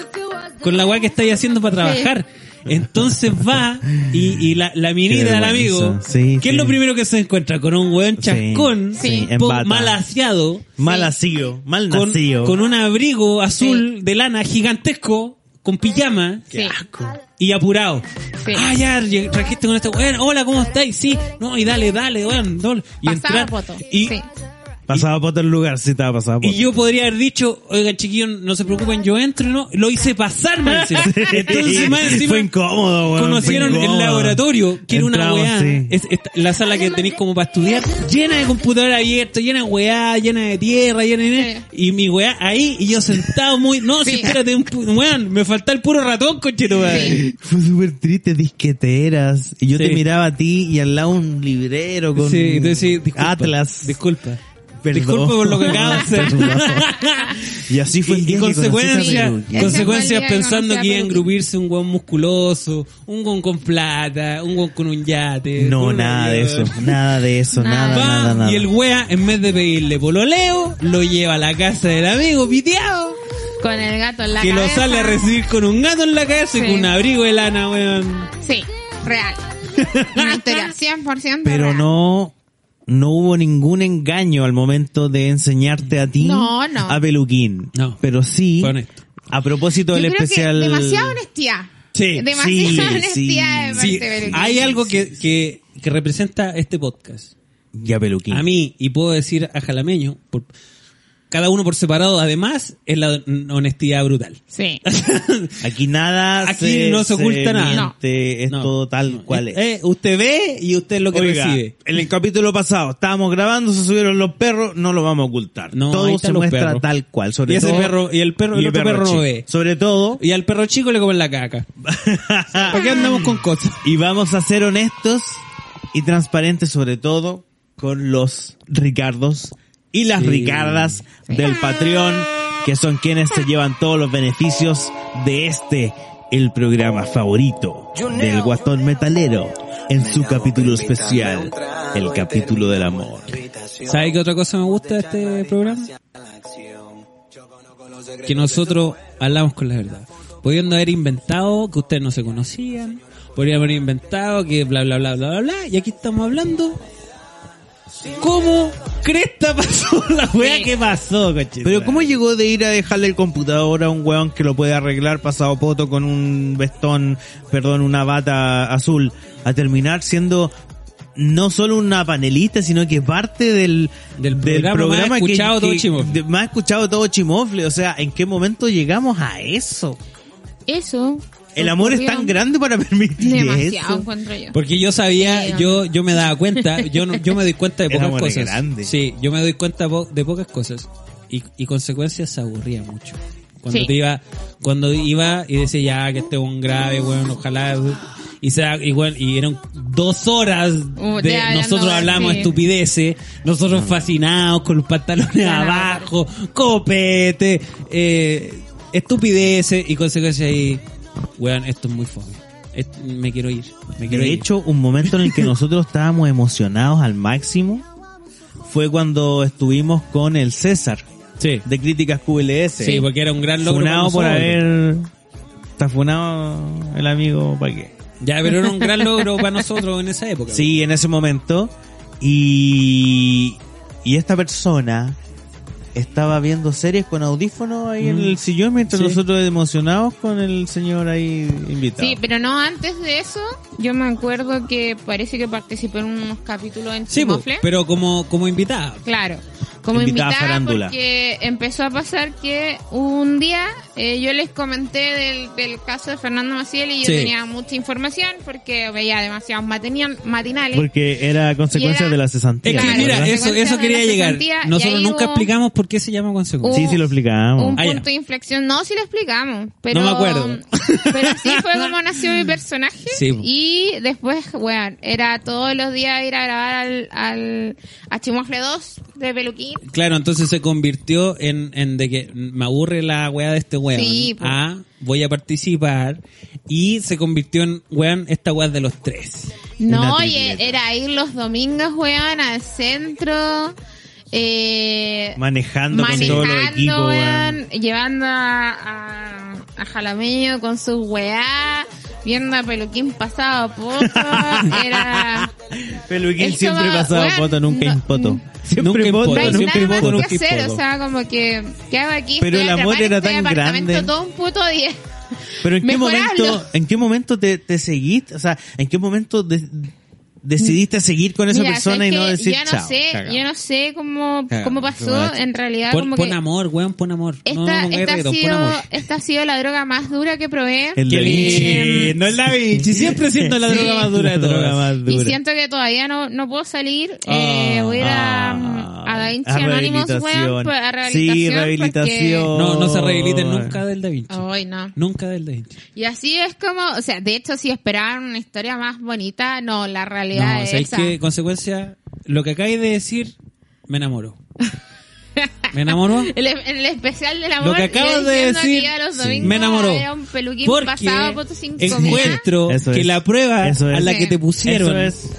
Speaker 5: con la weá que estáis haciendo para trabajar. Entonces va y, y la, la
Speaker 4: Qué
Speaker 5: minita del
Speaker 4: vergüenza.
Speaker 5: amigo,
Speaker 4: Sí,
Speaker 5: que
Speaker 4: sí.
Speaker 5: es lo primero que se encuentra con un weón chascón,
Speaker 4: sí, en
Speaker 5: po-
Speaker 4: bata.
Speaker 5: mal aseado,
Speaker 4: mal asido, mal
Speaker 5: con,
Speaker 4: nacido.
Speaker 5: con un abrigo azul de lana gigantesco, con pijama
Speaker 6: Sí.
Speaker 5: y apurado.
Speaker 6: Sí.
Speaker 5: Ah, ya, lleg- trajiste con este weón, hola, ¿cómo estáis? Sí, no, y dale, dale, weón, dale. Y
Speaker 6: Pasaba
Speaker 5: entrar,
Speaker 6: foto.
Speaker 5: y
Speaker 6: Sí.
Speaker 4: Pasaba por otro lugar, sí estaba pasado por.
Speaker 5: Y yo podría haber dicho, oigan chiquillos, no se preocupen, yo entro, ¿no? Lo hice pasar, más encima. Entonces, más encima,
Speaker 4: fue incómodo, weón.
Speaker 5: conocieron
Speaker 4: fue
Speaker 5: el
Speaker 4: incómodo.
Speaker 5: laboratorio, que era una
Speaker 4: Entramos,
Speaker 5: weá.
Speaker 4: sí.
Speaker 5: Es, es la sala que tenéis como para estudiar, llena de computadora abierta, llena de weá, llena de tierra, llena de... Y mi weá ahí, y yo sentado muy... No, si
Speaker 6: Sí.
Speaker 5: espérate, un pu- weón, me falta el puro ratón, conchero,
Speaker 4: Fue súper triste, disqueteras. Y yo
Speaker 5: Sí.
Speaker 4: te miraba a ti y al lado un librero con
Speaker 5: Sí, entonces sí, disculpa,
Speaker 4: Atlas.
Speaker 5: Disculpa.
Speaker 4: Perdón.
Speaker 5: Disculpa por lo que acabo de hacer.
Speaker 4: y así fue
Speaker 5: y,
Speaker 4: el
Speaker 5: y
Speaker 4: día que conocí a
Speaker 5: consecuencias,
Speaker 4: esa peluca.
Speaker 5: consecuencias
Speaker 6: Ese fue el día que
Speaker 5: pensando
Speaker 6: conocí a
Speaker 5: que iba a
Speaker 6: Peluquín.
Speaker 5: engrupirse un guan musculoso, un guan con plata, un guan con un yate. con
Speaker 4: No,
Speaker 5: un
Speaker 4: nada de
Speaker 5: avión.
Speaker 4: eso.
Speaker 6: Ah.
Speaker 4: Nada de eso, nada,
Speaker 5: Va,
Speaker 4: nada, nada.
Speaker 5: Y el wea, en vez de pedirle pololeo, lo lleva a la casa del amigo piteado,
Speaker 6: Con el gato en la
Speaker 5: que lo
Speaker 6: cabeza.
Speaker 5: sale a recibir con un gato en la cabeza y
Speaker 6: Sí.
Speaker 5: con un abrigo de lana, weón.
Speaker 6: Sí, real. Una historia 100%
Speaker 4: Pero
Speaker 6: real.
Speaker 4: no, no hubo ningún engaño al momento de enseñarte a ti
Speaker 6: No, no.
Speaker 4: a Peluquín.
Speaker 5: No.
Speaker 4: Pero sí,
Speaker 5: Fue honesto.
Speaker 4: a propósito
Speaker 6: Yo
Speaker 4: del
Speaker 6: creo
Speaker 4: especial.
Speaker 6: que demasiada honestidad.
Speaker 5: Sí,
Speaker 6: Demasiada
Speaker 4: sí,
Speaker 6: honestidad
Speaker 4: sí.
Speaker 6: de parte
Speaker 5: Sí,
Speaker 6: de Belén.
Speaker 5: hay algo que, que, que representa este podcast.
Speaker 4: Y a Peluquín.
Speaker 5: A mí, y puedo decir a Jalameño, por- cada uno por separado, además, es la honestidad brutal.
Speaker 6: Sí.
Speaker 4: Aquí nada
Speaker 5: Aquí
Speaker 4: se-
Speaker 5: no se oculta nada.
Speaker 4: miente, es
Speaker 5: No.
Speaker 4: todo tal cual es.
Speaker 5: Eh, usted ve y usted es lo que
Speaker 4: Oiga,
Speaker 5: recibe.
Speaker 4: en el capítulo pasado estábamos grabando, se subieron los perros, no lo vamos a ocultar.
Speaker 5: No, ahí
Speaker 4: todo
Speaker 5: están
Speaker 4: se
Speaker 5: los
Speaker 4: muestra
Speaker 5: perros.
Speaker 4: tal cual. Sobre
Speaker 5: Y ese
Speaker 4: todo-
Speaker 5: perro, y el perro,
Speaker 4: y
Speaker 5: el otro perro,
Speaker 4: chico.
Speaker 5: no ve.
Speaker 4: Sobre todo,
Speaker 5: Y al perro chico le comen la caca. ¿Por qué andamos con cosas?
Speaker 4: y vamos a ser honestos y transparentes sobre todo con los Ricardos y las
Speaker 5: Sí.
Speaker 4: Ricardas del Patreon, que son quienes se llevan todos los beneficios de este, el programa favorito del Guatón Metalero, en su capítulo especial, el capítulo del amor.
Speaker 5: ¿Sabes qué otra cosa me gusta de este programa? Que nosotros hablamos con la verdad. Pudiendo haber inventado que ustedes no se conocían, podrían haber inventado que bla bla bla bla bla bla, y aquí estamos hablando. ¿Cómo cresta pasó la wea
Speaker 6: Sí.
Speaker 5: que pasó, coche?
Speaker 4: Pero ¿cómo llegó de ir a dejarle el computador a un weón que lo puede arreglar pasado poto con un vestón, perdón, una bata azul, a terminar siendo no solo una panelista, sino que parte del,
Speaker 5: Del programa más escuchado todo Chimofle.
Speaker 4: de- más escuchado todo chimofle. O sea, ¿en qué momento llegamos a eso?
Speaker 6: Eso.
Speaker 4: El amor es tan
Speaker 6: ocurrió
Speaker 4: grande para permitir
Speaker 6: Demasiado
Speaker 4: eso.
Speaker 6: encuentro yo.
Speaker 5: Porque yo sabía,
Speaker 6: Sí,
Speaker 5: yo yo me daba cuenta, yo no- yo me doy cuenta de
Speaker 4: Era
Speaker 5: pocas
Speaker 4: bueno,
Speaker 5: cosas.
Speaker 4: grande.
Speaker 5: Sí, yo me doy cuenta po- de pocas cosas y, y consecuencias se aburría mucho. Cuando
Speaker 6: Sí.
Speaker 5: te iba cuando iba y decía ya que este es un grave, bueno, ojalá y sea igual y eran dos horas
Speaker 6: Uh,
Speaker 5: de
Speaker 6: de hablando,
Speaker 5: nosotros hablamos
Speaker 6: sí.
Speaker 5: estupideces, nosotros fascinados con los pantalones
Speaker 6: Claro.
Speaker 5: abajo, copete, eh, estupideces y consecuencias y weón, esto es muy fome. Esto- me quiero ir, me quiero
Speaker 4: De
Speaker 5: ir.
Speaker 4: hecho, un momento en el que nosotros estábamos emocionados al máximo fue cuando estuvimos con el César
Speaker 5: Sí.
Speaker 4: de Críticas QLS.
Speaker 5: Sí, porque era un gran logro. para
Speaker 4: Funado por
Speaker 5: nosotros.
Speaker 4: haber. Está funado el amigo Paqué.
Speaker 5: Ya, pero era un gran logro para nosotros en esa época.
Speaker 4: Sí, en ese momento. Y. Y esta persona estaba viendo series con audífonos ahí en el sillón mientras
Speaker 5: Sí.
Speaker 4: nosotros emocionados con el señor ahí invitado.
Speaker 6: Sí, pero no antes de eso, yo me acuerdo que parece que participé en unos capítulos en
Speaker 5: Sí, po,
Speaker 6: Chimofle.
Speaker 5: pero como, como invitada.
Speaker 6: Claro. Como
Speaker 4: Invitada
Speaker 6: invitada,
Speaker 4: farándula.
Speaker 6: porque empezó a pasar que un día eh, yo les comenté del, del caso de Fernando Maciel y yo
Speaker 5: Sí.
Speaker 6: tenía mucha información porque veía demasiados matinian- matinales.
Speaker 4: Porque era consecuencia
Speaker 6: era-
Speaker 4: de la cesantía.
Speaker 5: Es que
Speaker 6: Claro,
Speaker 5: mira,
Speaker 6: la
Speaker 5: eso,
Speaker 6: consecuencia
Speaker 5: eso
Speaker 6: de
Speaker 5: quería
Speaker 6: la
Speaker 5: llegar.
Speaker 6: cesantía, y
Speaker 5: Nosotros
Speaker 6: ahí
Speaker 5: nunca
Speaker 6: hubo-
Speaker 5: explicamos por qué se llama consecuencia.
Speaker 4: Sí, sí, lo explicamos.
Speaker 6: Un
Speaker 5: Ah, ya.
Speaker 6: punto de inflexión. No, sí lo explicamos. Pero,
Speaker 5: No me acuerdo.
Speaker 6: Pero sí fue como nació mi personaje.
Speaker 5: Sí, po.
Speaker 6: Y después, weón, era todos los días ir a grabar al, al a Chimofle 2 de Peluquín.
Speaker 5: Claro, entonces se convirtió en, en de que me aburre la weá de este weón.
Speaker 6: Sí, pues. po.
Speaker 5: ah, voy a participar. Y se convirtió en weón esta weá de los tres.
Speaker 6: No,
Speaker 4: Una
Speaker 6: oye,
Speaker 4: tripleta.
Speaker 6: era ir los domingos, weón, al centro. Eh,
Speaker 4: Manejando,
Speaker 6: manejando,
Speaker 4: con todos los equipos. weón.
Speaker 6: weón, llevando a, a, a Jalameño con sus weá, viendo a Peluquín pasado a poco, era...
Speaker 4: Peluquín
Speaker 6: Esto
Speaker 4: siempre
Speaker 6: va-
Speaker 4: pasaba
Speaker 6: weón,
Speaker 4: poto, nunca
Speaker 6: no-
Speaker 4: impoto. Siempre
Speaker 5: Nunca
Speaker 4: poto,
Speaker 6: No
Speaker 5: impoto,
Speaker 6: hay
Speaker 5: Bueno,
Speaker 4: nunca
Speaker 6: nada más
Speaker 4: impoto,
Speaker 6: que
Speaker 4: nunca
Speaker 6: hacer,
Speaker 4: impoto.
Speaker 6: o sea, como que, ¿qué hago aquí?
Speaker 4: Pero
Speaker 6: Estoy
Speaker 4: el amor
Speaker 6: atrapada en
Speaker 4: era
Speaker 6: este
Speaker 4: tan
Speaker 6: departamento
Speaker 4: grande.
Speaker 6: todo un puto día.
Speaker 4: Pero en qué
Speaker 6: Mejorarlo.
Speaker 4: momento, en qué momento te, te seguís, o sea, en qué momento de- decidiste seguir con esa
Speaker 6: Mira,
Speaker 4: persona y
Speaker 6: ¿sabes
Speaker 4: no
Speaker 6: qué?
Speaker 4: decir
Speaker 6: yo no
Speaker 4: chao.
Speaker 6: sé,
Speaker 5: cagamos.
Speaker 6: yo no sé cómo,
Speaker 5: Cagamos,
Speaker 6: cómo pasó,
Speaker 5: cagamos.
Speaker 6: en realidad
Speaker 5: Pon,
Speaker 6: como
Speaker 5: pon
Speaker 6: que
Speaker 5: amor, weón, pon amor.
Speaker 6: esta,
Speaker 5: no, no,
Speaker 6: esta,
Speaker 5: no, reggaetón,
Speaker 6: ha
Speaker 5: pon
Speaker 6: sido,
Speaker 5: amor.
Speaker 6: esta ha sido la droga más dura que probé
Speaker 4: El
Speaker 5: Qué
Speaker 4: Da Vinci.
Speaker 5: bien.
Speaker 4: No es Da Vinci. Siempre siendo la
Speaker 6: Sí.
Speaker 4: droga más dura de
Speaker 5: La
Speaker 4: todas.
Speaker 5: droga más
Speaker 6: y siento que todavía no, no puedo salir. eh, voy a ir a, a Da Vinci
Speaker 4: ah, A
Speaker 6: Anonymous,
Speaker 4: rehabilitación.
Speaker 6: weón, pa- a rehabilitación.
Speaker 4: Sí,
Speaker 6: porque-
Speaker 4: rehabilitación.
Speaker 5: No, no se rehabiliten nunca del Da Vinci.
Speaker 6: Ay, no.
Speaker 5: Nunca del Da Vinci.
Speaker 6: Y así es como, o sea, de hecho, si esperaban una historia más bonita, no, la realidad
Speaker 5: No,
Speaker 6: es
Speaker 5: ¿sabéis
Speaker 6: esa.
Speaker 5: qué? Consecuencia, lo que acabáis de decir, me enamoro. Me enamoro
Speaker 6: El, el especial del amor.
Speaker 5: Lo que
Speaker 6: yo
Speaker 5: acabas de
Speaker 6: diciendo
Speaker 5: decir,
Speaker 6: aquí a los
Speaker 5: sí.
Speaker 6: domingos
Speaker 5: me enamoró.
Speaker 6: Era un peluquín
Speaker 5: porque
Speaker 6: pasado por tus cinco mil.
Speaker 5: encuentro
Speaker 4: Eso
Speaker 5: que
Speaker 4: es.
Speaker 5: la prueba
Speaker 4: Eso es.
Speaker 5: a la
Speaker 6: Sí.
Speaker 5: que te pusieron,
Speaker 4: Eso es.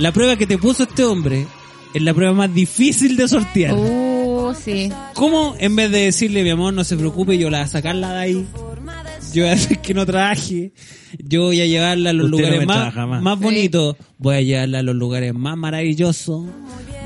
Speaker 5: la prueba que te puso este hombre, es la prueba más difícil de sortear.
Speaker 6: Uh, sí.
Speaker 5: ¿Cómo en vez de decirle, mi amor, no se preocupe, yo la voy a sacarla de ahí? Yo voy a hacer que no trabaje. Yo voy a llevarla a los
Speaker 4: Usted no
Speaker 5: lugares
Speaker 4: me
Speaker 5: más,
Speaker 4: trabaja más.
Speaker 5: más bonitos. Voy a llevarla a los lugares más maravillosos.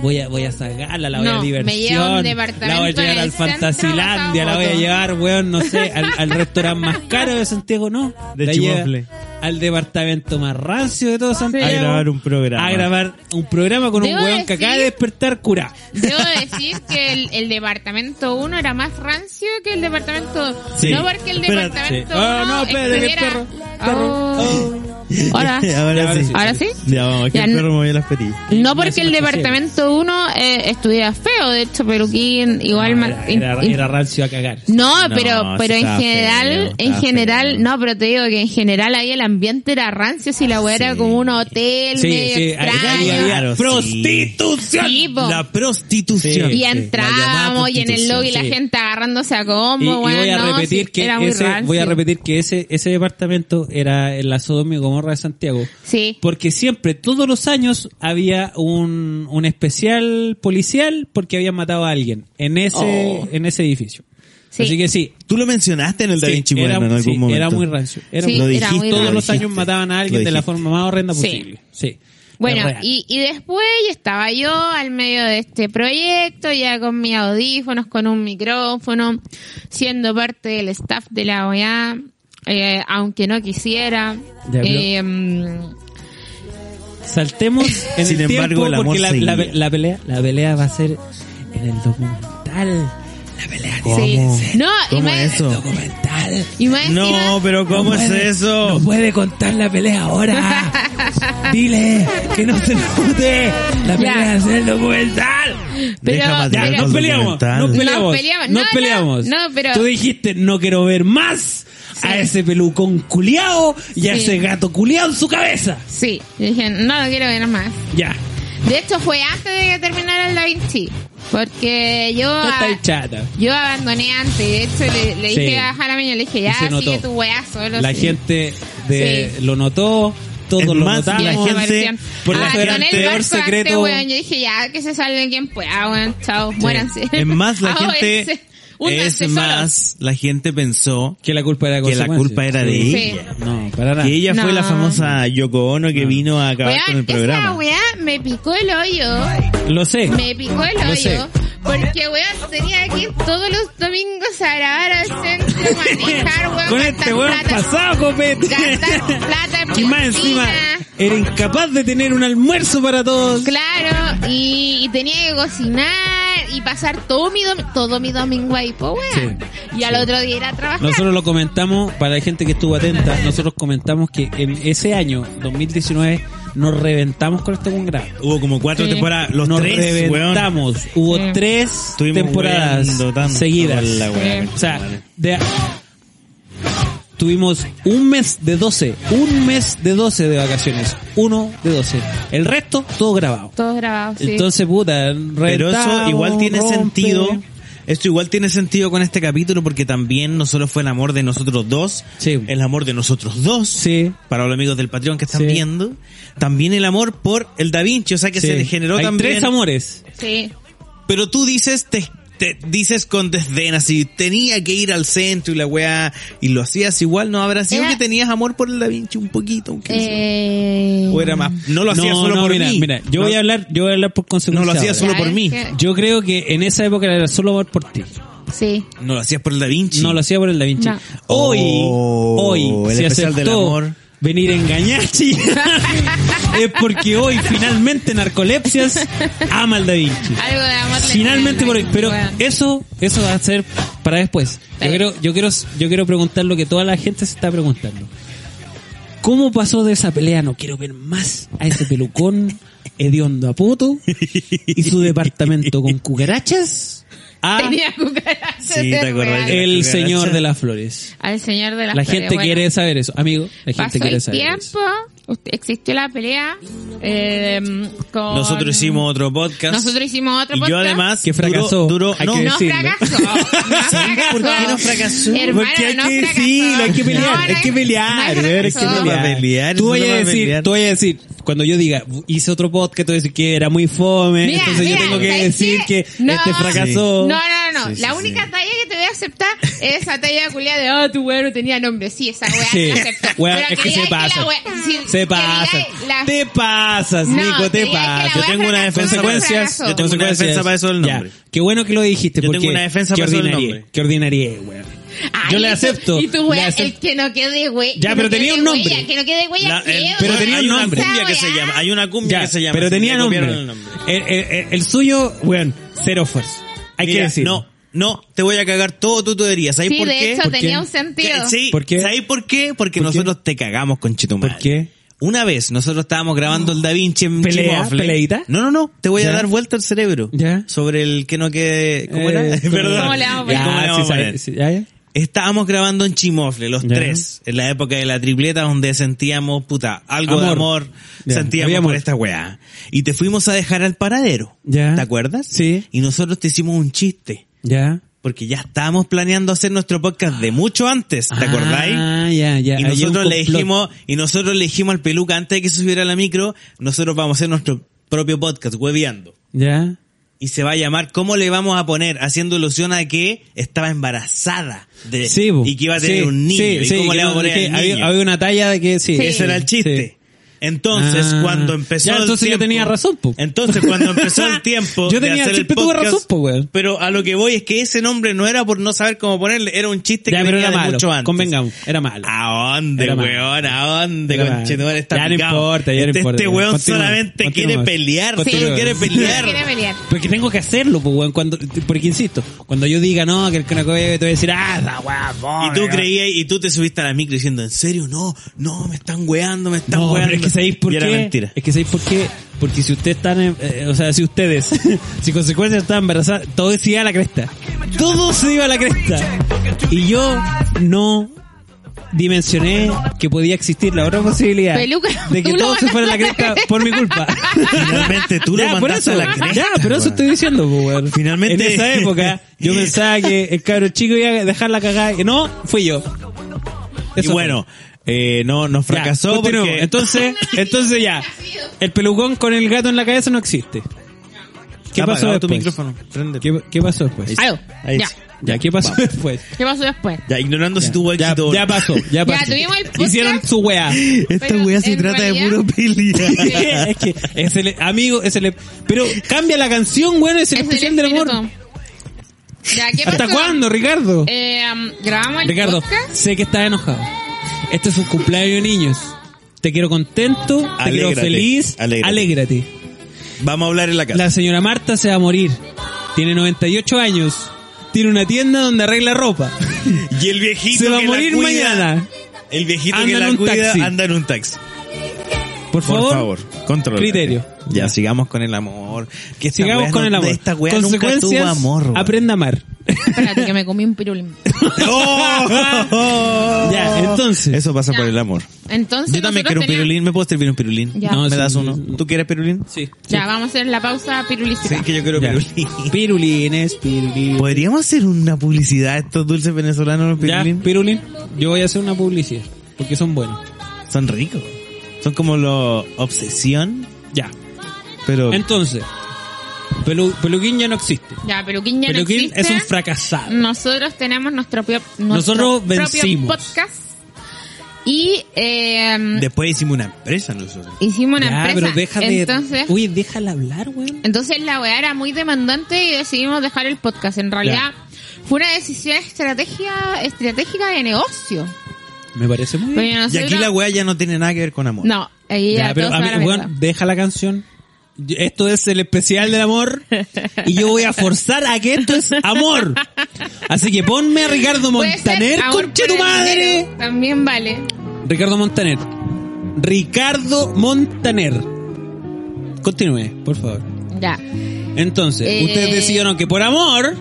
Speaker 5: Voy a, voy a sacarla, la voy
Speaker 6: No,
Speaker 5: a
Speaker 6: me lleva a un
Speaker 5: diversión. La voy a
Speaker 6: departamento
Speaker 5: llevar
Speaker 6: en
Speaker 5: al
Speaker 6: el centro
Speaker 5: Fantasilandia. La voy a
Speaker 6: Mazamoto.
Speaker 5: llevar, weón, no sé, al, al restaurante más caro de Santiago, no.
Speaker 4: De
Speaker 5: La lleva
Speaker 4: Chimofle.
Speaker 5: Al departamento más rancio de todo Santiago.
Speaker 4: A grabar un programa.
Speaker 5: A grabar un programa con un
Speaker 6: Debo
Speaker 5: weón que
Speaker 6: decir-
Speaker 5: acaba de despertar cura.
Speaker 6: Debo decir que el, el departamento 1 era más rancio que el departamento 2.
Speaker 4: Sí.
Speaker 6: No porque el
Speaker 4: Espérate.
Speaker 6: departamento 1
Speaker 5: Ah, no, espérate, que el perro,
Speaker 6: Oh. Ahora,
Speaker 4: Ahora
Speaker 5: ahora
Speaker 4: sí.
Speaker 5: sí.
Speaker 6: ahora sí.
Speaker 4: Ya vamos, que
Speaker 6: Ya
Speaker 4: el
Speaker 6: no-
Speaker 4: perro movió las perillas.
Speaker 6: No porque el departamento 1 eh, estuviera feo, de hecho, peluquín igual
Speaker 5: No,
Speaker 6: ma-
Speaker 5: Ah, era, era-
Speaker 6: in-
Speaker 5: era rancio a cagar.
Speaker 6: No,
Speaker 4: No,
Speaker 6: pero,
Speaker 4: sí
Speaker 6: pero en
Speaker 4: estaba
Speaker 6: general,
Speaker 4: feo,
Speaker 6: en
Speaker 4: estaba
Speaker 6: general,
Speaker 4: feo.
Speaker 6: no, pero te digo que en general ahí el ambiente era rancio, si la weá era como un hotel, medio
Speaker 5: ahí
Speaker 6: extraño.
Speaker 5: había
Speaker 4: Claro, sí.
Speaker 5: prostitución.
Speaker 6: Sí, po.
Speaker 4: La prostitución.
Speaker 5: Sí.
Speaker 6: y entramos y en el lobby la
Speaker 5: sí.
Speaker 6: gente agarrándose a
Speaker 5: Y, y
Speaker 6: combo, weón,
Speaker 5: voy a
Speaker 6: no,
Speaker 5: repetir
Speaker 6: sí,
Speaker 5: que
Speaker 6: era muy
Speaker 5: ese,
Speaker 6: rancio.
Speaker 5: voy a repetir que ese, ese departamento era en la Sodoma y Gomorra de Santiago.
Speaker 6: Sí.
Speaker 5: Porque siempre, todos los años, había un, un especial policial porque habían matado a alguien en ese, en ese edificio.
Speaker 6: Oh. Sí.
Speaker 5: Así que sí.
Speaker 4: Tú lo mencionaste en el Da
Speaker 5: sí,
Speaker 4: Vinci
Speaker 5: era,
Speaker 4: Moderno en
Speaker 5: sí,
Speaker 4: algún momento.
Speaker 5: era muy rancio. Era
Speaker 6: Sí,
Speaker 5: muy-
Speaker 4: lo
Speaker 6: era
Speaker 4: dijiste,
Speaker 6: muy
Speaker 5: todos
Speaker 6: rancio.
Speaker 5: los años mataban a alguien
Speaker 4: Lo
Speaker 5: de la
Speaker 4: dijiste.
Speaker 5: forma más horrenda
Speaker 6: Sí.
Speaker 5: posible. Sí.
Speaker 6: Bueno,
Speaker 5: Es real.
Speaker 6: y, y después estaba yo al medio de este proyecto, ya con mis audífonos, con un micrófono, siendo parte del staff de la OEA, eh, aunque no quisiera.
Speaker 5: Ya, pero-
Speaker 6: Eh, mm,
Speaker 5: Saltemos en
Speaker 4: Sin
Speaker 5: el
Speaker 4: embargo,
Speaker 5: tiempo
Speaker 4: el amor
Speaker 5: porque la, la-
Speaker 4: seguía.
Speaker 5: la pelea la pelea va a ser en el documental. La pelea
Speaker 6: sí. No, y
Speaker 4: ¿Cómo
Speaker 6: más,
Speaker 4: eso?
Speaker 5: documental.
Speaker 6: y más
Speaker 4: No,
Speaker 6: encima-
Speaker 4: pero ¿cómo es
Speaker 5: puede-
Speaker 4: eso?
Speaker 5: No puede contar la pelea ahora. Dile que no se enoje. La pelea
Speaker 6: Ya.
Speaker 5: va a ser el documental.
Speaker 6: pero-
Speaker 4: Deja
Speaker 5: Ya,
Speaker 4: material
Speaker 6: pero-
Speaker 5: nos
Speaker 4: del
Speaker 5: peleamos,
Speaker 4: documental.
Speaker 5: nos peleamos,
Speaker 6: Nos peleamos.
Speaker 5: nos
Speaker 6: No,
Speaker 5: peleamos.
Speaker 6: no, no, pero-
Speaker 5: Tú dijiste, no quiero ver más a ese pelucón culiao y a
Speaker 6: Sí.
Speaker 5: ese gato culiao en su cabeza.
Speaker 6: Sí, yo dije, no, no quiero ver más.
Speaker 5: Ya,
Speaker 6: De hecho, fue antes de que terminara el Da Vinci, porque yo...
Speaker 5: no
Speaker 6: a-
Speaker 5: estáis chata.
Speaker 6: Yo abandoné antes, de hecho le, le dije
Speaker 5: Sí.
Speaker 6: a Jarameño, le dije,
Speaker 5: Y
Speaker 6: ya,
Speaker 5: se notó.
Speaker 6: sigue tu weá solo.
Speaker 5: La
Speaker 6: sí".
Speaker 5: gente de,
Speaker 6: Sí.
Speaker 5: lo notó, todos
Speaker 4: Es
Speaker 5: lo
Speaker 4: más,
Speaker 5: notamos.
Speaker 4: la
Speaker 6: Esa
Speaker 4: gente-
Speaker 6: versión.
Speaker 5: por la
Speaker 6: Ah,
Speaker 5: fuera
Speaker 6: con el
Speaker 5: anterior
Speaker 6: barco antes,
Speaker 5: secreto-
Speaker 6: weón, yo dije, ya, que se salga quien pueda, weón, chao, muéranse.
Speaker 4: Es más,
Speaker 6: Ah,
Speaker 4: la
Speaker 6: Ahóguense,
Speaker 4: gente... Es
Speaker 6: húndanse solos.
Speaker 4: más, la gente pensó
Speaker 5: Que la culpa era
Speaker 4: que la
Speaker 5: consecuencia.
Speaker 4: culpa era de
Speaker 5: Sí.
Speaker 6: Sí.
Speaker 4: ella.
Speaker 5: No, para nada.
Speaker 4: Que ella fue
Speaker 6: No.
Speaker 4: la famosa Yoko Ono
Speaker 5: Ah.
Speaker 4: que vino a acabar con el
Speaker 6: Weón, esa
Speaker 4: programa.
Speaker 6: weá me picó el hoyo,
Speaker 5: Lo sé.
Speaker 6: me picó el
Speaker 5: Lo sé.
Speaker 6: hoyo, porque weón tenía que ir todos los domingos a grabar al centro, manejar, weón,
Speaker 5: Con
Speaker 6: gastar
Speaker 5: este weón
Speaker 6: plata,
Speaker 5: pasado, copete.
Speaker 6: gastar plata en
Speaker 5: Y más encima,
Speaker 6: piscina.
Speaker 5: era incapaz de tener un almuerzo para todos.
Speaker 6: Claro, y, y tenía que cocinar y pasar todo mi, dom- todo mi domingo ahí, po, weón. Y al otro día ir a trabajar.
Speaker 5: Nosotros lo comentamos, para la gente que estuvo atenta, nosotros comentamos que en ese año, 2019, nos reventamos con este congrado.
Speaker 4: Hubo como cuatro
Speaker 6: Sí.
Speaker 4: temporadas. Los
Speaker 5: nos
Speaker 4: tres, weón.
Speaker 5: reventamos. Hubo
Speaker 6: Sí.
Speaker 5: tres
Speaker 4: Estuvimos
Speaker 5: temporadas
Speaker 4: weando tanto
Speaker 5: seguidas.
Speaker 4: con la weá.
Speaker 5: O sea, de- tuvimos un mes de 12, un mes de 12 de vacaciones, uno de 12. El resto, todo grabado.
Speaker 6: Todos grabados, sí.
Speaker 5: Entonces, puta,
Speaker 4: Pero eso
Speaker 5: reventamos,
Speaker 4: igual tiene
Speaker 5: rompe.
Speaker 4: sentido. Esto igual tiene sentido con este capítulo porque también no solo fue el amor de nosotros dos,
Speaker 5: Sí.
Speaker 4: el amor de nosotros dos,
Speaker 5: Sí.
Speaker 4: para los amigos del Patreon que están
Speaker 5: Sí.
Speaker 4: viendo, también el amor por el Da Vinci, o sea que
Speaker 5: Sí.
Speaker 4: se le generó
Speaker 5: Hay
Speaker 4: también.
Speaker 5: tres amores.
Speaker 6: sí.
Speaker 4: Pero tú dices, te, te dices con desdén, así, tenía que ir al centro y la weá, y lo hacías igual, no habrá sido
Speaker 6: Era-
Speaker 4: que tenías amor por el Da Vinci un poquito, aunque
Speaker 6: Eh,
Speaker 4: o era más, no lo hacías solo por
Speaker 5: mira,
Speaker 4: mí.
Speaker 5: Mira, yo
Speaker 4: No-
Speaker 5: voy a hablar, yo voy a hablar por consecuencia.
Speaker 4: No lo hacías
Speaker 5: ahora.
Speaker 4: solo por mí.
Speaker 5: Yo creo que en esa época era solo amor por ti.
Speaker 6: Sí.
Speaker 4: no lo hacías por el Da Vinci.
Speaker 5: No lo hacía por el Da Vinci.
Speaker 6: No.
Speaker 5: Hoy,
Speaker 4: Oh,
Speaker 5: hoy
Speaker 4: el
Speaker 5: se
Speaker 4: especial del
Speaker 5: aceptó
Speaker 4: amor.
Speaker 5: venir a engañar, chillar, es porque hoy finalmente Narcolepsias ama al Da Vinci.
Speaker 6: Algo de amor le
Speaker 5: Finalmente
Speaker 6: tiene
Speaker 5: por hoy,
Speaker 6: ahí,
Speaker 5: pero
Speaker 6: weón.
Speaker 5: eso, eso va a ser para después. Yo
Speaker 6: Sí.
Speaker 5: quiero, yo quiero, yo quiero preguntar lo que toda la gente se está preguntando. ¿Cómo pasó de esa pelea? No quiero ver más a ese pelucón hediondo a poto y su departamento con cucarachas a
Speaker 6: Tenía cucarachas
Speaker 4: Sí,
Speaker 6: de
Speaker 4: ¿te acordás
Speaker 6: real.
Speaker 4: de-
Speaker 5: el señor de las flores.
Speaker 6: Al señor de las
Speaker 5: La
Speaker 6: flores.
Speaker 5: gente
Speaker 6: Ah, Bueno,
Speaker 5: quiere saber eso, amigo. La
Speaker 6: Pasó
Speaker 5: gente quiere
Speaker 6: el
Speaker 5: saber. eso.
Speaker 6: tiempo, usted- existió la pelea eh, con...
Speaker 4: Nosotros hicimos otro podcast.
Speaker 6: Nosotros hicimos otro
Speaker 4: y
Speaker 6: podcast.
Speaker 4: Yo además
Speaker 5: Que fracasó,
Speaker 4: Duró, duró-
Speaker 5: hay
Speaker 4: no,
Speaker 5: que
Speaker 6: No
Speaker 5: decirlo.
Speaker 6: fracasó. No Ah, fracasó.
Speaker 4: ¿Por qué no fracasó?
Speaker 6: Hermano,
Speaker 4: Porque hay
Speaker 6: no
Speaker 4: que
Speaker 6: fracasó.
Speaker 4: decirlo, hay que pelear,
Speaker 6: No, no
Speaker 4: hay que pelear,
Speaker 6: no
Speaker 4: a ver, hay
Speaker 6: fracasó.
Speaker 4: que
Speaker 5: Ya.
Speaker 4: pelear.
Speaker 5: Tú vayas
Speaker 4: nosotros vamos
Speaker 5: a
Speaker 4: a
Speaker 5: decir,
Speaker 4: pelear.
Speaker 5: tú vayas a decir, cuando yo diga, hice otro podcast, tú vas a decir que era muy fome,
Speaker 6: Mira,
Speaker 5: entonces
Speaker 6: mira,
Speaker 5: yo tengo que
Speaker 6: ¿sabes
Speaker 5: decir
Speaker 6: qué?
Speaker 5: que
Speaker 6: No.
Speaker 5: este fracasó.
Speaker 6: No, no, no.
Speaker 4: Sí, sí,
Speaker 6: la
Speaker 4: sí.
Speaker 6: única talla que te voy a aceptar es esa talla culiada de, oh, tu weón no tenía nombre. Sí, esa weá
Speaker 5: Sí.
Speaker 6: te la acepto.
Speaker 5: Weón,
Speaker 6: Pero
Speaker 5: es que se
Speaker 6: digáis la
Speaker 5: pasa.
Speaker 6: weá- sí, que
Speaker 5: Se pasa.
Speaker 6: digáis la-
Speaker 5: Te pasas,
Speaker 6: No,
Speaker 5: Nico,
Speaker 6: que
Speaker 5: te
Speaker 6: digáis que la
Speaker 5: pasas.
Speaker 6: weá fracasó,
Speaker 5: consecuencias.
Speaker 6: fracasó. Yo
Speaker 4: tengo una defensa para eso del
Speaker 5: Ya.
Speaker 4: nombre.
Speaker 5: Qué bueno que lo dijiste,
Speaker 4: Yo tengo
Speaker 5: porque
Speaker 4: una defensa
Speaker 5: qué
Speaker 4: para eso del
Speaker 5: ordinaria-
Speaker 4: nombre.
Speaker 5: Qué ordinaria, es, weón.
Speaker 6: Ay,
Speaker 5: Yo le
Speaker 6: y tú-
Speaker 5: acepto,
Speaker 6: Y tu
Speaker 5: le
Speaker 6: weá, el
Speaker 5: acepto.
Speaker 6: que no quede huella.
Speaker 5: Ya,
Speaker 6: que
Speaker 5: pero
Speaker 6: no
Speaker 5: tenía
Speaker 6: quede
Speaker 5: un nombre.
Speaker 6: huella, Que no quede huella.
Speaker 4: La-
Speaker 6: qué
Speaker 4: el-
Speaker 6: weón,
Speaker 5: pero tenía
Speaker 4: hay
Speaker 5: un
Speaker 4: una
Speaker 5: nombre.
Speaker 4: cumbia que se
Speaker 6: Esa
Speaker 4: llama, hay una cumbia
Speaker 5: Ah, Ya,
Speaker 4: que se llama.
Speaker 5: pero
Speaker 4: así,
Speaker 5: tenía
Speaker 4: le
Speaker 5: nombre.
Speaker 4: copiaron
Speaker 5: El,
Speaker 4: el nombre.
Speaker 5: el- el- el suyo, weón, Zero Force. Hay
Speaker 4: Mira,
Speaker 5: que decir.
Speaker 4: No, no, te voy a cagar todo tu teoría. ¿Sabes
Speaker 6: Sí,
Speaker 4: por
Speaker 6: de
Speaker 4: qué?
Speaker 6: hecho
Speaker 4: ¿Por
Speaker 6: tenía
Speaker 5: qué?
Speaker 6: un sentido.
Speaker 4: qué? Sí,
Speaker 5: ¿Por qué?
Speaker 4: ¿Sabes por qué? Porque
Speaker 5: ¿Por qué?
Speaker 4: nosotros te cagamos con
Speaker 5: ¿Por qué?
Speaker 4: Una vez nosotros estábamos grabando el Da Vinci en
Speaker 5: ¿Pelea?
Speaker 4: Chimofle.
Speaker 5: ¿Peleita?
Speaker 4: No, no, no. Te voy a
Speaker 5: ¿Ya?
Speaker 4: dar vuelta al cerebro.
Speaker 5: ¿Ya?
Speaker 4: Sobre el que no quede. ¿Cómo era?
Speaker 5: Eh,
Speaker 4: Perdón.
Speaker 6: ¿Cómo le vamos a
Speaker 4: ¿Y
Speaker 6: poner?
Speaker 4: cómo le
Speaker 5: Ya,
Speaker 4: vamos
Speaker 5: sí,
Speaker 4: a poner?
Speaker 5: sabe- sí, ya, ya.
Speaker 4: Estábamos grabando en Chimofle, los
Speaker 5: Ya.
Speaker 4: tres, en la época de la tripleta donde sentíamos, puta, algo de
Speaker 5: Amor.
Speaker 4: amor,
Speaker 5: Ya,
Speaker 4: sentíamos
Speaker 5: había
Speaker 4: por
Speaker 5: amor.
Speaker 4: esta weá. Y te fuimos a dejar al paradero.
Speaker 5: Ya.
Speaker 4: ¿Te acuerdas?
Speaker 5: Sí.
Speaker 4: Y nosotros te hicimos un chiste.
Speaker 5: Ya.
Speaker 4: Porque ya estábamos planeando hacer nuestro podcast de mucho antes, ¿te acordáis?
Speaker 5: Ah, ya, ya.
Speaker 4: Y
Speaker 5: Hay un
Speaker 4: nosotros le
Speaker 5: complot.
Speaker 4: dijimos, y nosotros le dijimos al peluca antes de que se subiera a la micro, nosotros vamos a hacer nuestro propio podcast, hueveando.
Speaker 5: Ya.
Speaker 4: Y se va a llamar ¿Cómo le vamos a poner? Haciendo ilusión a que estaba embarazada de,
Speaker 5: Sí, bo.
Speaker 4: y que iba a tener
Speaker 5: Sí,
Speaker 4: un niño.
Speaker 5: sí,
Speaker 4: ¿Y
Speaker 5: sí,
Speaker 4: cómo
Speaker 5: que
Speaker 4: le vamos a
Speaker 5: no-
Speaker 4: poner
Speaker 5: que
Speaker 4: al
Speaker 5: había,
Speaker 4: niño?
Speaker 5: había una talla de que sí.
Speaker 6: Sí.
Speaker 4: Ese era el chiste.
Speaker 5: Sí.
Speaker 4: Entonces,
Speaker 5: Ah.
Speaker 4: cuando empezó
Speaker 5: Ya,
Speaker 4: el
Speaker 5: entonces yo
Speaker 4: tiempo-
Speaker 5: tenía razón, po.
Speaker 4: Entonces, cuando empezó el tiempo
Speaker 5: Yo
Speaker 4: de
Speaker 5: tenía-
Speaker 4: hacer el
Speaker 5: siempre tuve
Speaker 4: podcast,
Speaker 5: razón, po, weón.
Speaker 4: Pero a lo que voy es que ese nombre no era por no saber cómo ponerle, era un chiste
Speaker 5: Ya,
Speaker 4: Este que
Speaker 5: pero
Speaker 4: venía
Speaker 5: era
Speaker 4: de
Speaker 5: malo.
Speaker 4: mucho antes.
Speaker 5: Convengamos, era malo.
Speaker 4: ¿A dónde,
Speaker 5: Era malo.
Speaker 4: weón? ¿A dónde,
Speaker 5: Era malo.
Speaker 4: conchetumare? Está
Speaker 5: Ya no
Speaker 4: picado.
Speaker 5: importa, ya no
Speaker 4: este,
Speaker 5: importa.
Speaker 4: Este weón
Speaker 5: Continúa,
Speaker 4: solamente
Speaker 5: continúa.
Speaker 4: quiere pelear,
Speaker 5: Sí.
Speaker 4: solo quiere pelear.
Speaker 6: Quiere pelear.
Speaker 5: Porque tengo que hacerlo, pues, weón. Cuando, porque insisto, cuando yo diga no, que el Conaco bebe, te voy a decir, ah, la weón.
Speaker 4: Y tú creías, y tú te subiste a la micro diciendo, ¿en serio? No, no, me están weando, me están
Speaker 5: No,
Speaker 4: weando.
Speaker 5: pero es que sabéis por
Speaker 4: Y era
Speaker 5: qué.
Speaker 4: mentira.
Speaker 5: Es que sabéis por qué. Porque si ustedes están, en- eh, o sea, si ustedes, si consecuencias están embarazadas, todo se iba a la cresta. Todo se iba a la cresta. Y yo no dimensioné que podía existir la otra posibilidad
Speaker 6: Peluca,
Speaker 5: de que
Speaker 6: tú lo
Speaker 5: todo se fuera a la cresta por mi culpa.
Speaker 4: Finalmente tú lo
Speaker 5: Ya, por
Speaker 4: mandaste
Speaker 5: eso,
Speaker 4: a la cresta.
Speaker 5: ya, pero eso
Speaker 4: weón.
Speaker 5: estoy diciendo, po, weón.
Speaker 4: Finalmente-
Speaker 5: En esa época, yo pensaba que el cabro chico iba a dejar la cagada. y No, fui yo.
Speaker 4: Y
Speaker 5: Eso fue.
Speaker 4: bueno, eh, no, nos
Speaker 5: Ya,
Speaker 4: fracasó
Speaker 5: continuemos.
Speaker 4: porque...
Speaker 5: Entonces, entonces ya. El pelucón con el gato en la cabeza no existe. ¿Qué
Speaker 4: Está
Speaker 5: pasó
Speaker 4: apagado
Speaker 5: después?
Speaker 4: tu micrófono. Prende.
Speaker 5: ¿Qué, qué pasó después?
Speaker 6: Algo.
Speaker 4: Ahí
Speaker 6: Ya.
Speaker 4: sí.
Speaker 5: Ya, ¿qué pasó después?
Speaker 6: ¿Qué pasó después?
Speaker 4: Ya, ignorando si
Speaker 5: Ya,
Speaker 4: tuvo
Speaker 5: ya,
Speaker 4: éxito. o no.
Speaker 5: ya pasó, ya
Speaker 6: Ya,
Speaker 5: pasó.
Speaker 6: tuvimos el podcast.
Speaker 5: Hicieron su weá.
Speaker 4: Esta
Speaker 6: Pero
Speaker 4: weá se
Speaker 6: en
Speaker 4: trata de
Speaker 6: realidad-
Speaker 4: puro pelea.
Speaker 5: es que es el amigo, es el pero cambia la canción, bueno, es el
Speaker 6: Es el
Speaker 5: especial del amor.
Speaker 6: espíritu. Ya, ¿qué
Speaker 5: ¿Hasta
Speaker 6: pasó?
Speaker 5: cuándo, Ricardo?
Speaker 6: Eh, um, grabamos el
Speaker 5: Ricardo,
Speaker 6: podcast.
Speaker 5: sé que estás enojado. Este es un cumpleaños de niños. Te quiero contento, te quiero
Speaker 4: Alégrate,
Speaker 5: feliz.
Speaker 4: alégrate.
Speaker 5: alégrate.
Speaker 4: Vamos a hablar en la casa.
Speaker 5: La señora Marta se va a morir. Tiene 98 años. Tiene una tienda donde arregla ropa.
Speaker 4: Y el viejito
Speaker 5: Se va a
Speaker 4: que la
Speaker 5: morir
Speaker 4: cuida-
Speaker 5: mañana.
Speaker 4: El viejito
Speaker 5: Anda
Speaker 4: que
Speaker 5: en
Speaker 4: la
Speaker 5: un
Speaker 4: cuida
Speaker 5: taxi.
Speaker 4: anda en un taxi.
Speaker 5: Por favor.
Speaker 4: control.
Speaker 5: Criterio.
Speaker 4: Ya, sigamos con el amor. Que esta
Speaker 5: Sigamos
Speaker 4: weá
Speaker 5: con
Speaker 4: no-
Speaker 5: el amor.
Speaker 4: Esta weá nunca
Speaker 5: Consecuencias,
Speaker 4: tuvo amor. weón.
Speaker 5: aprenda a amar.
Speaker 6: Espérate que me comí un pirulín.
Speaker 4: ¡Oh!
Speaker 5: Ya, entonces.
Speaker 4: Eso pasa
Speaker 6: Ya.
Speaker 4: por el amor.
Speaker 6: Entonces,
Speaker 4: Yo también quiero
Speaker 6: nosotros
Speaker 4: un pirulín. ¿Me puedo servir un pirulín?
Speaker 6: Ya.
Speaker 5: No,
Speaker 4: ¿Me
Speaker 5: sí,
Speaker 4: das
Speaker 5: sí,
Speaker 4: uno?
Speaker 5: sí.
Speaker 4: ¿Tú quieres pirulín?
Speaker 5: Sí.
Speaker 6: teníamos- Ya, vamos a hacer la pausa pirulística.
Speaker 4: Sí, que yo quiero
Speaker 5: Ya.
Speaker 4: pirulín.
Speaker 5: Pirulines, pirulines.
Speaker 4: ¿Podríamos hacer una publicidad de estos dulces venezolanos, los
Speaker 5: Ya,
Speaker 4: pirulín?
Speaker 5: pirulín. Yo voy a hacer una publicidad. Porque son buenos.
Speaker 4: Son ricos. Son como los obsesión,
Speaker 5: Ya.
Speaker 4: pero...
Speaker 5: Entonces, Pelu- Peluquín ya no existe.
Speaker 6: Ya, Peluquín ya
Speaker 5: Peluquín
Speaker 6: no
Speaker 5: es
Speaker 6: existe. Mm,
Speaker 5: un fracasado.
Speaker 6: Nosotros tenemos nuestro, propio, nuestro
Speaker 5: Nosotros
Speaker 6: propio
Speaker 5: vencimos.
Speaker 6: podcast. Y eh,
Speaker 4: Después hicimos una empresa nosotros.
Speaker 6: hicimos una
Speaker 5: ya,
Speaker 6: empresa.
Speaker 5: pero deja de.
Speaker 6: entonces,
Speaker 5: Uy, déjala hablar, weón.
Speaker 6: entonces la weá era muy demandante y decidimos dejar el podcast. En realidad fue una decisión estrategia, estratégica de negocio.
Speaker 5: Me parece muy bien.
Speaker 6: Pero
Speaker 4: Y
Speaker 6: nosotros-
Speaker 4: aquí la weá ya no tiene nada que ver con amor.
Speaker 6: No, ahí ya,
Speaker 5: Ya, pero
Speaker 6: todos se
Speaker 5: a mí,
Speaker 6: van a la
Speaker 5: weón,
Speaker 6: mierda.
Speaker 5: deja la canción. Yo- Esto es el especial del amor y yo voy a forzar a que esto es amor. Así que ponme a Ricardo
Speaker 6: Puede ser
Speaker 5: Montaner,
Speaker 6: amor
Speaker 5: concha
Speaker 6: por
Speaker 5: tu
Speaker 6: el
Speaker 5: madre.
Speaker 6: dinero, También vale.
Speaker 5: Ricardo Montaner. Ricardo Montaner. Continúe, por favor.
Speaker 6: Ya.
Speaker 5: Entonces,
Speaker 6: Eh.
Speaker 5: ustedes decidieron que por amor,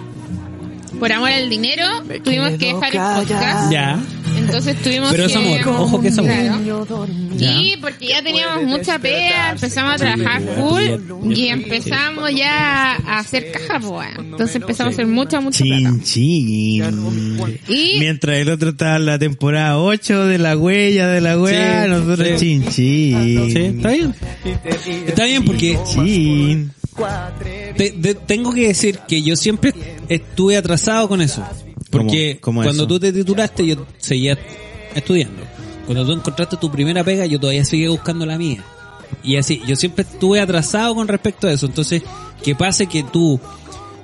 Speaker 6: Por amor al dinero, tuvimos que dejar el podcast.
Speaker 5: ya,
Speaker 6: Entonces tuvimos
Speaker 5: Pero es
Speaker 6: que...
Speaker 5: amor, ojo que es amor.
Speaker 6: Claro.
Speaker 5: Ya.
Speaker 6: Y porque ya teníamos mucha pea, empezamos a trabajar full y empezamos ya a hacer caja, po, weón. Entonces empezamos a hacer mucha, mucha plata.
Speaker 4: Chin, chin.
Speaker 6: Y
Speaker 4: Mientras el otro está en la temporada 8 de la huella de la huella,
Speaker 5: Sí,
Speaker 4: nosotros
Speaker 5: sí.
Speaker 4: chin, chin.
Speaker 5: sí, está bien. Está bien porque
Speaker 4: Chin.
Speaker 5: te- te- tengo que decir que yo siempre estuve atrasado con eso. Porque
Speaker 4: ¿Cómo- cómo
Speaker 5: cuando
Speaker 4: eso?
Speaker 5: tú te titulaste yo seguía estudiando. Cuando tú encontraste tu primera pega yo todavía seguía buscando la mía. Y así, yo siempre estuve atrasado con respecto a eso. Entonces, que pase que tú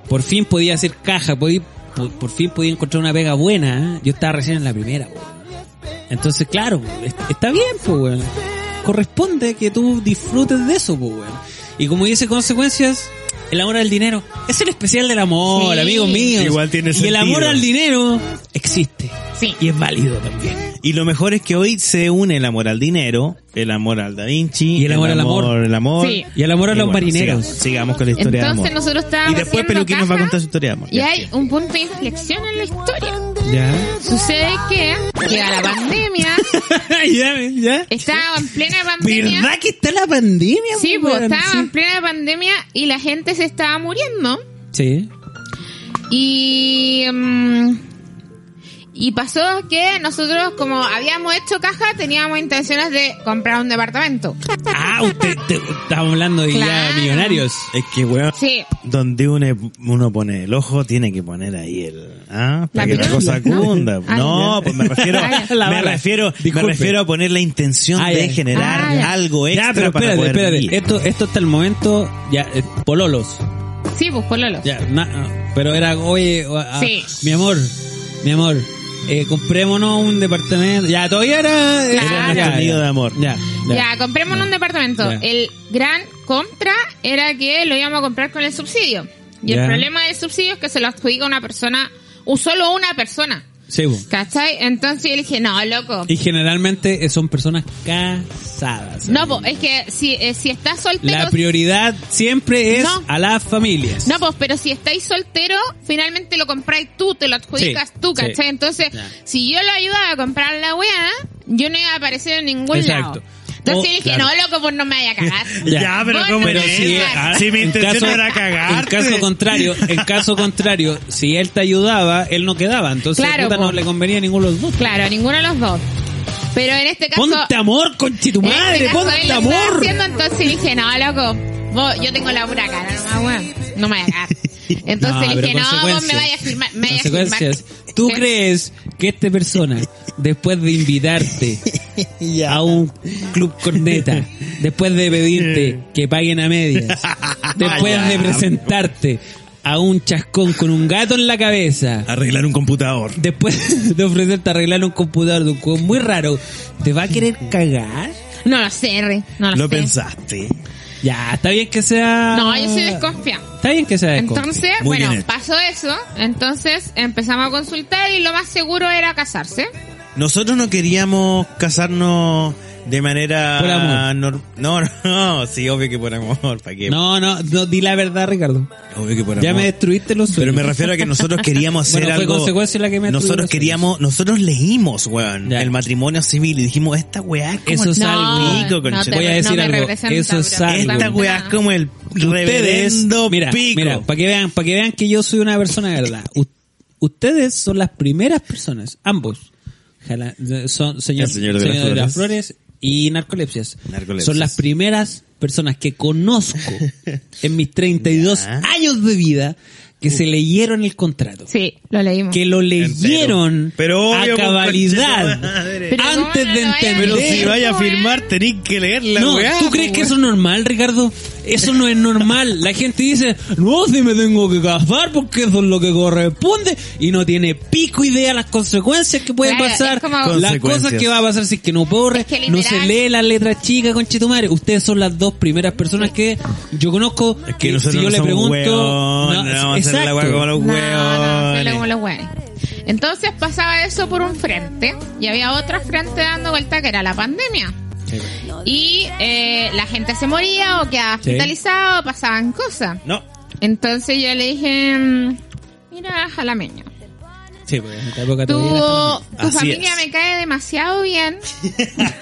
Speaker 5: por fin podías hacer caja, podí- por, por fin podías encontrar una pega buena. ¿eh? Yo estaba recién en la primera. weón. Entonces, claro, es- está bien, pues, weón. Corresponde que tú disfrutes de eso, pues, weón. Y como dice consecuencias, el amor al dinero es el especial del amor,
Speaker 6: Sí.
Speaker 5: amigos míos.
Speaker 4: Igual tiene
Speaker 5: Y el
Speaker 4: sentido.
Speaker 5: amor al dinero existe.
Speaker 6: sí.
Speaker 5: Y es válido también.
Speaker 4: Y lo mejor es que hoy se une el amor al dinero, el amor al Da Vinci,
Speaker 5: Y el amor al amor.
Speaker 4: el amor.
Speaker 6: Sí.
Speaker 5: Y el amor a
Speaker 4: Y
Speaker 5: los
Speaker 4: bueno,
Speaker 5: marineros.
Speaker 4: Sigamos, sigamos con la historia
Speaker 6: Entonces
Speaker 4: de amor.
Speaker 6: nosotros estábamos
Speaker 4: Y después
Speaker 6: haciendo
Speaker 4: Peluquín nos va a
Speaker 6: caja
Speaker 4: contar su historia de amor.
Speaker 6: Y hay un punto de inflexión en la historia.
Speaker 5: Ya.
Speaker 6: Sucede que llega la pandemia,
Speaker 5: ya, ya.
Speaker 6: estaba en plena pandemia.
Speaker 5: ¿Verdad que está la pandemia?
Speaker 6: Sí,
Speaker 5: weón?
Speaker 6: pues estaba en
Speaker 5: Sí.
Speaker 6: plena pandemia y la gente se estaba muriendo.
Speaker 5: Sí.
Speaker 6: Y. mm, y pasó que nosotros, como habíamos hecho caja, teníamos intenciones de comprar un departamento.
Speaker 5: Ah, usted, te- estamos hablando de
Speaker 6: Claro.
Speaker 5: ya millonarios.
Speaker 4: Es que, weón,
Speaker 6: Sí.
Speaker 4: donde une- uno pone el ojo, tiene que poner ahí el... ¿ah? Para que la
Speaker 6: pichula,
Speaker 4: cosa
Speaker 6: ¿no?
Speaker 4: cunda.
Speaker 6: Ah,
Speaker 4: No,
Speaker 6: ya.
Speaker 4: pues me refiero,
Speaker 6: Ah,
Speaker 5: ya. La
Speaker 4: me
Speaker 5: bala.
Speaker 4: refiero, me
Speaker 5: Disculpe.
Speaker 4: refiero a poner la intención
Speaker 5: Ah,
Speaker 4: de
Speaker 5: ya.
Speaker 4: generar
Speaker 6: Ah, ya.
Speaker 4: algo extra
Speaker 5: Ya, pero
Speaker 4: para
Speaker 5: espérate,
Speaker 4: poder
Speaker 5: espérate.
Speaker 4: vivir.
Speaker 5: Esto, esto hasta el momento, ya, eh, pololos.
Speaker 6: Sí, pues pololo.
Speaker 5: Ya, na- ah, pero era, oye, o- ah,
Speaker 6: Sí.
Speaker 5: mi amor, mi amor, eh, comprémonos un departamento. Ya, todavía era...
Speaker 6: Era nuestro
Speaker 4: nido de amor.
Speaker 5: Ya, ya.
Speaker 6: Ya, compremos un departamento.
Speaker 5: Ya.
Speaker 6: El gran contra era que lo íbamos a comprar con el subsidio. Y
Speaker 5: Ya.
Speaker 6: el problema del subsidio es que se lo adjudica una persona, o solo una persona.
Speaker 5: Sí, po.
Speaker 6: ¿Cachai? Entonces yo le dije, no, loco.
Speaker 5: Y generalmente eh, son personas casadas.
Speaker 6: No, pues es que si, eh, si estás soltero.
Speaker 5: La prioridad siempre es
Speaker 6: No.
Speaker 5: a las familias.
Speaker 6: No, pues, pero si estáis soltero, finalmente lo compráis tú, te lo adjudicas
Speaker 5: Sí,
Speaker 6: tú,
Speaker 5: sí.
Speaker 6: ¿cachai? Entonces,
Speaker 5: Ya.
Speaker 6: si yo lo ayudaba a comprar la weá, yo no iba a aparecer en ningún
Speaker 5: Exacto.
Speaker 6: lado. Entonces
Speaker 5: O-
Speaker 6: yo le dije,
Speaker 5: claro.
Speaker 6: no, loco, pues no me vaya a cagar.
Speaker 5: Ya,
Speaker 4: pero
Speaker 6: Vos
Speaker 4: ¿cómo
Speaker 6: no
Speaker 5: Pero
Speaker 6: me
Speaker 4: eres?
Speaker 5: si,
Speaker 6: vas a
Speaker 4: Ah,
Speaker 6: cagar.
Speaker 4: si mi intención era cagarte.
Speaker 5: En caso contrario, en caso contrario, si él te ayudaba, él no quedaba. Entonces,
Speaker 6: Claro,
Speaker 5: puta,
Speaker 6: po.
Speaker 5: no le convenía a ninguno de los dos.
Speaker 6: Claro, ninguno de los dos. Pero en este caso.
Speaker 5: Ponte amor, conchi tu
Speaker 6: en este
Speaker 5: madre,
Speaker 6: caso, él
Speaker 5: ponte
Speaker 6: lo estaba
Speaker 5: amor.
Speaker 6: haciendo, entonces dije, no, loco, vos, yo tengo la pura cara, no, weón, no me vayas a cagar. Entonces
Speaker 5: No,
Speaker 6: le dije, no,
Speaker 5: pero
Speaker 6: vos me
Speaker 5: consecuencias.
Speaker 6: vayas a firmar. Me vayas a firmar.
Speaker 5: Consecuencias. ¿Tú
Speaker 6: ¿Qué?
Speaker 5: crees que esta persona, después de invitarte a un club corneta, después de pedirte que paguen a medias, después de presentarte a un chascón con un gato en la cabeza,
Speaker 4: Arreglar un computador.
Speaker 5: después de ofrecerte arreglar un computador de un juego muy raro, ¿te va a querer cagar?
Speaker 6: No lo sé, Re, no lo,
Speaker 4: Lo
Speaker 6: sé.
Speaker 4: pensaste.
Speaker 5: Ya, está bien que sea...
Speaker 6: No, yo soy desconfiada.
Speaker 5: Está bien que sea desconfiado.
Speaker 6: Entonces,
Speaker 4: Muy
Speaker 6: bueno,
Speaker 4: bien hecho.
Speaker 6: pasó eso. Entonces empezamos a consultar y lo más seguro era casarse.
Speaker 4: Nosotros no queríamos casarnos de manera...
Speaker 5: Por
Speaker 4: nor-
Speaker 5: amor.
Speaker 4: No, no, sí, obvio que por amor. ¿Para qué?
Speaker 5: No, no, no, di la verdad, Ricardo.
Speaker 4: Obvio que por amor.
Speaker 5: Ya me destruiste los
Speaker 4: Pero
Speaker 5: sueños.
Speaker 4: me refiero a que nosotros queríamos hacer
Speaker 5: Bueno, fue
Speaker 4: algo.
Speaker 5: consecuencia la que me
Speaker 4: nosotros
Speaker 5: tuvieron.
Speaker 4: queríamos, nosotros leímos, weón,
Speaker 5: Ya.
Speaker 4: el matrimonio civil y dijimos, esta weá es como
Speaker 5: Eso
Speaker 4: el
Speaker 5: es
Speaker 6: No,
Speaker 5: algo.
Speaker 4: pico,
Speaker 6: no
Speaker 4: conche-
Speaker 6: te
Speaker 5: Voy a
Speaker 6: re-
Speaker 5: decir
Speaker 6: no me
Speaker 5: algo.
Speaker 6: representa,
Speaker 5: Eso es
Speaker 6: bro.
Speaker 5: algo.
Speaker 4: Esta weá es como el
Speaker 5: Ustedes,
Speaker 4: reverendo
Speaker 5: mira,
Speaker 4: pico.
Speaker 5: mira, para que vean, para que vean que yo soy una persona de verdad. U- ustedes son las primeras personas, ambos, jala- son señor,
Speaker 4: El señor de las
Speaker 5: de las flores y narcolepsias.
Speaker 4: Narcolepsias.
Speaker 5: Son las primeras personas que conozco en mis 32
Speaker 4: Ya.
Speaker 5: años de vida que se leyeron el contrato.
Speaker 6: Sí, lo leímos.
Speaker 5: Que lo leyeron
Speaker 4: Pero obvio,
Speaker 5: a
Speaker 4: pues,
Speaker 5: cabalidad
Speaker 4: concheta madre.
Speaker 6: Pero ¿cómo
Speaker 5: antes
Speaker 6: no
Speaker 5: de
Speaker 6: lo vaya a
Speaker 5: entender.
Speaker 4: Pero si
Speaker 6: Sí,
Speaker 4: vaya a
Speaker 6: weón.
Speaker 4: firmar, tenéis que leer la
Speaker 5: no,
Speaker 4: weá.
Speaker 5: ¿tú crees que eso es normal, Ricardo? Eso no es normal. La gente dice, no, si me tengo que casar porque eso es lo que corresponde y no tiene pico idea las consecuencias que pueden
Speaker 6: Claro,
Speaker 5: pasar,
Speaker 6: es como-
Speaker 5: las cosas que va a pasar si es que no borre,
Speaker 6: Es que
Speaker 5: no
Speaker 6: literal-
Speaker 5: se lee la letra chica, conchetumare. Ustedes son las dos primeras personas que yo conozco
Speaker 4: Es que nosotros
Speaker 5: si yo
Speaker 4: no
Speaker 5: le
Speaker 4: somos
Speaker 5: pregunto,
Speaker 4: hueones, no vamos a hacer la hueá como los
Speaker 6: No, no,
Speaker 4: hueones.
Speaker 6: solo como los hueones. Entonces pasaba eso por un frente y había otro frente dando vuelta que era la pandemia. Y eh, la gente se moría o quedaba
Speaker 5: Sí.
Speaker 6: hospitalizada o pasaban cosas.
Speaker 4: No.
Speaker 6: Entonces yo le dije, mm, mira, jalameño,
Speaker 5: Sí, pues, en esta época
Speaker 6: tu,
Speaker 5: todavía era-
Speaker 6: tu
Speaker 4: Así
Speaker 6: familia
Speaker 4: es.
Speaker 6: me cae demasiado bien.
Speaker 4: Pero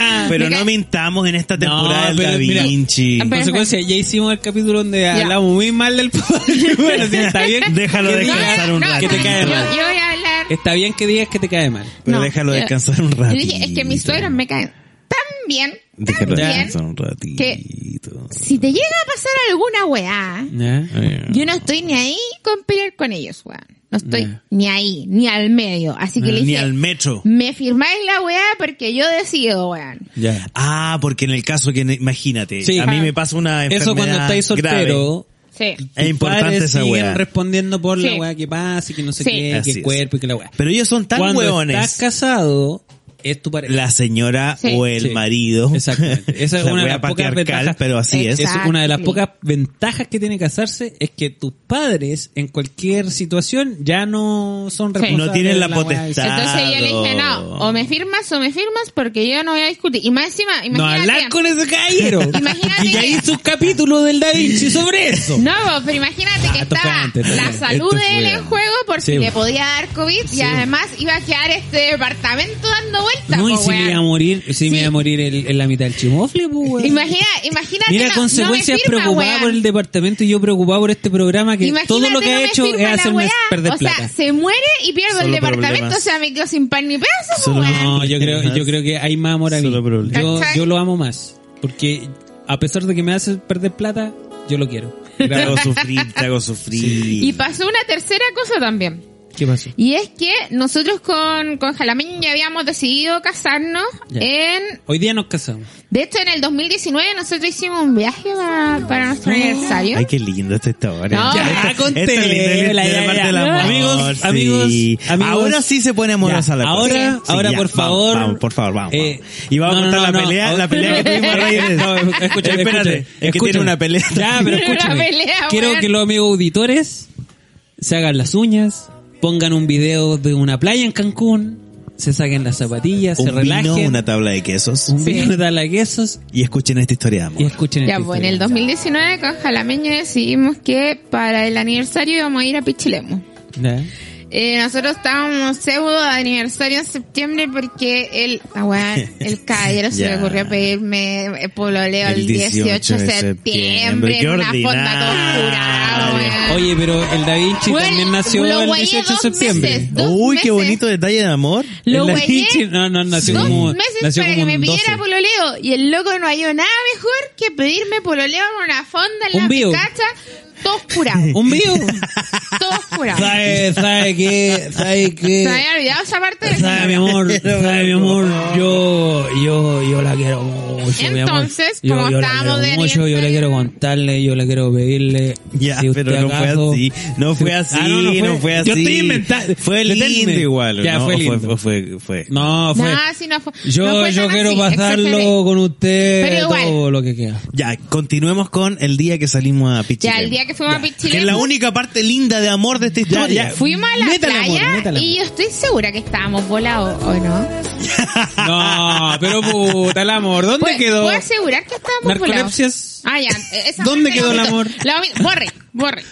Speaker 6: Ah, Me
Speaker 4: no eh,
Speaker 6: ca-
Speaker 4: mintamos en esta temporada del
Speaker 5: pero
Speaker 4: Da
Speaker 5: mira,
Speaker 4: Vinci.
Speaker 5: En
Speaker 6: Pero-
Speaker 5: consecuencia, ya hicimos el capítulo donde hablamos muy mal del padre. Bueno, sí, está bien.
Speaker 4: Déjalo
Speaker 5: que digas-
Speaker 4: descansar un rato.
Speaker 5: Que te cae
Speaker 6: yo,
Speaker 5: mal.
Speaker 6: yo voy a hablar.
Speaker 5: Está bien que digas que te cae mal.
Speaker 4: Pero
Speaker 6: no,
Speaker 4: déjalo
Speaker 6: yo-
Speaker 4: descansar un
Speaker 6: Yo
Speaker 4: ratito.
Speaker 6: dije, es que mis suegros me caen tan bien, tan
Speaker 4: Déjalo
Speaker 5: Ya.
Speaker 6: bien,
Speaker 4: descansar un ratito.
Speaker 6: si te llega a pasar alguna weá,
Speaker 5: ¿Ya?
Speaker 6: yo no estoy ni ahí con pelear con ellos, weón. No estoy
Speaker 5: Ya. Ah,
Speaker 6: ni ahí, ni al medio. Así que le
Speaker 4: Ah, Ni
Speaker 6: dije,
Speaker 4: al metro.
Speaker 6: me firmáis la weá porque yo decido, weón.
Speaker 5: Ya.
Speaker 4: Ah, porque en el caso que, imagínate,
Speaker 5: Sí.
Speaker 4: a mí
Speaker 5: Ah.
Speaker 4: me pasa una enfermedad
Speaker 5: Eso cuando estáis
Speaker 4: grave.
Speaker 5: soltero.
Speaker 6: Sí.
Speaker 4: Es
Speaker 5: tus
Speaker 4: importante
Speaker 5: padres
Speaker 4: esa
Speaker 5: siguen
Speaker 4: weá.
Speaker 5: respondiendo por la
Speaker 6: Sí.
Speaker 5: weá que pasa y que no sé
Speaker 6: Sí.
Speaker 5: qué,
Speaker 4: Así
Speaker 5: que
Speaker 4: es.
Speaker 5: el cuerpo y que la weá.
Speaker 4: Pero ellos son tan
Speaker 5: Cuando estás
Speaker 4: hueones.
Speaker 5: casado, es tu pareja.
Speaker 4: La señora
Speaker 6: Sí.
Speaker 4: o el
Speaker 5: Sí.
Speaker 4: marido.
Speaker 5: Exactamente. Esa es
Speaker 4: La
Speaker 5: una de
Speaker 4: wea
Speaker 5: las pocas
Speaker 4: patriarcal,
Speaker 5: ventajas.
Speaker 4: pero así es.
Speaker 5: Es una de las
Speaker 6: Exactly.
Speaker 5: pocas ventajas que tiene casarse es que tus padres en cualquier situación ya no son
Speaker 6: Sí.
Speaker 5: responsables.
Speaker 4: No tienen la
Speaker 5: de weá.
Speaker 4: potestad.
Speaker 6: Entonces yo le dije, no, o me firmas o me firmas porque yo no voy a discutir. Y más encima,
Speaker 5: No
Speaker 6: imagínate.
Speaker 5: hablar con ese caballero.
Speaker 6: Imagínate
Speaker 5: Y ya
Speaker 6: que-
Speaker 5: hizo un capítulo del Da Vinci sobre eso.
Speaker 6: No, vos, pero imagínate que
Speaker 5: Ah,
Speaker 6: estaba
Speaker 5: tocante,
Speaker 6: la
Speaker 5: tocante.
Speaker 6: salud de él en juego por
Speaker 5: Sí,
Speaker 6: si le
Speaker 5: weón.
Speaker 6: podía dar COVID y además iba a quedar este departamento dando vueltas.
Speaker 5: No, y
Speaker 6: po,
Speaker 5: si me
Speaker 6: pues, weón.
Speaker 5: iba a morir, si me
Speaker 6: Sí.
Speaker 5: iba a morir el- en la mitad del chimofle, pues, weón.
Speaker 6: Imagina, imagínate.
Speaker 5: Mira,
Speaker 6: no-
Speaker 5: consecuencias
Speaker 6: no me firma,
Speaker 5: preocupada
Speaker 6: weón.
Speaker 5: por el departamento y yo preocupado por este programa que
Speaker 6: Imagínate,
Speaker 5: todo lo que
Speaker 6: no
Speaker 5: ha
Speaker 6: me
Speaker 5: hecho
Speaker 6: firma
Speaker 5: es
Speaker 6: la
Speaker 5: hacerme
Speaker 6: weá.
Speaker 5: perder
Speaker 6: O
Speaker 5: plata.
Speaker 6: sea, se muere y pierdo el
Speaker 4: Solo
Speaker 6: departamento,
Speaker 4: problemas.
Speaker 6: o sea, me quedo sin pan ni pedazo, po,
Speaker 4: Solo-
Speaker 6: weón.
Speaker 5: No, yo creo, yo creo que hay más amor a mí.
Speaker 4: Solo problema.
Speaker 5: Yo,
Speaker 6: ¿Cachai?
Speaker 5: yo lo amo más. Porque a pesar de que me hace perder plata, yo lo quiero.
Speaker 4: Te hago sufrir, te hago sufrir.
Speaker 6: Y pasó una tercera cosa también.
Speaker 5: ¿Qué pasó?
Speaker 6: Y es que nosotros con, con Jalameño ya habíamos decidido casarnos
Speaker 5: Ya.
Speaker 6: en...
Speaker 5: Hoy día nos casamos.
Speaker 6: De hecho, en el 2019 nosotros hicimos un viaje pa- para nuestro aniversario.
Speaker 4: Ay, qué lindo esta historia.
Speaker 6: No. Ya,
Speaker 5: conté,
Speaker 4: esta es linda, es linda
Speaker 5: la- ya,
Speaker 4: parte
Speaker 5: ya.
Speaker 4: del amor.
Speaker 5: Amigos,
Speaker 4: Sí.
Speaker 5: amigos, amigos.
Speaker 4: Ahora sí se pone amorosa
Speaker 5: Ya,
Speaker 4: la cosa.
Speaker 5: ahora-
Speaker 4: Sí,
Speaker 5: ahora,
Speaker 4: ya,
Speaker 5: por
Speaker 4: vamos,
Speaker 5: favor.
Speaker 4: Vamos, por favor, vamos.
Speaker 5: Eh,
Speaker 4: vamos. y vamos
Speaker 5: no,
Speaker 4: a
Speaker 5: no,
Speaker 4: contar
Speaker 5: no,
Speaker 4: la pelea,
Speaker 5: no.
Speaker 4: la pelea que tuvimos Reyes.
Speaker 5: No, escúchame,
Speaker 4: Espérate,
Speaker 5: escúchame,
Speaker 4: es que tiene
Speaker 5: escúchame.
Speaker 4: una pelea.
Speaker 5: Ya, pero
Speaker 6: Tiene una
Speaker 5: escúchame.
Speaker 6: pelea,
Speaker 5: Quiero
Speaker 6: weón.
Speaker 5: que los amigos auditores se hagan las uñas, pongan un video de una playa en Cancún, se saquen las zapatillas, se
Speaker 4: Un
Speaker 5: relajen.
Speaker 4: vino, una tabla de quesos.
Speaker 5: un vino de talaguesos
Speaker 4: Y escuchen esta historia de amor.
Speaker 5: y escuchen
Speaker 6: Ya,
Speaker 5: esta
Speaker 6: pues en el
Speaker 5: historia.
Speaker 6: 2019 con Jalameño decidimos que para el aniversario íbamos a ir a Pichilemu.
Speaker 5: Ya.
Speaker 6: Eh, nosotros estábamos pseudo de aniversario en septiembre porque el, ah, weón, el caballero se
Speaker 4: Ya.
Speaker 6: le ocurrió pedirme eh, pololeo el 18, de septiembre,
Speaker 4: Qué
Speaker 6: en una fonda
Speaker 4: ordinario.
Speaker 6: conjurada, weón.
Speaker 5: Oye, pero el Da Vinci
Speaker 6: Bueno,
Speaker 5: también nació
Speaker 6: lo
Speaker 5: el
Speaker 6: guayé
Speaker 5: 18 de
Speaker 6: dos
Speaker 5: septiembre.
Speaker 6: meses. dos
Speaker 4: Uy, qué
Speaker 6: meses.
Speaker 4: bonito detalle de amor.
Speaker 6: Lo
Speaker 5: El Da
Speaker 6: guayé
Speaker 5: Vinci- no, no, nació
Speaker 6: dos
Speaker 5: como,
Speaker 6: meses
Speaker 5: nació
Speaker 6: para que
Speaker 5: como
Speaker 6: me
Speaker 5: un 12.
Speaker 6: pidiera pololeo y el loco no halló nada mejor que pedirme pololeo en una fonda en
Speaker 5: Un
Speaker 6: la
Speaker 5: bio.
Speaker 6: picacha, todos curados,
Speaker 5: Un vivo.
Speaker 6: todos curados.
Speaker 5: ¿Sabe, sabe qué? ¿Sabe qué?
Speaker 6: Se me había olvidado esa parte del
Speaker 5: Sabe, mi amor, sabe, mi amor, yo, yo, yo la quiero mucho, mi amor.
Speaker 6: Entonces,
Speaker 5: Yo-
Speaker 6: como
Speaker 5: yo, la
Speaker 6: estábamos
Speaker 5: quiero
Speaker 6: de
Speaker 5: mucho, yo le
Speaker 6: aniversario-
Speaker 5: quiero contarle, yo le quiero pedirle.
Speaker 4: Ya,
Speaker 5: si usted
Speaker 4: pero no fue
Speaker 5: acaso-
Speaker 4: así. No fue así,
Speaker 5: Ah,
Speaker 4: no, fue, así.
Speaker 5: Yo estoy inventando.
Speaker 4: Fue lindo
Speaker 5: Deténme.
Speaker 4: igual.
Speaker 5: Ya,
Speaker 4: ¿no?
Speaker 5: fue
Speaker 4: O Fue,
Speaker 5: lindo.
Speaker 4: fue, fue.
Speaker 5: No, fue.
Speaker 6: Nah, sí, no fue-
Speaker 5: yo
Speaker 6: no fue
Speaker 5: yo
Speaker 6: tan
Speaker 5: quiero
Speaker 6: así,
Speaker 5: pasarlo
Speaker 6: exageré.
Speaker 5: con usted
Speaker 6: Pero igual.
Speaker 5: todo lo que queda.
Speaker 4: Ya, continuemos con el día que salimos a Pichilemu.
Speaker 6: Ya, el día que fuimos a
Speaker 4: Que es
Speaker 6: Pichilemu.
Speaker 4: la única parte linda de amor de esta historia.
Speaker 6: Fuimos a la
Speaker 5: Métale, amor,
Speaker 6: playa
Speaker 5: métale, amor.
Speaker 6: y yo estoy segura que estábamos volados, ¿o no?
Speaker 5: No, pero puta, el amor, ¿dónde
Speaker 6: ¿Puedo,
Speaker 5: quedó?
Speaker 6: puedo asegurar que estábamos
Speaker 5: Narcolepsias.
Speaker 6: volados? Ah, ya. eh, esa
Speaker 5: ¿Dónde
Speaker 6: parte
Speaker 5: quedó
Speaker 6: la
Speaker 5: el
Speaker 6: omito.
Speaker 5: amor?
Speaker 6: La omito. borre, borre.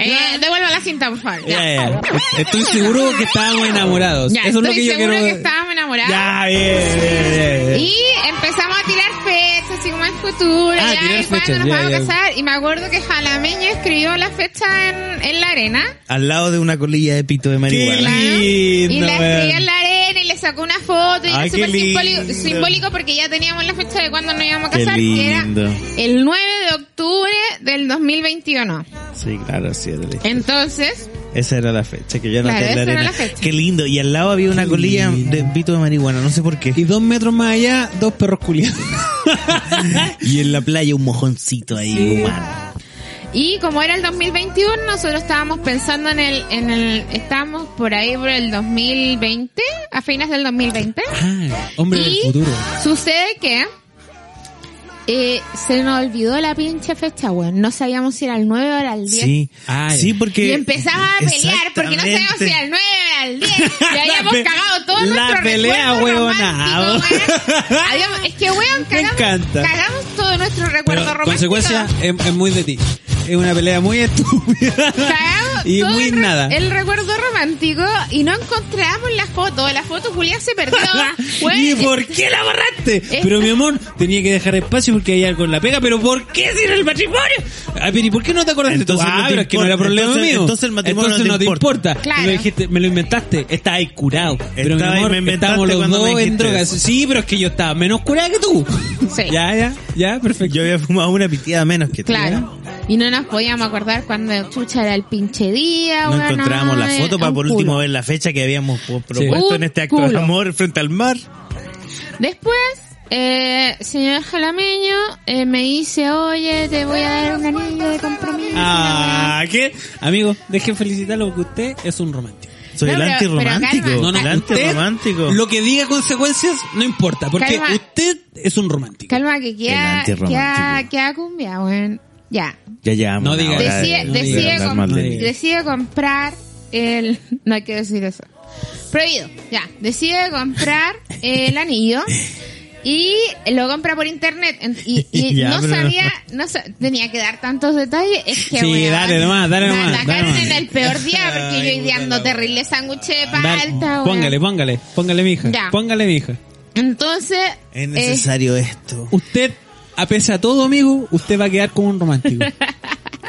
Speaker 6: Eh, devuelva la cinta, por favor. Ya.
Speaker 5: Ya, ya. Estoy seguro que estábamos enamorados.
Speaker 6: Ya,
Speaker 5: Eso es lo
Speaker 6: estoy
Speaker 5: que yo
Speaker 6: seguro
Speaker 5: quiero.
Speaker 6: que estábamos enamorados.
Speaker 5: Ya, bien, bien, bien.
Speaker 6: Y empezamos a tirar fechas, así como en futuro,
Speaker 5: Ah,
Speaker 6: ya,
Speaker 5: tirar
Speaker 6: y cuándo
Speaker 5: fechas,
Speaker 6: nos
Speaker 5: ya,
Speaker 6: vamos a
Speaker 5: ya.
Speaker 6: casar. Y me acuerdo que Jalameño escribió la fecha en, en la arena.
Speaker 4: Al lado de una colilla de pito de
Speaker 5: Qué
Speaker 4: marihuana.
Speaker 6: Claro. y
Speaker 5: lindo,
Speaker 6: la escribió en
Speaker 5: weón.
Speaker 6: la arena y le sacó una foto y
Speaker 4: Ay,
Speaker 6: era súper
Speaker 4: qué
Speaker 6: simbólico,
Speaker 4: lindo.
Speaker 6: simbólico porque ya teníamos la fecha de cuando nos íbamos a
Speaker 4: Qué
Speaker 6: casar, que era
Speaker 4: lindo.
Speaker 6: el 9 de octubre del 2021.
Speaker 4: Sí, claro, sí, era la-
Speaker 6: Entonces,
Speaker 4: Esa era la fecha que yo no
Speaker 6: Eh.
Speaker 4: en
Speaker 6: Claro,
Speaker 4: la
Speaker 6: esa era
Speaker 4: arena.
Speaker 6: la fecha.
Speaker 4: Qué lindo. Y al lado había una colilla de pito de marihuana, no sé por qué.
Speaker 5: Y dos metros más allá, dos perros culiados.
Speaker 4: y en la playa un mojoncito ahí humano.
Speaker 6: Y como era el 2021, nosotros estábamos pensando en el, en el, estábamos por ahí por el 2020, a fines del 2020.
Speaker 5: Ah, hombre
Speaker 6: y
Speaker 5: del futuro.
Speaker 6: Sucede que eh, se nos olvidó la pinche fecha, weón. No sabíamos si era el 9 o era el 10.
Speaker 4: Sí,
Speaker 5: Ay.
Speaker 4: sí, porque.
Speaker 6: Y empezaba a pelear porque no sabíamos si
Speaker 4: Exactamente.
Speaker 6: era el 9 o era el 10. Y habíamos
Speaker 4: pe-
Speaker 6: cagado todo
Speaker 4: la
Speaker 6: nuestro
Speaker 4: pelea,
Speaker 6: recuerdo
Speaker 4: huevona. ah,
Speaker 6: romántico, weón. Habíamos- Es que, weón, cagamos,
Speaker 4: encanta.
Speaker 6: cagamos todo nuestro
Speaker 5: Pero,
Speaker 6: recuerdo romántico.
Speaker 5: consecuencia, es, es muy de ti. Es una pelea muy estúpida.
Speaker 6: Cagamos
Speaker 5: y
Speaker 6: todo
Speaker 5: muy
Speaker 6: el, re-
Speaker 5: nada.
Speaker 6: el recuerdo romántico y no encontramos la foto. La foto Julia se perdió. Weón,
Speaker 5: ¿Y por qué la borraste? Pero mi amor, tenía que dejar espacio porque hay algo en la pega. ¿Pero por qué si era el matrimonio? Ah, pero ¿y por qué no te acordaste?
Speaker 4: Entonces
Speaker 5: Entonces,
Speaker 4: no
Speaker 5: ah,
Speaker 4: te
Speaker 5: pero es que no era
Speaker 4: importa.
Speaker 5: problema
Speaker 4: Entonces-
Speaker 5: mío.
Speaker 4: entonces el matrimonio
Speaker 5: Entonces
Speaker 4: no
Speaker 5: no
Speaker 4: te
Speaker 5: te importa.
Speaker 6: Claro.
Speaker 5: Me, lo dijiste, me lo inventaste. Estaba ahí curado. pero mi
Speaker 4: Estaba ahí,
Speaker 5: amor,
Speaker 4: me inventaste
Speaker 5: estábamos los
Speaker 4: cuando me
Speaker 5: dos en
Speaker 4: dijiste
Speaker 5: drogas.
Speaker 4: eso.
Speaker 5: Sí, pero es que yo estaba menos curada que tú.
Speaker 6: Sí.
Speaker 5: Ya, ya, ya, perfecto.
Speaker 4: Yo había fumado una piteada menos que tú.
Speaker 6: Claro. Y no nos podíamos acordar cuando chucha era el pinche día.
Speaker 4: No
Speaker 6: weón,
Speaker 4: encontrábamos la
Speaker 6: ay,
Speaker 4: foto para
Speaker 6: un
Speaker 4: por último
Speaker 6: culo.
Speaker 4: ver la fecha que habíamos po- propuesto
Speaker 6: Un
Speaker 4: en este acto de
Speaker 6: culo.
Speaker 4: amor frente al mar.
Speaker 6: Después, eh, señor Jalameño eh, me dice, oye, te voy a dar un anillo de compromiso.
Speaker 5: Ah, ¿qué? Amigo, dejen felicitarlo porque usted es un romántico.
Speaker 4: Soy
Speaker 6: No,
Speaker 4: el
Speaker 6: pero-
Speaker 4: antirromántico.
Speaker 6: pero
Speaker 5: No, no,
Speaker 4: el antirromántico.
Speaker 5: Lo que diga consecuencias no importa, porque
Speaker 6: Calma.
Speaker 5: usted es un romántico.
Speaker 6: Calma, que
Speaker 4: El
Speaker 6: queda, queda,
Speaker 4: antirromántico.
Speaker 6: queda cumbia, weón. Ya.
Speaker 4: Ya llevamos.
Speaker 5: No
Speaker 4: una
Speaker 5: digas-
Speaker 4: hora de-
Speaker 6: Decide,
Speaker 5: no
Speaker 4: de
Speaker 5: digas
Speaker 6: decide,
Speaker 4: hablar
Speaker 6: com-
Speaker 4: mal de
Speaker 5: no
Speaker 4: mí.
Speaker 5: digas.
Speaker 6: decide comprar el... No hay que decir eso. Prohibido, ya. Decide comprar el anillo y lo compra por internet. En- Y, y
Speaker 4: Ya,
Speaker 6: no
Speaker 4: pero-
Speaker 6: sabía, no sa- tenía que dar tantos detalles. Es que,
Speaker 5: Sí,
Speaker 6: weón,
Speaker 5: dale nomás, dale
Speaker 6: me
Speaker 5: nomás, dale
Speaker 6: atacaron
Speaker 5: nomás.
Speaker 6: en el peor día porque yo
Speaker 4: Ay,
Speaker 6: hoy día
Speaker 4: puta
Speaker 6: ando
Speaker 4: la
Speaker 6: terrible sándwich de
Speaker 5: Dale,
Speaker 6: palta, weón.
Speaker 5: póngale, póngale, póngale, mija.
Speaker 6: Ya.
Speaker 5: Póngale, mija.
Speaker 6: Entonces...
Speaker 4: Es
Speaker 6: eh,
Speaker 4: necesario esto.
Speaker 5: Usted, a pesar de todo, amigo, usted va a quedar como un romántico.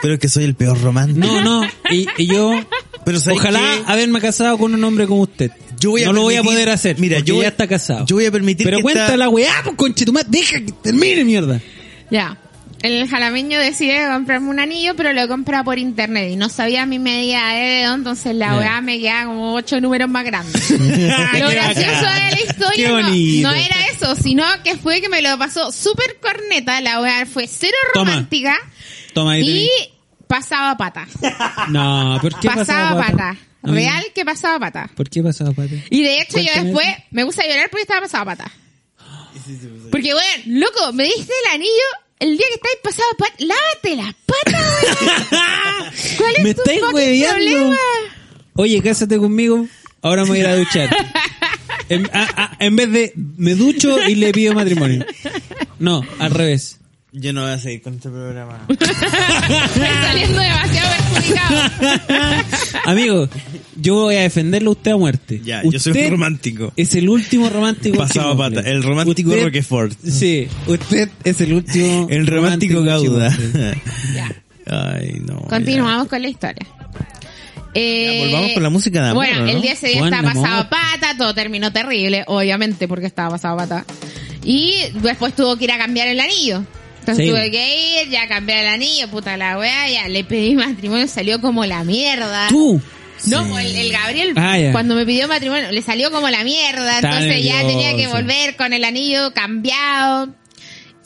Speaker 4: Pero es que soy el peor romántico.
Speaker 5: No, no, y, y yo,
Speaker 4: Pero ¿sabes
Speaker 5: ojalá
Speaker 4: qué?
Speaker 5: haberme casado con un hombre como usted.
Speaker 4: Yo voy a
Speaker 5: no lo voy a
Speaker 4: permitir-
Speaker 5: poder hacer,
Speaker 4: mira,
Speaker 5: mira, porque
Speaker 4: yo voy-
Speaker 5: ya está casado.
Speaker 4: yo voy a permitir
Speaker 5: Pero
Speaker 4: que
Speaker 5: cuenta
Speaker 4: esta-
Speaker 5: la weá, pues conchetumadre, deja que termine, mierda.
Speaker 6: Ya. El jalameño decide comprarme un anillo, pero lo compra por internet y no sabía mi medida de dedo, entonces la
Speaker 5: Ya.
Speaker 6: weá me queda como ocho números más grandes. lo gracioso de la
Speaker 5: Qué
Speaker 6: historia no,
Speaker 5: bonito.
Speaker 6: no era eso, sino que fue que me lo pasó súper corneta, la weá fue cero
Speaker 5: Toma.
Speaker 6: romántica
Speaker 5: Toma ahí.
Speaker 6: y
Speaker 5: te
Speaker 6: pasaba pata.
Speaker 5: vi. No, ¿por qué
Speaker 6: Pasaba pata.
Speaker 5: Amigo,
Speaker 6: Real que pasaba pata.
Speaker 5: ¿Por qué pasaba pata?
Speaker 6: Y de hecho yo
Speaker 5: Cuéntame
Speaker 6: después me gusta llorar porque estaba pasado a pata. Porque, weón, loco, me diste el anillo el día que estáis pasado a pata. Lávate las patas, weón. ¿Cuál es
Speaker 5: Me
Speaker 6: tu
Speaker 5: estáis
Speaker 6: fucking
Speaker 5: hueveando.
Speaker 6: problema?
Speaker 5: Oye, cásate conmigo, ahora me voy a ir a duchar. En, a- a- en vez de me ducho y le pido matrimonio. No, al revés.
Speaker 4: Yo no voy a seguir con este programa.
Speaker 6: Estáis saliendo demasiado perjudicado.
Speaker 5: Amigo, yo voy a defenderlo a usted a muerte.
Speaker 4: Ya,
Speaker 5: usted
Speaker 4: yo soy un romántico.
Speaker 5: Es el último romántico.
Speaker 4: Pasado a
Speaker 5: chimofle.
Speaker 4: pata, el romántico
Speaker 5: Usted-
Speaker 4: Roquefort.
Speaker 5: Sí, usted es el último.
Speaker 4: El romántico Gauda.
Speaker 5: chimofle.
Speaker 6: Ya.
Speaker 4: Ay, no. ya.
Speaker 6: Continuamos con la historia. Eh,
Speaker 4: Ya, volvamos con la música de amor,
Speaker 6: Bueno,
Speaker 4: ¿o no?
Speaker 6: el día ese día
Speaker 5: Juan,
Speaker 6: estaba
Speaker 5: amor.
Speaker 6: pasado a pata, todo terminó terrible, obviamente, porque estaba pasado a pata. Y después tuvo que ir a cambiar el anillo. Entonces
Speaker 5: Sí.
Speaker 6: tuve que ir, ya cambiar el anillo, puta la wea, ya le pedí matrimonio, salió como la mierda.
Speaker 5: Tú.
Speaker 6: No, el, el Gabriel,
Speaker 5: Ah, ya.
Speaker 6: cuando me pidió matrimonio, le salió como la mierda,
Speaker 5: Está
Speaker 6: entonces ya
Speaker 5: nervioso.
Speaker 6: tenía que volver con el anillo cambiado.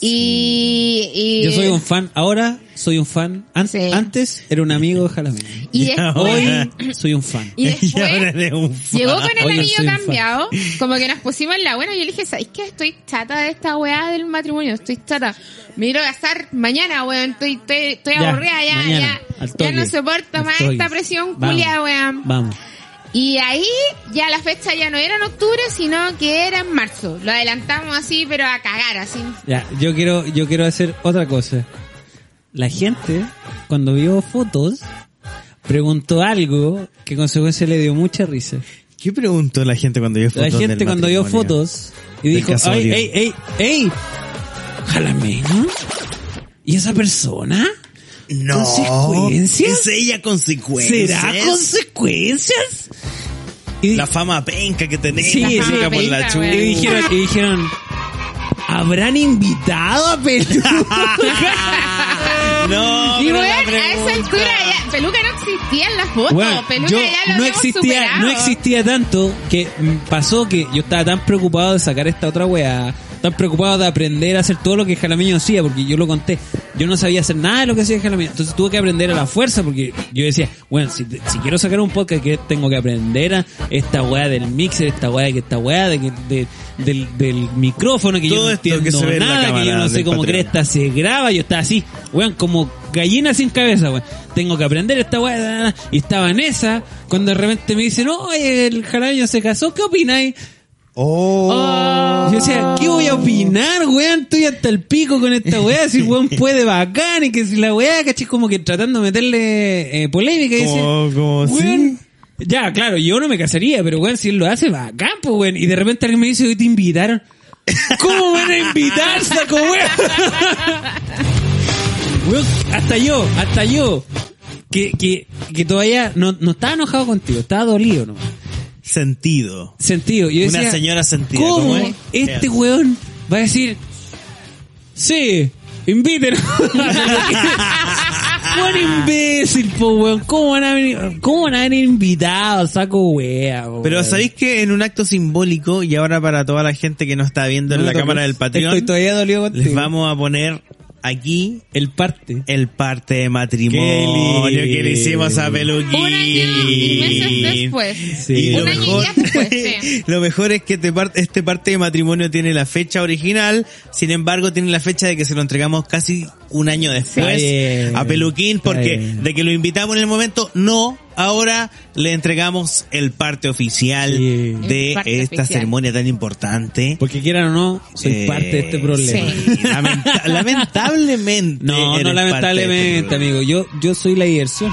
Speaker 6: Y, y-
Speaker 5: Yo soy un fan. Ahora soy un fan. An-
Speaker 6: Sí.
Speaker 5: Antes era un amigo de Jalamín.
Speaker 6: y
Speaker 4: Y
Speaker 6: después,
Speaker 4: ahora-
Speaker 5: Hoy soy un fan.
Speaker 6: y
Speaker 4: Y
Speaker 6: después
Speaker 4: ahora eres un fan.
Speaker 6: Llegó con el
Speaker 5: Oye, soy
Speaker 6: anillo
Speaker 5: un fan.
Speaker 6: cambiado, como que nos pusimos en la buena. Yo le dije, ¿sabes qué? Estoy chata de esta weá del matrimonio, estoy chata. Me quiero casar mañana, weón. Estoy, estoy, estoy
Speaker 5: Ya,
Speaker 6: aburrida ya,
Speaker 5: mañana,
Speaker 6: ya.
Speaker 5: al
Speaker 6: Ya no
Speaker 5: toque,
Speaker 6: soporto
Speaker 5: al
Speaker 6: más
Speaker 5: toque.
Speaker 6: esta presión
Speaker 5: Vamos,
Speaker 6: culia, weón.
Speaker 5: Vamos.
Speaker 6: Y ahí ya la fecha ya no era en octubre, sino que era en marzo. Lo adelantamos así, pero a cagar, así.
Speaker 5: Ya, yo quiero, yo quiero hacer otra cosa. La gente, cuando vio fotos, preguntó algo que consecuencia le dio mucha risa.
Speaker 4: ¿Qué preguntó la gente cuando vio fotos?
Speaker 5: La gente
Speaker 4: del
Speaker 5: cuando vio
Speaker 4: matrimonio?
Speaker 5: fotos y
Speaker 4: Del
Speaker 5: dijo, ay,
Speaker 4: casorio.
Speaker 5: ey, ey, ey, jalameño. ¿Y esa persona?
Speaker 4: No.
Speaker 5: ¿Consecuencias?
Speaker 4: ¿Es ella consecuencias?
Speaker 5: ¿Será consecuencias? Y,
Speaker 4: La fama penca que tenés.
Speaker 5: Sí,
Speaker 4: la
Speaker 5: sí,
Speaker 4: fama por la
Speaker 6: penca,
Speaker 4: chu-
Speaker 5: y dijeron, y dijeron, ¿habrán invitado a Pelú?
Speaker 4: No,
Speaker 6: Y
Speaker 4: pero
Speaker 6: weón,
Speaker 4: la
Speaker 6: a
Speaker 4: pregunta-
Speaker 6: esa altura ya, peluca no existía en la foto.
Speaker 5: Bueno,
Speaker 6: peluca
Speaker 5: yo
Speaker 6: ya lo
Speaker 5: no
Speaker 6: habíamos
Speaker 5: existía,
Speaker 6: superado.
Speaker 5: no existía tanto que mm, pasó que yo estaba tan preocupado de sacar esta otra weá, tan preocupado de aprender a hacer todo lo que Jalameño hacía, porque yo lo conté. Yo no sabía hacer nada de lo que hacía Jalameño, entonces tuve que aprender a la fuerza, porque yo decía, bueno, si, si quiero sacar un podcast, que tengo que aprender a esta weá del mixer, esta weá de que esta weá de que de- del, del micrófono que yo
Speaker 4: Todo
Speaker 5: no
Speaker 4: esto que
Speaker 5: entiendo
Speaker 4: se ve en la
Speaker 5: nada, que yo
Speaker 4: cámara
Speaker 5: no sé
Speaker 4: del
Speaker 5: cómo
Speaker 4: Patreon.
Speaker 5: cresta se graba, yo estaba así, weón, como gallina sin cabeza, weón. Tengo que aprender esta weá, da, da, da. y estaba en esa, cuando de repente me dicen, oye, el jalameño se casó, ¿qué opináis?
Speaker 4: Oh,
Speaker 5: Yo decía, ¿qué voy a opinar, weón? Estoy hasta el pico con esta weá, si weón puede bacán, y que si la weá, caché, como que tratando de meterle eh, polémica, y decía,
Speaker 4: Como, como, sí.
Speaker 5: Weón. Ya, claro, yo no me casaría, pero weón, si él lo hace, va a campo, weón. Y de repente alguien me dice, hoy te invitaron. ¿Cómo van a invitar, saco weón? Weón, hasta yo, hasta yo. Que, que, que todavía no, no estaba enojado contigo, estaba dolido, ¿no?
Speaker 4: Sentido.
Speaker 5: Sentido. Yo
Speaker 4: Una
Speaker 5: decía,
Speaker 4: señora sentida.
Speaker 5: ¿Cómo
Speaker 4: ¿cómo es?
Speaker 5: este
Speaker 4: Ya.
Speaker 5: weón va a decir, sí, invítenos? Buen imbécil, po, weón. ¿Cómo van a venir, cómo van a venir invitados? Saco wea, po,
Speaker 4: Pero
Speaker 5: weón.
Speaker 4: sabéis que en un acto simbólico, y ahora para toda la gente que nos está viendo
Speaker 5: No
Speaker 4: en la
Speaker 5: me toques.
Speaker 4: cámara del Patreon,
Speaker 5: Estoy todavía dolido contigo.
Speaker 4: les vamos Eh. a poner aquí
Speaker 5: El parte.
Speaker 4: el parte de matrimonio
Speaker 5: Qué lindo.
Speaker 4: que le hicimos a Peluquín.
Speaker 6: Un año y meses después.
Speaker 5: Sí.
Speaker 4: Y
Speaker 6: Un
Speaker 4: lo
Speaker 6: año y
Speaker 4: mejor,
Speaker 6: días después, sí.
Speaker 4: lo mejor es que este, par- este parte de matrimonio tiene la fecha original, sin embargo tiene la fecha de que se lo entregamos casi un año después
Speaker 5: bien,
Speaker 4: a Peluquín,
Speaker 5: está
Speaker 4: porque
Speaker 5: bien.
Speaker 4: de que lo invitamos en el momento, no, ahora le entregamos el parte oficial
Speaker 5: Sí.
Speaker 4: de
Speaker 6: El parte
Speaker 4: esta
Speaker 6: oficial.
Speaker 4: ceremonia tan importante.
Speaker 5: Porque quieran o no, soy
Speaker 4: Eh,
Speaker 5: parte de este problema.
Speaker 6: sí.
Speaker 4: Lamenta- lamentablemente.
Speaker 5: No,
Speaker 4: Eh, eres este
Speaker 5: no lamentablemente,
Speaker 4: parte de este
Speaker 5: amigo. Yo, yo soy la diversión.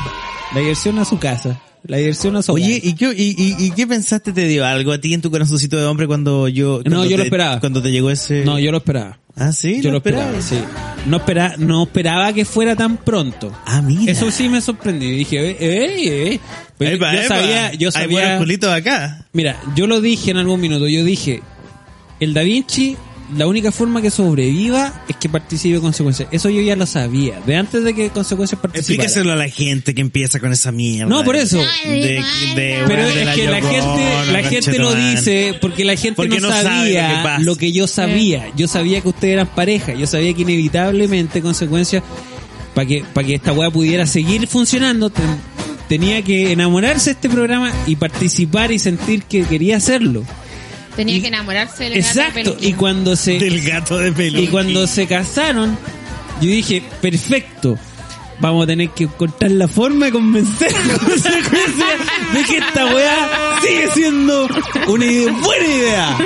Speaker 5: La diversión a su casa. La diversión a su
Speaker 4: Oye,
Speaker 5: hogar.
Speaker 4: ¿y qué, y, y- y qué pensaste? ¿Te dio algo a ti en tu corazoncito de hombre cuando yo... cuando
Speaker 5: yo lo
Speaker 4: te-
Speaker 5: esperaba.
Speaker 4: Cuando te llegó ese...
Speaker 5: No, yo lo esperaba.
Speaker 4: Ah, sí,
Speaker 5: Yo lo esperaba,
Speaker 4: esperabas?
Speaker 5: sí. No esperaba, no esperaba que fuera tan pronto.
Speaker 4: Ah, mira.
Speaker 5: Eso sí me sorprendió. Y Dije, eh, eh, eh. Pero
Speaker 4: Epa,
Speaker 5: yo
Speaker 4: epa.
Speaker 5: sabía, yo
Speaker 4: Hay buenos
Speaker 5: sabía.
Speaker 4: culitos acá.
Speaker 5: Mira, yo lo dije en algún minuto. Yo dije, el Da Vinci, la única forma que sobreviva es que participe en consecuencias. Eso yo ya lo sabía. De antes de que consecuencias participara.
Speaker 4: Explíqueselo a la gente que empieza con esa mierda.
Speaker 5: pues, No, por eso.
Speaker 4: De, de- de-
Speaker 5: Pero
Speaker 4: de
Speaker 5: es que la
Speaker 4: Yocona,
Speaker 5: gente, la gente lo
Speaker 4: Conchetumán.
Speaker 5: dice porque la gente
Speaker 4: Porque
Speaker 5: no,
Speaker 4: no sabe lo que
Speaker 5: sabía lo
Speaker 4: pasa.
Speaker 5: que, yo sabía. Yo sabía que ustedes eran pareja. Yo sabía que inevitablemente, en consecuencia, para que, para que esta weá pudiera seguir funcionando, ten- tenía que enamorarse de este programa y participar y sentir que quería hacerlo.
Speaker 6: Tenía
Speaker 5: Y-
Speaker 6: que enamorarse del gato
Speaker 5: Exacto.
Speaker 6: peluquín.
Speaker 5: Y cuando se...
Speaker 4: Del gato de pelo.
Speaker 5: Y cuando se casaron, yo dije, perfecto. Vamos a tener que encontrar la forma de convencer a la consecuencia de que esta weá sigue siendo una idea- buena idea.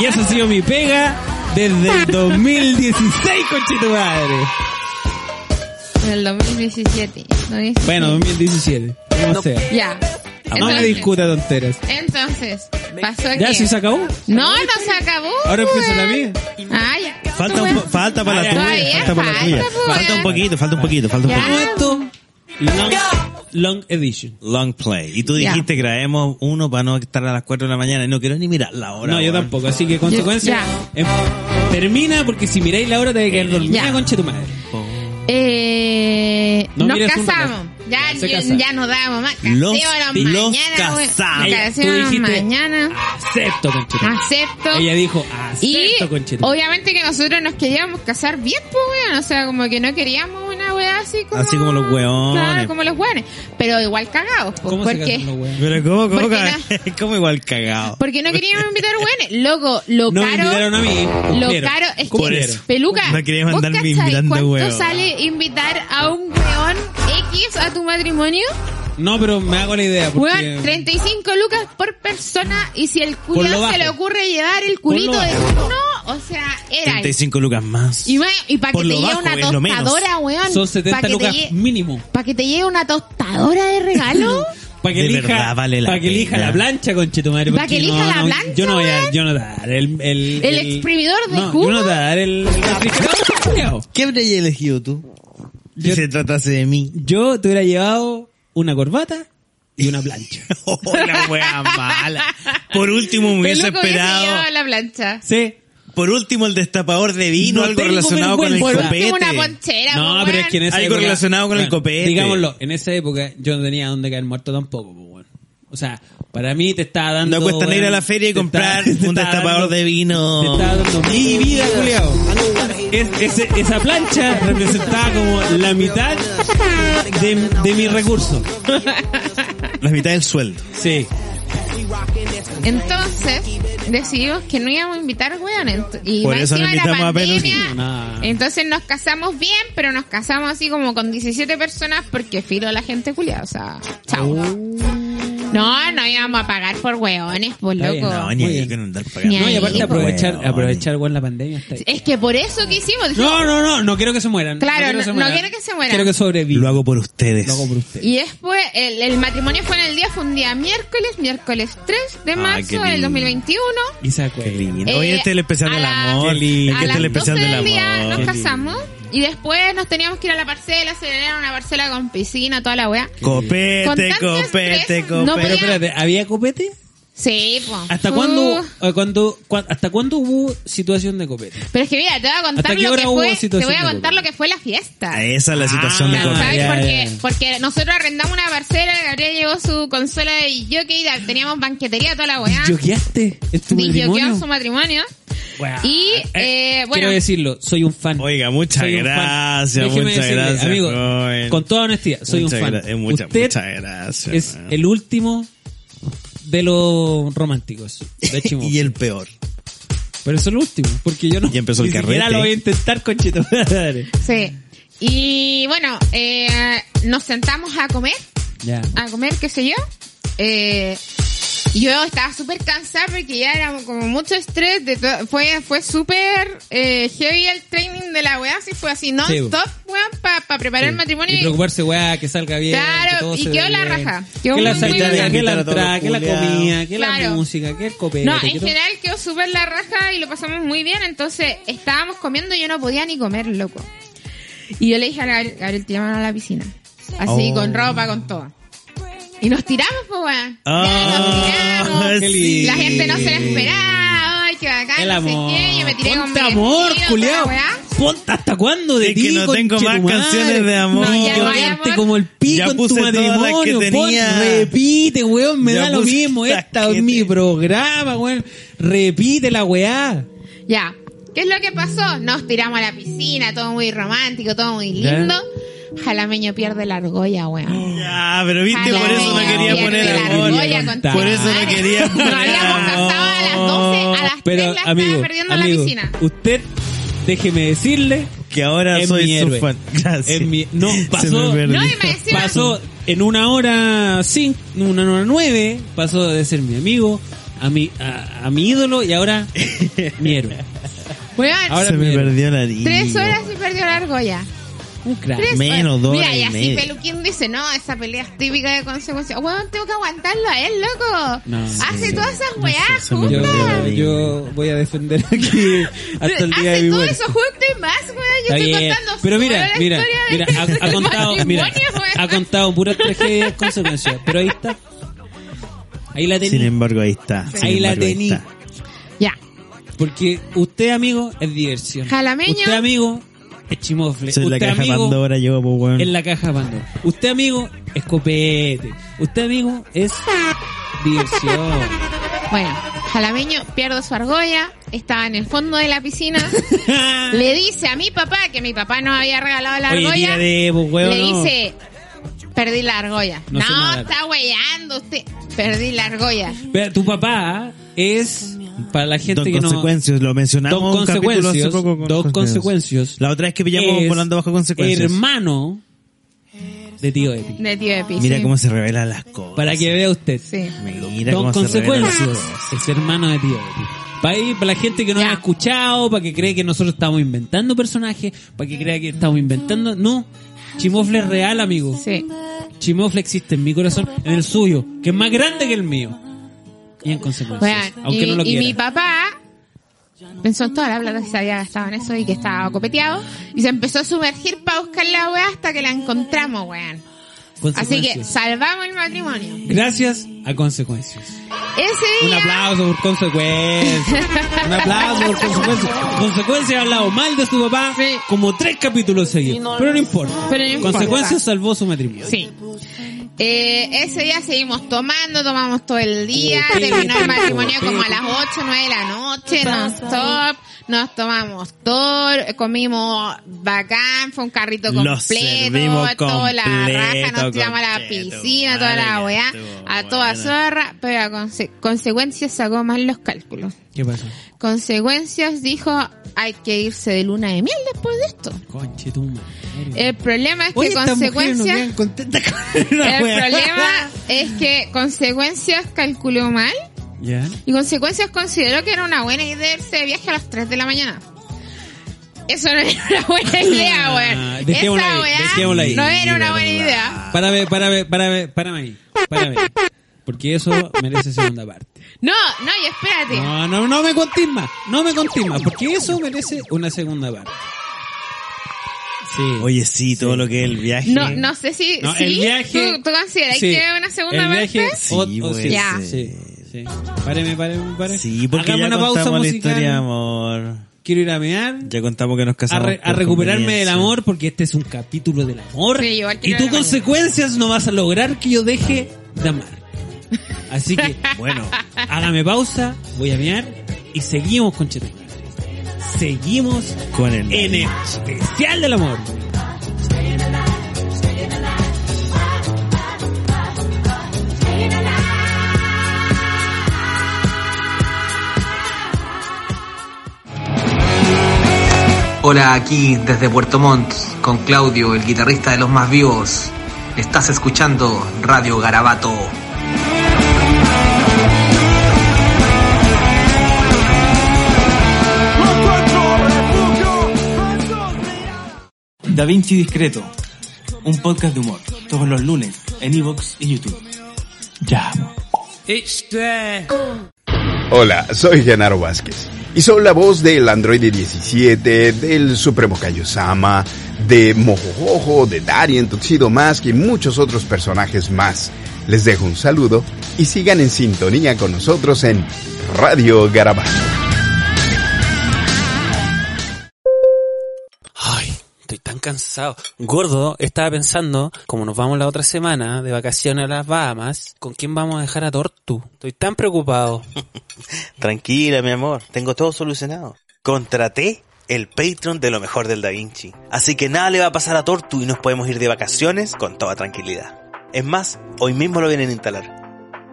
Speaker 5: Y esa ha sido mi pega desde el 2016, conchito madre.
Speaker 6: En el 2017. ¿no?
Speaker 5: Bueno, 2017, como sea.
Speaker 6: Ya.
Speaker 5: No me
Speaker 6: Entonces,
Speaker 5: discuta tonteras.
Speaker 6: entonces, pasó
Speaker 5: ¿Ya
Speaker 6: que...
Speaker 5: si se acabó?
Speaker 6: No, no se acabó.
Speaker 5: Ahora empieza la
Speaker 6: weón.
Speaker 5: mía.
Speaker 6: Ah, ya.
Speaker 4: Falta, un po- falta para la
Speaker 5: Ah,
Speaker 4: tuya.
Speaker 6: todavía
Speaker 4: Falta para la
Speaker 6: falta,
Speaker 4: tuya.
Speaker 6: pues.
Speaker 4: Falta un poquito, falta un poquito, falta un
Speaker 6: Ya.
Speaker 4: poquito.
Speaker 5: Esto, long, long edition.
Speaker 4: Long play. Y tú
Speaker 6: Ya.
Speaker 4: dijiste que grabemos uno para no estar a las 4 de la mañana. Y no quiero ni mirar la hora.
Speaker 5: No, yo
Speaker 4: weón.
Speaker 5: tampoco, así que consecuencia em, termina porque si miráis la hora te que quedar dormida,
Speaker 6: Ya.
Speaker 5: concha tu madre.
Speaker 6: Eh,
Speaker 5: No
Speaker 6: nos
Speaker 5: mires un
Speaker 6: casamos.
Speaker 5: rato.
Speaker 6: Ya,
Speaker 5: Ya, se
Speaker 6: yo-
Speaker 5: casaron.
Speaker 6: ya nos damos más.
Speaker 4: Los-
Speaker 6: Casémonos
Speaker 4: los
Speaker 6: mañana, weón.
Speaker 4: casados.
Speaker 5: Ella-
Speaker 6: Casémonos
Speaker 5: tú dijiste,
Speaker 6: mañana.
Speaker 5: Acepto, concha tu madre.
Speaker 6: Acepto.
Speaker 5: Ella dijo,
Speaker 6: Y
Speaker 5: acepto, concha tu madre.
Speaker 6: obviamente que nosotros nos queríamos casar bien, pues, weón. O sea, como que no queríamos una weá así como...
Speaker 4: Así como los weones.
Speaker 6: Claro, como los weones. Pero igual cagados, pues,
Speaker 5: ¿Cómo se
Speaker 6: porque...
Speaker 5: casan los weones?
Speaker 4: Pero cómo, cómo,
Speaker 6: Porque
Speaker 4: ca- cómo igual cagado.
Speaker 6: Porque no queríamos invitar weones. Loco, lo
Speaker 5: No me
Speaker 6: caro...
Speaker 5: invitaron a mí.
Speaker 6: Lo
Speaker 5: cumplieron,
Speaker 6: caro es
Speaker 5: cumplieron.
Speaker 6: que, peluca,
Speaker 4: No quería
Speaker 6: ¿vos
Speaker 4: mandarme
Speaker 6: cachai
Speaker 4: invitando
Speaker 6: ¿cuánto
Speaker 4: huevos?
Speaker 6: sale invitar a un weón X a tu matrimonio?
Speaker 5: No, pero me hago la idea. Porque...
Speaker 6: Weón, 35 lucas por persona y si el
Speaker 5: Por lo
Speaker 6: culiado
Speaker 5: bajo.
Speaker 6: se le ocurre llevar el
Speaker 5: Por lo
Speaker 6: culito de
Speaker 5: bajo.
Speaker 6: uno, o sea, era ahí.
Speaker 4: 35 lucas más.
Speaker 6: Y, bueno, y para que
Speaker 4: Por
Speaker 6: te
Speaker 4: lo
Speaker 6: llegue
Speaker 4: bajo,
Speaker 6: una
Speaker 4: es lo menos.
Speaker 6: tostadora, weón.
Speaker 5: Son 70
Speaker 6: para que,
Speaker 5: lucas
Speaker 6: te llegue-
Speaker 5: mínimo.
Speaker 6: pa' que te llegue una tostadora de regalo.
Speaker 5: Para que,
Speaker 4: De
Speaker 5: elija,
Speaker 4: verdad vale la
Speaker 5: para que elija
Speaker 4: pena.
Speaker 5: la plancha, concha tu madre.
Speaker 6: Pa' que
Speaker 5: porque
Speaker 6: elija la
Speaker 5: no,
Speaker 6: plancha,
Speaker 5: Yo no voy a,
Speaker 6: weón.
Speaker 5: yo no voy a dar el... El,
Speaker 6: El exprimidor de
Speaker 5: no,
Speaker 6: jugo.
Speaker 5: Yo no voy a dar el... el refrigerador, culiao.
Speaker 4: ¿Qué habrías elegido tú? Si
Speaker 5: Yo-
Speaker 4: se tratase de mí.
Speaker 5: Yo te hubiera llevado una corbata y una plancha.
Speaker 4: Oh, la wea mala. Por último me hubiese
Speaker 6: Peluco hubiese
Speaker 4: esperado.
Speaker 6: llevado la plancha.
Speaker 5: Sí.
Speaker 4: Por último, el destapador de vino,
Speaker 5: No
Speaker 4: algo
Speaker 5: tengo
Speaker 4: relacionado con el
Speaker 5: vergüenza. Por
Speaker 4: copete.
Speaker 5: último,
Speaker 6: una ponchera,
Speaker 5: No,
Speaker 6: po,
Speaker 5: pero
Speaker 6: weón.
Speaker 5: es que en esa
Speaker 4: Algo
Speaker 5: época-
Speaker 4: relacionado con el
Speaker 5: bueno,
Speaker 4: copete.
Speaker 5: Digámoslo, en esa época yo no tenía dónde caer muerto tampoco, pues, bueno. O sea, para mí te estaba dando.
Speaker 4: No cuesta nada ir a la feria y comprar un destapador de vino.
Speaker 5: Te estaba dando mi vida, culiao. Es- ese- esa plancha representaba como la mitad de, de mi recurso.
Speaker 4: La mitad del sueldo.
Speaker 5: Sí.
Speaker 6: Entonces, decidimos que no íbamos a invitar weón. Y
Speaker 4: Por
Speaker 6: más
Speaker 4: eso no
Speaker 6: encima
Speaker 4: invitamos
Speaker 6: era
Speaker 4: a Pedro
Speaker 6: pandemia.
Speaker 5: Silva, nada.
Speaker 4: Eh,
Speaker 6: Entonces nos casamos bien, pero nos casamos así como con 17 personas porque filo la gente culiada. O sea,
Speaker 5: Uh,
Speaker 6: chao. No, no íbamos a pagar por weones, por
Speaker 5: Está bien,
Speaker 6: loco.
Speaker 4: No, ni
Speaker 5: Muy
Speaker 4: ahí
Speaker 5: bien.
Speaker 4: que no andar pagando.
Speaker 6: Ni
Speaker 5: No, y aparte
Speaker 6: Sí, pues,
Speaker 5: aprovechar,
Speaker 4: Weón.
Speaker 5: aprovechar, bueno, la pandemia. Está ahí.
Speaker 6: Es que por eso que hicimos. dijimos,
Speaker 5: No, no, no, no quiero que se mueran.
Speaker 6: Claro,
Speaker 5: quiero que
Speaker 6: no-
Speaker 5: se
Speaker 6: no
Speaker 5: mueran.
Speaker 6: quiero que se mueran.
Speaker 5: Quiero que
Speaker 4: Lo
Speaker 5: sobrevivan.
Speaker 4: hago por ustedes.
Speaker 5: Lo hago por ustedes.
Speaker 6: Y después, el, el matrimonio fue en el día, fue un día miércoles, miércoles 3 de
Speaker 4: Ay, qué
Speaker 6: marzo del
Speaker 4: lindo.
Speaker 6: 2021.
Speaker 5: Y se
Speaker 4: Qué
Speaker 5: acuerdan.
Speaker 4: lindo.
Speaker 6: Eh,
Speaker 4: Oye, este es el especial
Speaker 6: a
Speaker 4: del
Speaker 6: la-
Speaker 4: amor.
Speaker 5: Qué lindo.
Speaker 4: Es que este es el
Speaker 6: a las 12
Speaker 4: especial
Speaker 6: del
Speaker 4: del
Speaker 6: día nos
Speaker 4: amor.
Speaker 6: casamos y después nos teníamos que ir a la parcela, celebrar una parcela con piscina, toda la wea. Con
Speaker 4: Copete,
Speaker 6: tanto
Speaker 4: copete,
Speaker 6: estrés,
Speaker 4: copete.
Speaker 6: no
Speaker 5: Pero
Speaker 6: podía-
Speaker 5: espérate, ¿había copete?
Speaker 6: Sí, pues.
Speaker 5: ¿Hasta cuándo, eh, cuándo- cua- ¿Hasta cuándo hubo situación de copete?
Speaker 6: Pero es que mira, te voy a
Speaker 5: ¿Hasta
Speaker 6: contar
Speaker 5: qué
Speaker 6: lo
Speaker 5: hora
Speaker 6: que
Speaker 5: hubo
Speaker 6: fue, te
Speaker 5: situación
Speaker 6: voy a
Speaker 5: de
Speaker 6: contar lo
Speaker 5: Google?
Speaker 6: que fue la fiesta.
Speaker 4: Ah, Esa es la situación de
Speaker 5: Ah,
Speaker 4: copete.
Speaker 6: ¿Sabes?
Speaker 5: ya,
Speaker 6: porque,
Speaker 5: ya, ya.
Speaker 6: porque nosotros arrendamos una parcela, Gabriel llevó su consola de jockey, teníamos banquetería, toda la weá.
Speaker 5: ¿Yoqueaste? ¿Es tu matrimonio?
Speaker 6: Disjoquearon su matrimonio.
Speaker 5: Guau.
Speaker 6: Y, eh, bueno.
Speaker 5: Quiero decirlo, soy un fan.
Speaker 4: Oiga, muchas
Speaker 5: Soy un fan.
Speaker 4: gracias,
Speaker 5: Déjeme
Speaker 4: muchas
Speaker 5: decirle,
Speaker 4: gracias,
Speaker 5: Amigo,
Speaker 4: joven.
Speaker 5: con toda honestidad, soy
Speaker 4: Muchas
Speaker 5: un fan.
Speaker 4: gra- eh, muchas-
Speaker 5: Usted
Speaker 4: muchas gracias,
Speaker 5: es
Speaker 4: man.
Speaker 5: el último de los románticos. De Chimo.
Speaker 4: Y el peor.
Speaker 5: Pero eso es lo último, porque yo no.
Speaker 4: Y empezó el
Speaker 5: ni siquiera
Speaker 4: carrete.
Speaker 5: lo voy a intentar, conchito.
Speaker 6: Sí. Y bueno, eh, nos sentamos a comer,
Speaker 5: ya.
Speaker 6: a comer, qué sé yo. Eh, y yo estaba súper cansada porque ya era como mucho estrés. De to- fue fue súper eh, heavy el training de la weá, así fue así non-stop, weón, para preparar el matrimonio.
Speaker 5: Y
Speaker 6: y-
Speaker 5: preocuparse, weá, que salga bien.
Speaker 6: Claro,
Speaker 5: que todo
Speaker 6: y
Speaker 5: se
Speaker 6: quedó
Speaker 5: vea
Speaker 6: la
Speaker 5: bien.
Speaker 6: raja. Quedó
Speaker 5: que la
Speaker 6: muy, muy bacán.
Speaker 5: salida, que la
Speaker 4: Invitar a todos
Speaker 5: entrada,
Speaker 4: los
Speaker 5: que la
Speaker 4: culiados.
Speaker 5: comida, que la
Speaker 6: Claro.
Speaker 5: música, que el copete.
Speaker 6: No,
Speaker 5: que
Speaker 6: en
Speaker 5: todo.
Speaker 6: general quedó súper la raja y lo pasamos muy bien. Entonces estábamos comiendo y yo no podía ni comer, loco. Y yo le dije a Gabriel, Gabriel te llaman a la piscina. Así, con ropa, con todo. Y nos tiramos, pues, weón. Ya
Speaker 4: Ah,
Speaker 6: nos tiramos.
Speaker 4: qué
Speaker 6: La
Speaker 4: lindo.
Speaker 6: gente no se la esperaba. Ay, qué bacán.
Speaker 5: El
Speaker 6: Ah, no
Speaker 5: amor.
Speaker 6: Sé qué. Yo me tiré con mi
Speaker 5: Ponte amor,
Speaker 6: vestido,
Speaker 5: culiao.
Speaker 6: toda la weá.
Speaker 5: Ponte hasta cuándo de
Speaker 4: Es
Speaker 5: ti,
Speaker 4: que no tengo más
Speaker 5: conchetumare?
Speaker 4: canciones de amor.
Speaker 6: No, ya no hay
Speaker 5: Quedaste
Speaker 6: amor.
Speaker 5: como el pico
Speaker 4: Ya
Speaker 5: en tu
Speaker 4: puse todas las
Speaker 5: matrimonio.
Speaker 4: que
Speaker 5: pon-
Speaker 4: tenía.
Speaker 5: repite, weón. Me
Speaker 4: Ya
Speaker 5: da lo
Speaker 4: puse
Speaker 5: mismo.
Speaker 4: las
Speaker 5: Esta
Speaker 4: que
Speaker 5: es mi
Speaker 4: te-
Speaker 5: programa, weón. Repite la weá.
Speaker 6: Ya. ¿Qué es lo que pasó? Nos tiramos a la piscina, todo muy romántico, todo muy lindo. Jalameño pierde la argolla, weón.
Speaker 5: Oh,
Speaker 4: Ya, pero viste, por eso no
Speaker 6: Jalameño
Speaker 4: quería
Speaker 6: pierde
Speaker 4: poner
Speaker 6: la
Speaker 4: amor.
Speaker 6: argolla con tu
Speaker 4: Por eso no
Speaker 6: madre.
Speaker 4: quería poner
Speaker 6: Nos habíamos casado a las 12, a las 3 la estaba perdiendo en la piscina.
Speaker 5: usted, déjeme decirle,
Speaker 4: Que ahora
Speaker 5: Es mi
Speaker 4: soy su
Speaker 5: héroe.
Speaker 4: fan. Gracias.
Speaker 5: en mi- no,
Speaker 4: Ah, Se me
Speaker 5: pasó,
Speaker 4: perdió.
Speaker 6: No, y me decía-
Speaker 5: pasó en una hora cinco, una hora nueve, pasó de ser mi amigo a mi, a, a mi ídolo y ahora mi héroe.
Speaker 6: Weón,
Speaker 5: Ahora
Speaker 4: Se me
Speaker 5: mira.
Speaker 4: perdió la niña.
Speaker 6: tres horas y perdió la argolla.
Speaker 5: Un crack.
Speaker 6: Tres
Speaker 4: Menos
Speaker 6: horas.
Speaker 4: dos
Speaker 6: Mira,
Speaker 4: horas
Speaker 6: y
Speaker 4: y
Speaker 6: así
Speaker 4: media.
Speaker 6: Peluquín dice, no, esa pelea es típica de consecuencia. Weón, tengo que aguantarlo a él, loco.
Speaker 5: No,
Speaker 6: Hace
Speaker 4: sí,
Speaker 6: todas esas
Speaker 4: no sé,
Speaker 6: weás
Speaker 4: se me
Speaker 5: Yo,
Speaker 4: perdió
Speaker 6: juntas.
Speaker 4: la vida.
Speaker 5: yo voy a defender aquí hasta el día de
Speaker 6: Hace
Speaker 5: mi
Speaker 6: todo
Speaker 5: muerte.
Speaker 6: eso junto y más, weón. Yo
Speaker 5: Está
Speaker 6: estoy
Speaker 5: bien.
Speaker 6: contando
Speaker 5: Pero
Speaker 6: solo
Speaker 5: mira,
Speaker 6: la
Speaker 5: mira, mira,
Speaker 6: historia del
Speaker 5: ha, ha contado, mira,
Speaker 6: matrimonio, pues, weón.
Speaker 5: ha contado puras tragedias consecuencias. Pero ahí está. Ahí la
Speaker 4: Sin
Speaker 5: tenía.
Speaker 4: embargo, ahí está. Sin
Speaker 5: Ahí la
Speaker 4: embargo, ahí
Speaker 5: tení.
Speaker 4: está.
Speaker 6: Ya.
Speaker 5: Porque usted, amigo, es diversión.
Speaker 6: Jalameño.
Speaker 5: Usted, amigo, es chimofle.
Speaker 4: Soy
Speaker 5: usted,
Speaker 4: la caja
Speaker 5: amigo,
Speaker 4: Pandora, yo, pues, weón.
Speaker 5: es la caja Pandora. Usted, amigo, es copete. Usted, amigo, es diversión.
Speaker 6: Bueno, Jalameño pierde su argolla, estaba en el fondo de la piscina, le dice a mi papá, que mi papá no había regalado la
Speaker 5: Oye,
Speaker 6: argolla,
Speaker 5: tírate, pues,
Speaker 6: le
Speaker 5: weón. no.
Speaker 6: dice, perdí la argolla.
Speaker 5: No
Speaker 6: No,
Speaker 5: sé nadar.
Speaker 6: está weyando usted, perdí la argolla.
Speaker 5: Pero tu papá es, para la gente
Speaker 4: Don
Speaker 5: que no...
Speaker 4: Consecuencias, lo mencionamos
Speaker 5: Don
Speaker 4: en un capítulo hace
Speaker 5: Consecuencias,
Speaker 4: poco con
Speaker 5: Don Consecuencias.
Speaker 4: La otra vez que pillamos
Speaker 5: es
Speaker 4: volando bajo consecuencias.
Speaker 5: Hermano de tío Epi.
Speaker 6: De tío de piso.
Speaker 4: Mira cómo se revelan las cosas.
Speaker 5: Para que vea usted.
Speaker 6: Sí.
Speaker 4: Mira
Speaker 5: Don
Speaker 4: cómo se revelan las
Speaker 5: Consecuencias
Speaker 4: cosas.
Speaker 5: es hermano de tío Epi. Para, ahí, para la gente que no
Speaker 6: Ya.
Speaker 5: ha escuchado, para que cree que nosotros estamos inventando personajes, para que crea que estamos inventando. No. Chimofle es real, amigo.
Speaker 6: Sí.
Speaker 5: Chimofle existe en mi corazón, en el suyo, que es más grande que el mío. Y en consecuencias.
Speaker 6: Bueno,
Speaker 5: aunque
Speaker 6: y,
Speaker 5: no lo
Speaker 6: y
Speaker 5: quiera.
Speaker 6: mi papá pensó en toda la plata que se había gastado en eso y que estaba copeteado y se empezó a sumergir para buscar la weá hasta que la encontramos, weón. Así que
Speaker 5: Consecuencias.
Speaker 6: salvamos el matrimonio.
Speaker 5: Gracias a consecuencias.
Speaker 6: Ese
Speaker 5: Un
Speaker 6: día,
Speaker 5: aplauso por consecuencias. Un aplauso por consecuencias. Consecuencias ha hablado mal de su papá
Speaker 6: Sí.
Speaker 5: como tres capítulos seguidos. Pero no importa.
Speaker 6: Pero no importa.
Speaker 5: consecuencias salvó su matrimonio.
Speaker 6: sí. Eh, ese día seguimos tomando, tomamos todo el día,
Speaker 5: Como
Speaker 6: terminó el
Speaker 5: pico,
Speaker 6: matrimonio
Speaker 5: como
Speaker 6: como a
Speaker 5: pico.
Speaker 6: las 8, 9 de la noche, non stop, nos tomamos todo, comimos bacán, fue un carrito
Speaker 4: Nos
Speaker 6: completo,
Speaker 4: servimos
Speaker 6: toda la raja, nos
Speaker 4: completo,
Speaker 6: tiramos a la
Speaker 4: completo,
Speaker 6: piscina, toda la
Speaker 4: madre,
Speaker 6: weá,
Speaker 4: estuvo
Speaker 6: a toda
Speaker 4: buena.
Speaker 6: zorra, pero a conse- consecuencias sacó mal los cálculos.
Speaker 5: ¿Qué pasó?
Speaker 6: Consecuencias dijo, hay que irse de luna de miel después de esto.
Speaker 5: Conche tu madre.
Speaker 6: El problema es que
Speaker 5: Oye, estas mujeres no
Speaker 6: consecuencias...
Speaker 5: quedan contentas con la
Speaker 6: El
Speaker 5: wea.
Speaker 6: problema es que consecuencias calculó mal
Speaker 5: Ya.
Speaker 6: y consecuencias consideró que era una buena idea irse de viaje a las 3 de la mañana. Eso no era una buena idea, weón.
Speaker 5: Ah, Dejémosla ahí,
Speaker 6: Esa
Speaker 5: dejémosla ahí.
Speaker 6: weá no era una buena idea.
Speaker 5: Párame, párame, párame, párame ahí. Párame. Porque eso merece segunda parte.
Speaker 6: No, no, y espérate.
Speaker 5: No, no, no me contes más. No me contes más. Porque eso merece una segunda parte. Sí.
Speaker 4: Oye, sí, todo lo que es el viaje.
Speaker 6: No, no sé si,
Speaker 5: No,
Speaker 6: si
Speaker 5: el viaje.
Speaker 6: tú, tú consideras
Speaker 5: sí.
Speaker 6: que es una segunda
Speaker 5: el viaje,
Speaker 6: parte.
Speaker 5: o-
Speaker 4: Sí,
Speaker 5: o-
Speaker 4: güey,
Speaker 5: sí,
Speaker 6: Ya.
Speaker 5: sí, sí. Páreme, páreme, páreme.
Speaker 4: Sí, porque
Speaker 5: Hagamos
Speaker 4: ya
Speaker 5: una
Speaker 4: contamos
Speaker 5: pausa
Speaker 4: la
Speaker 5: musical.
Speaker 4: historia de amor.
Speaker 5: Quiero ir a mear.
Speaker 4: Ya contamos que nos
Speaker 5: A,
Speaker 4: casamos.
Speaker 5: re- a
Speaker 4: por
Speaker 5: recuperarme del
Speaker 4: conveniencia.
Speaker 5: amor porque este es un capítulo del amor.
Speaker 6: Sí, igual que
Speaker 5: y
Speaker 6: la
Speaker 5: tus
Speaker 6: de la
Speaker 5: consecuencias no vas a lograr que yo deje de amar. Así que,
Speaker 4: Bueno,
Speaker 5: hágame pausa, voy a mear y seguimos con Chetumal. Seguimos
Speaker 4: con el.
Speaker 5: en el especial del amor.
Speaker 10: Hola, aquí desde Puerto Montt con Claudio, el guitarrista de los más vivos. Estás escuchando Radio Garabato.
Speaker 11: Da Vinci Discreto, un podcast de humor, todos los lunes en Evox y YouTube. Ya.
Speaker 12: Hola, soy Genaro Vázquez y soy la voz del Android 17, del Supremo Kaiosama, de Mojojojo, de Darien, Tuxedo Mask y muchos otros personajes más. Les dejo un saludo y sigan en sintonía con nosotros en Radio Garabato.
Speaker 5: Ay, estoy tan cansado. Gordo, estaba pensando, como nos vamos la otra semana de vacaciones a las Bahamas, ¿con quién vamos a dejar a Tortu? Estoy tan preocupado.
Speaker 7: Tranquila, mi amor, tengo todo solucionado. Contraté el Patreon de lo mejor del Da Vinci. Así que nada le va a pasar a Tortu y nos podemos ir de vacaciones con toda tranquilidad. Es más, hoy mismo lo vienen a instalar.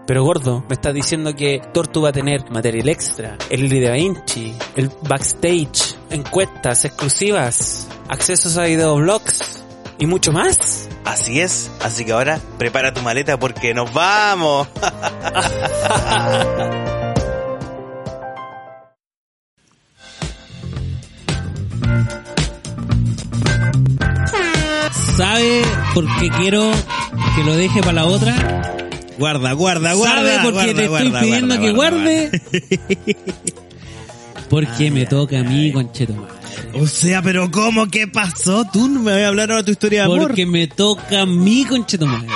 Speaker 5: Pero gordo, me estás diciendo que Tortu va a tener material extra, el de Da Vinci, el backstage, encuestas exclusivas, accesos a videoblogs y mucho más.
Speaker 7: Así es, así que ahora prepara tu maleta porque nos vamos.
Speaker 5: ¿Sabe por qué quiero que lo deje para la otra?
Speaker 4: Guarda, guarda, guarda.
Speaker 5: ¿Sabe por qué
Speaker 4: guarda,
Speaker 5: te estoy
Speaker 4: guarda,
Speaker 5: pidiendo
Speaker 4: guarda,
Speaker 5: que
Speaker 4: guarda,
Speaker 5: guarde? Porque
Speaker 4: Ah,
Speaker 5: me
Speaker 4: ya,
Speaker 5: toca a mí,
Speaker 4: ya.
Speaker 5: conchetumare.
Speaker 4: guarda. O sea, pero ¿cómo? ¿Qué pasó? Tú no me vas a hablar ahora de tu historia de amor.
Speaker 5: Porque me toca a mí, conchetumare.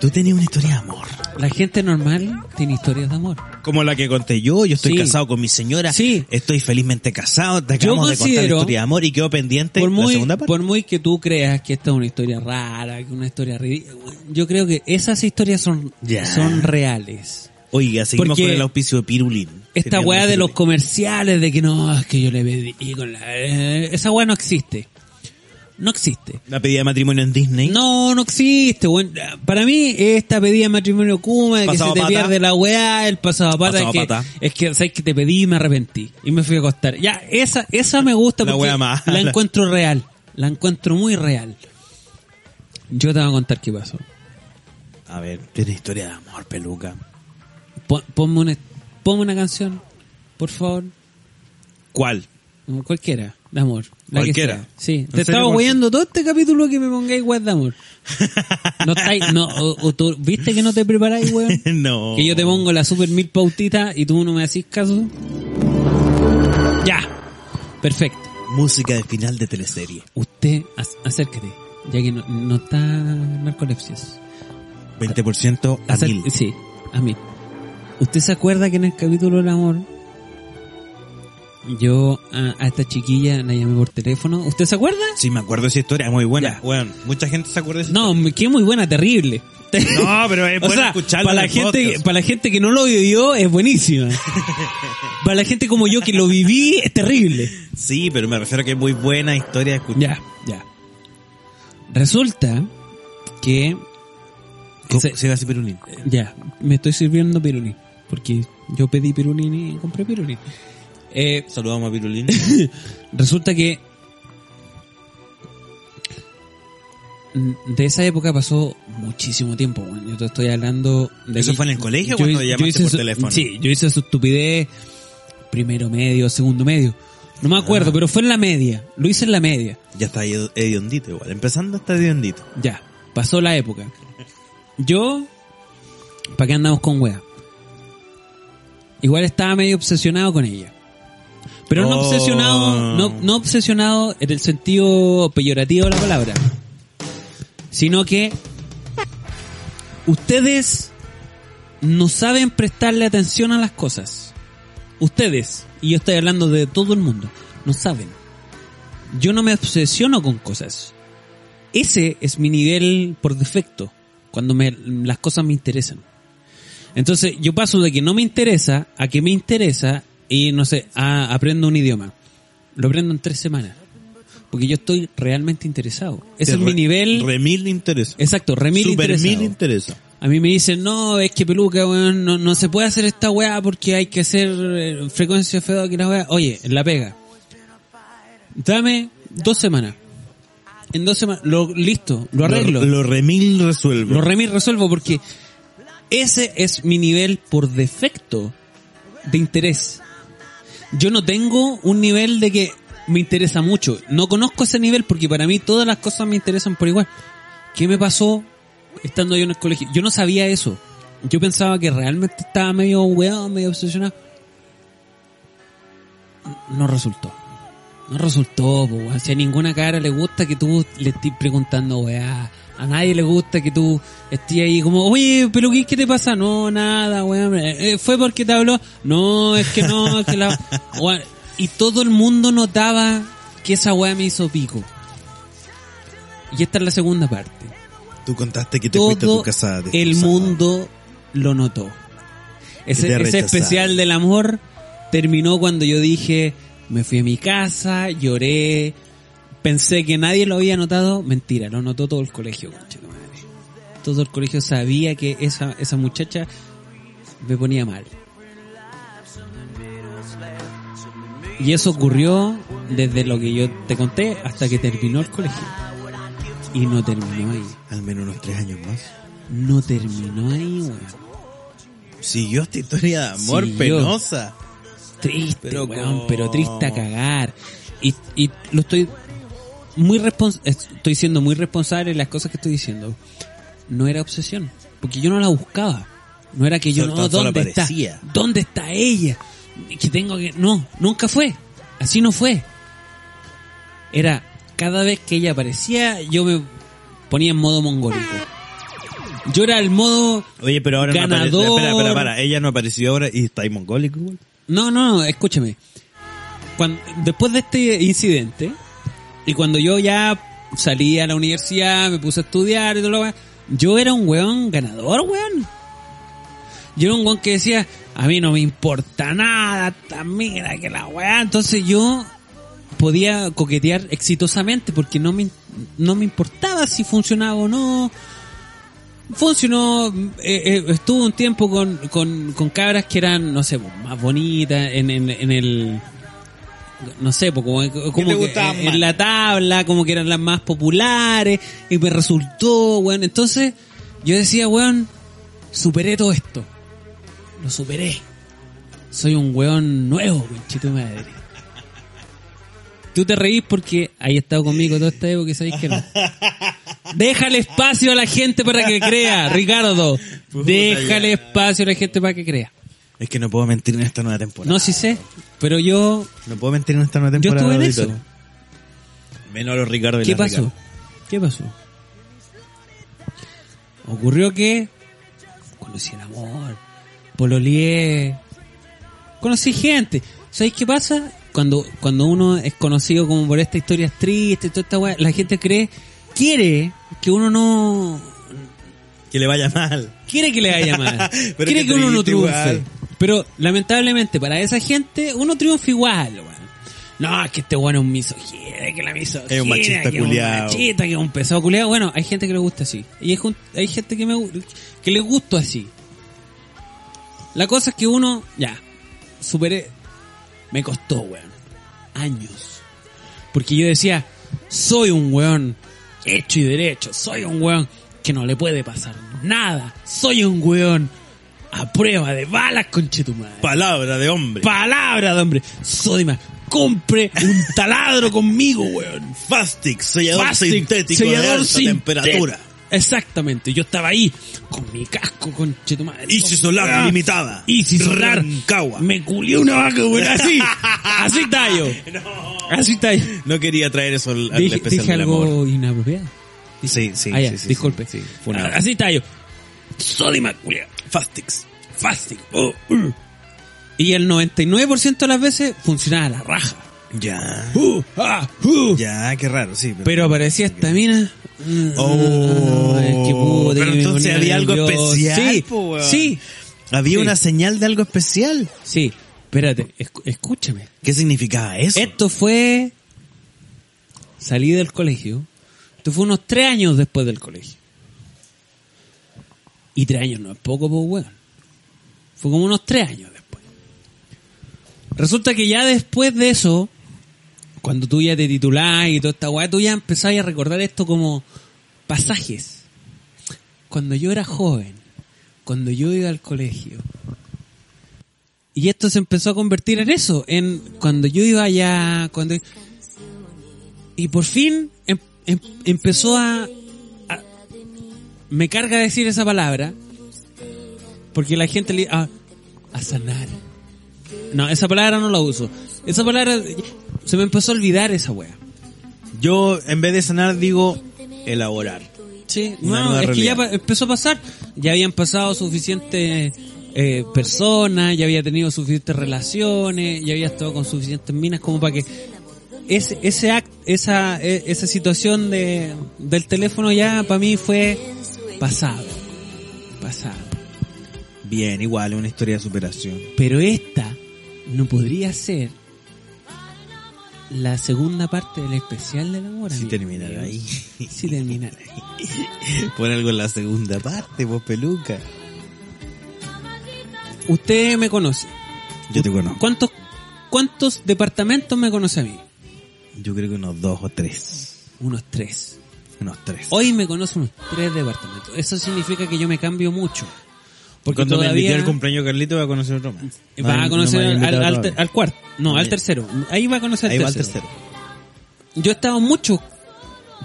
Speaker 4: Tú tenías una historia de amor.
Speaker 5: La gente normal tiene historias de amor.
Speaker 4: Como la que conté yo, yo estoy
Speaker 5: Sí.
Speaker 4: casado con mi señora,
Speaker 5: Sí.
Speaker 4: estoy felizmente casado, te acabamos de contar la
Speaker 5: considero-
Speaker 4: historia de amor y quedó pendiente
Speaker 5: por
Speaker 4: la
Speaker 5: muy,
Speaker 4: segunda parte.
Speaker 5: por muy que tú creas que esta es una historia rara, que una historia ridícula, yo creo que esas historias son,
Speaker 4: Ya.
Speaker 5: son reales.
Speaker 4: Oiga, seguimos
Speaker 5: porque
Speaker 4: con el auspicio de Pirulín.
Speaker 5: Esta
Speaker 4: Sería
Speaker 5: weá de los
Speaker 4: Pirulín.
Speaker 5: comerciales de que no, es que yo le pedí con la... eh, esa weá no existe. No existe.
Speaker 4: La pedida de matrimonio en Disney.
Speaker 5: No, no existe. weón. Para mí, esta pedida de matrimonio Kuma, de que se
Speaker 4: Pasado
Speaker 5: te
Speaker 4: pata.
Speaker 5: pierde la weá, el pasado a pata,
Speaker 4: Pasado
Speaker 5: es, que,
Speaker 4: pata.
Speaker 5: es que, ¿sabes que Te pedí y me arrepentí. Y me fui a acostar. Ya, esa, esa me gusta
Speaker 4: La
Speaker 5: porque
Speaker 4: weá mala.
Speaker 5: la encuentro real. La encuentro muy real. Yo te voy a contar qué pasó.
Speaker 4: A ver, tiene historia de amor, peluca.
Speaker 5: Pon- Ponme una, ponme una canción, por favor.
Speaker 4: ¿Cuál?
Speaker 5: Mm, Cualquiera, de amor. la que
Speaker 4: Cualquiera.
Speaker 5: sea. Sí,
Speaker 4: ¿En
Speaker 5: te
Speaker 4: serio,
Speaker 5: estaba
Speaker 4: cualquiera?
Speaker 5: weyando todo este capítulo que me pongáis weas de amor. No estáis, no, o- o tú- ¿viste que no te preparáis, weón?
Speaker 4: no.
Speaker 5: Que yo te pongo la super mil pautita y tú no me haces caso. Ya. Perfecto.
Speaker 4: Música de final de teleserie.
Speaker 5: Usted, ac- acércate, ya que no, no está narcolepsias.
Speaker 11: 20% a
Speaker 5: Hacer-
Speaker 11: mil.
Speaker 5: Sí, a mí. ¿Usted se acuerda que en el capítulo del amor yo a, a esta chiquilla la llamé por teléfono? ¿Usted se acuerda?
Speaker 11: Sí, me acuerdo de esa historia, muy buena. Bueno, mucha gente se acuerda de esa
Speaker 5: No, qué muy buena, terrible.
Speaker 11: No, pero es
Speaker 5: O
Speaker 11: bueno
Speaker 5: sea,
Speaker 11: escucharlo
Speaker 5: para la,
Speaker 11: en el
Speaker 5: gente,
Speaker 11: podcast.
Speaker 5: para la gente que no lo vivió es buenísima. para la gente como yo que lo viví es terrible.
Speaker 11: Sí, pero me refiero a que es muy buena historia de escuchar.
Speaker 5: Ya, ya. Resulta que
Speaker 11: Co-
Speaker 5: se-
Speaker 11: Se da así, Perunín.
Speaker 5: Ya, me estoy sirviendo pirulín. Porque yo pedí pirulín y compré pirulín. Eh,
Speaker 11: Saludamos a Pirulín.
Speaker 5: Resulta que de esa época pasó muchísimo tiempo. weón. Yo te estoy hablando de
Speaker 11: ¿Eso fue en el colegio o cuando
Speaker 5: hice-
Speaker 11: llamaste
Speaker 5: hice
Speaker 11: por
Speaker 5: su-
Speaker 11: teléfono?
Speaker 5: Sí, yo hice su estupidez primero medio, segundo medio. No me
Speaker 11: Ah.
Speaker 5: acuerdo, pero fue en la media. Lo hice en la media.
Speaker 11: Ya está hed- hediondito igual. Empezando hasta hediondito.
Speaker 5: Ya, pasó la época. Yo, ¿para qué andamos con wea? Igual estaba medio obsesionado con ella. Pero no
Speaker 11: Oh.
Speaker 5: obsesionado, no, no obsesionado en el sentido peyorativo de la palabra. Sino que ustedes no saben prestarle atención a las cosas. Ustedes, y yo estoy hablando de todo el mundo, no saben. Yo no me obsesiono con cosas. Ese es mi nivel por defecto, cuando me, las cosas me interesan. Entonces yo paso de que no me interesa a que me interesa y no sé, a- aprendo un idioma. Lo aprendo en tres semanas. Porque yo estoy realmente interesado. Ese
Speaker 11: Te
Speaker 5: es mi
Speaker 11: re-
Speaker 5: nivel.
Speaker 11: Remil interesa.
Speaker 5: exacto, remil
Speaker 11: Super
Speaker 5: interesado.
Speaker 11: mil interesa.
Speaker 5: A mí me dicen, no, es que peluca, weón, no, no se puede hacer esta weá porque hay que hacer eh, frecuencia feo que la weá. Oye, la pega. Dame dos semanas. En dos semanas, lo, listo, lo arreglo.
Speaker 11: Lo, lo remil resuelvo.
Speaker 5: Lo remil resuelvo porque ese es mi nivel por defecto de interés. Yo no tengo un nivel de que me interesa mucho. No conozco ese nivel porque para mí todas las cosas me interesan por igual. ¿Qué me pasó estando yo en el colegio? Yo no sabía eso. Yo pensaba que realmente estaba medio weado, medio obsesionado. No resultó. No resultó, po, weón. Si a ninguna cara le gusta que tú le estés preguntando, weá. A nadie le gusta que tú estés ahí como, oye, pero ¿qué, qué te pasa? No, nada, weón. Eh, ¿Fue porque te habló? No, es que no, es que la... Weón, Y todo el mundo notaba que esa weá me hizo pico. Y esta es la segunda parte.
Speaker 11: Tú contaste que te fuiste a
Speaker 5: Todo
Speaker 11: tu casa. destrozado.
Speaker 5: el mundo lo notó.
Speaker 11: Y te
Speaker 5: Ese, ese
Speaker 11: rechazaron.
Speaker 5: especial del amor terminó cuando yo dije, me fui a mi casa, lloré, pensé que nadie lo había notado. Mentira, lo notó todo el colegio, concha tu madre. Todo el colegio sabía que esa, esa muchacha me ponía mal. Y eso ocurrió desde lo que yo te conté hasta que terminó el colegio. Y no terminó ahí.
Speaker 11: Al menos unos tres años más.
Speaker 5: No terminó ahí, weón.
Speaker 11: Siguió esta historia de amor
Speaker 5: Siguió.
Speaker 11: penosa.
Speaker 5: Triste,
Speaker 11: Pero
Speaker 5: pero,
Speaker 11: cómo.
Speaker 5: pero triste a cagar. Y, y lo estoy muy respons- estoy siendo muy responsable en las cosas que estoy diciendo. No era obsesión, porque yo no la buscaba. No era que yo
Speaker 11: Solo-
Speaker 5: no,
Speaker 11: tan solo
Speaker 5: ¿dónde está?
Speaker 11: aparecía.
Speaker 5: ¿Dónde está ella? Que tengo que no, nunca fue. Así no fue. Era cada vez que ella aparecía, yo me ponía en modo mongólico. Yo era el modo
Speaker 11: Oye, pero ahora no
Speaker 5: Ganador.
Speaker 11: apareció. Espera, espera, para. Ella no apareció ahora y está ahí mongólico igual.
Speaker 5: No, no, no, escúchame. Cuando, después de este incidente, y cuando yo ya salí a la universidad, me puse a estudiar y todo lo demás, yo era un weón ganador, weón. Yo era un weón que decía, a mí no me importa nada, ta- mira que la weá. Entonces yo podía coquetear exitosamente porque no me, no me importaba si funcionaba o no. Funcionó, eh, eh, estuvo un tiempo con, con, con cabras que eran, no sé, pues, más bonitas en, en, en el... No sé, pues, como, como que,
Speaker 11: gustaban
Speaker 5: en
Speaker 11: más?
Speaker 5: la tabla, como que eran las más populares, y me resultó, weón. Entonces, yo decía, weón, superé todo esto. Lo superé. Soy un weón nuevo, conchito madre. Tú te reís porque hay estado conmigo todo este época que sabéis que no. Déjale espacio a la gente para que crea, Ricardo. Déjale espacio a la gente para que crea.
Speaker 11: Es que no puedo mentir en esta nueva temporada.
Speaker 5: No, sí sé, pero yo,
Speaker 11: No puedo mentir en esta nueva
Speaker 5: yo
Speaker 11: temporada.
Speaker 5: estuve en eso.
Speaker 11: auditorio. Menos a los Ricardo y
Speaker 5: ¿Qué
Speaker 11: las
Speaker 5: pasó?
Speaker 11: Ricardo.
Speaker 5: ¿Qué pasó? Ocurrió que conocí el amor, pololié, conocí gente. ¿Sabéis qué pasa? Cuando, cuando uno es conocido como por estas historias tristes, toda esta weá, la gente cree, quiere que uno no,
Speaker 4: Que le vaya mal.
Speaker 5: quiere que le vaya mal.
Speaker 4: Pero
Speaker 5: quiere
Speaker 4: qué
Speaker 5: que uno no
Speaker 4: triste,
Speaker 5: triunfe.
Speaker 4: igual.
Speaker 5: Pero lamentablemente para esa gente uno triunfa igual, weón. No, es que este bueno es un misogino, que la misogina,
Speaker 4: Es un machista
Speaker 5: que es un
Speaker 4: culiao.
Speaker 5: machista, que es un pesado culiado. Bueno, hay gente que le gusta así. Y hay, jun- hay gente que me gu- que le gusta así. La cosa es que uno, ya, superé. Me costó, weón. Años. Porque yo decía, soy un weón hecho y derecho. Soy un weón que no le puede pasar nada. Soy un weón a prueba de balas, conchetumadre.
Speaker 4: Palabra de hombre.
Speaker 5: Palabra de hombre. Soy más. Compre un taladro conmigo, weón.
Speaker 4: Fastic, sellador
Speaker 5: Fastic,
Speaker 4: sintético de
Speaker 5: sellador
Speaker 4: alta
Speaker 5: sintet-
Speaker 4: temperatura.
Speaker 5: Exactamente, yo estaba ahí con mi casco, conchetumadre.
Speaker 4: Easy Solar
Speaker 5: Ah,
Speaker 4: limitada.
Speaker 5: Easy Solar.
Speaker 4: Rancagua.
Speaker 5: Me culió una vaca, weón. Así. Así está yo. Así está yo.
Speaker 4: No quería traer eso al, al
Speaker 5: Dije,
Speaker 4: especial
Speaker 5: dije
Speaker 4: del
Speaker 5: algo
Speaker 4: amor.
Speaker 5: inapropiado.
Speaker 4: Sí, sí,
Speaker 5: Ah, ya,
Speaker 4: sí, sí,
Speaker 5: disculpe.
Speaker 4: sí, sí, fue una-
Speaker 5: Así está yo. Sodima, culia.
Speaker 4: Fastix.
Speaker 5: Fácil. Oh, uh. Y el 99% de las veces funcionaba la raja.
Speaker 4: Ya.
Speaker 5: Uh, ah, uh.
Speaker 4: Ya, qué raro, sí. Pero,
Speaker 5: Pero aparecía esta mina. Mm,
Speaker 4: Oh,
Speaker 5: ah, es que puta,
Speaker 4: pero
Speaker 5: que me
Speaker 4: entonces
Speaker 5: ponía
Speaker 4: había algo
Speaker 5: nervioso.
Speaker 4: especial,
Speaker 5: Sí,
Speaker 4: po, weón.
Speaker 5: sí,
Speaker 4: había
Speaker 5: sí.
Speaker 4: una señal de algo especial.
Speaker 5: sí. Espérate, escu- escúchame.
Speaker 4: ¿Qué significaba eso?
Speaker 5: Esto fue. Salí del colegio. Esto fue unos tres años después del colegio. Y tres años no es poco, pues, weón. Fue como unos tres años después. Resulta que ya después de eso, cuando tú ya te titulás y toda esta weá, tú ya empezabas a recordar esto como pasajes. Cuando yo era joven, cuando yo iba al colegio, y esto se empezó a convertir en eso, en cuando yo iba allá, cuando... Y por fin em- em- empezó a, a- Me carga decir esa palabra, porque la gente le... A, a sanar. No, esa palabra no la uso. Esa palabra... Se me empezó a olvidar esa wea.
Speaker 4: Yo, en vez de sanar, digo elaborar.
Speaker 5: Sí,
Speaker 4: Una
Speaker 5: no,
Speaker 4: nueva
Speaker 5: es que ya
Speaker 4: realidad.
Speaker 5: pa- empezó a pasar. Ya habían pasado suficientes eh, personas, ya había tenido suficientes relaciones, ya había estado con suficientes minas como para que ese, ese act, esa, eh, esa situación de, del teléfono ya para mí fue pasado. Pasado.
Speaker 4: Bien, igual, una historia de superación.
Speaker 5: Pero esta no podría ser la segunda parte del especial de la hora.
Speaker 4: Si
Speaker 5: amigo.
Speaker 4: terminara ahí.
Speaker 5: Si terminara ahí.
Speaker 4: Por algo en la segunda parte, vos peluca.
Speaker 5: Usted me conoce.
Speaker 4: Yo te conozco.
Speaker 5: ¿Cuántos, cuántos departamentos me conoce a mí?
Speaker 4: Yo creo que unos dos o tres.
Speaker 5: Unos tres.
Speaker 4: Unos tres.
Speaker 5: Hoy me conoce unos tres departamentos. Eso significa que yo me cambio mucho. Porque
Speaker 4: Cuando me invitó
Speaker 5: todavía
Speaker 4: el cumpleaños Carlito va a conocer otro más.
Speaker 5: va a conocer al- al, al-
Speaker 4: tercero.
Speaker 5: al cuarto. No,
Speaker 4: Ah,
Speaker 5: al
Speaker 4: ya.
Speaker 5: tercero. Ahí va a conocer
Speaker 4: Ahí
Speaker 5: al
Speaker 4: va al
Speaker 5: tercero.
Speaker 4: tercero.
Speaker 5: Yo he estado mucho.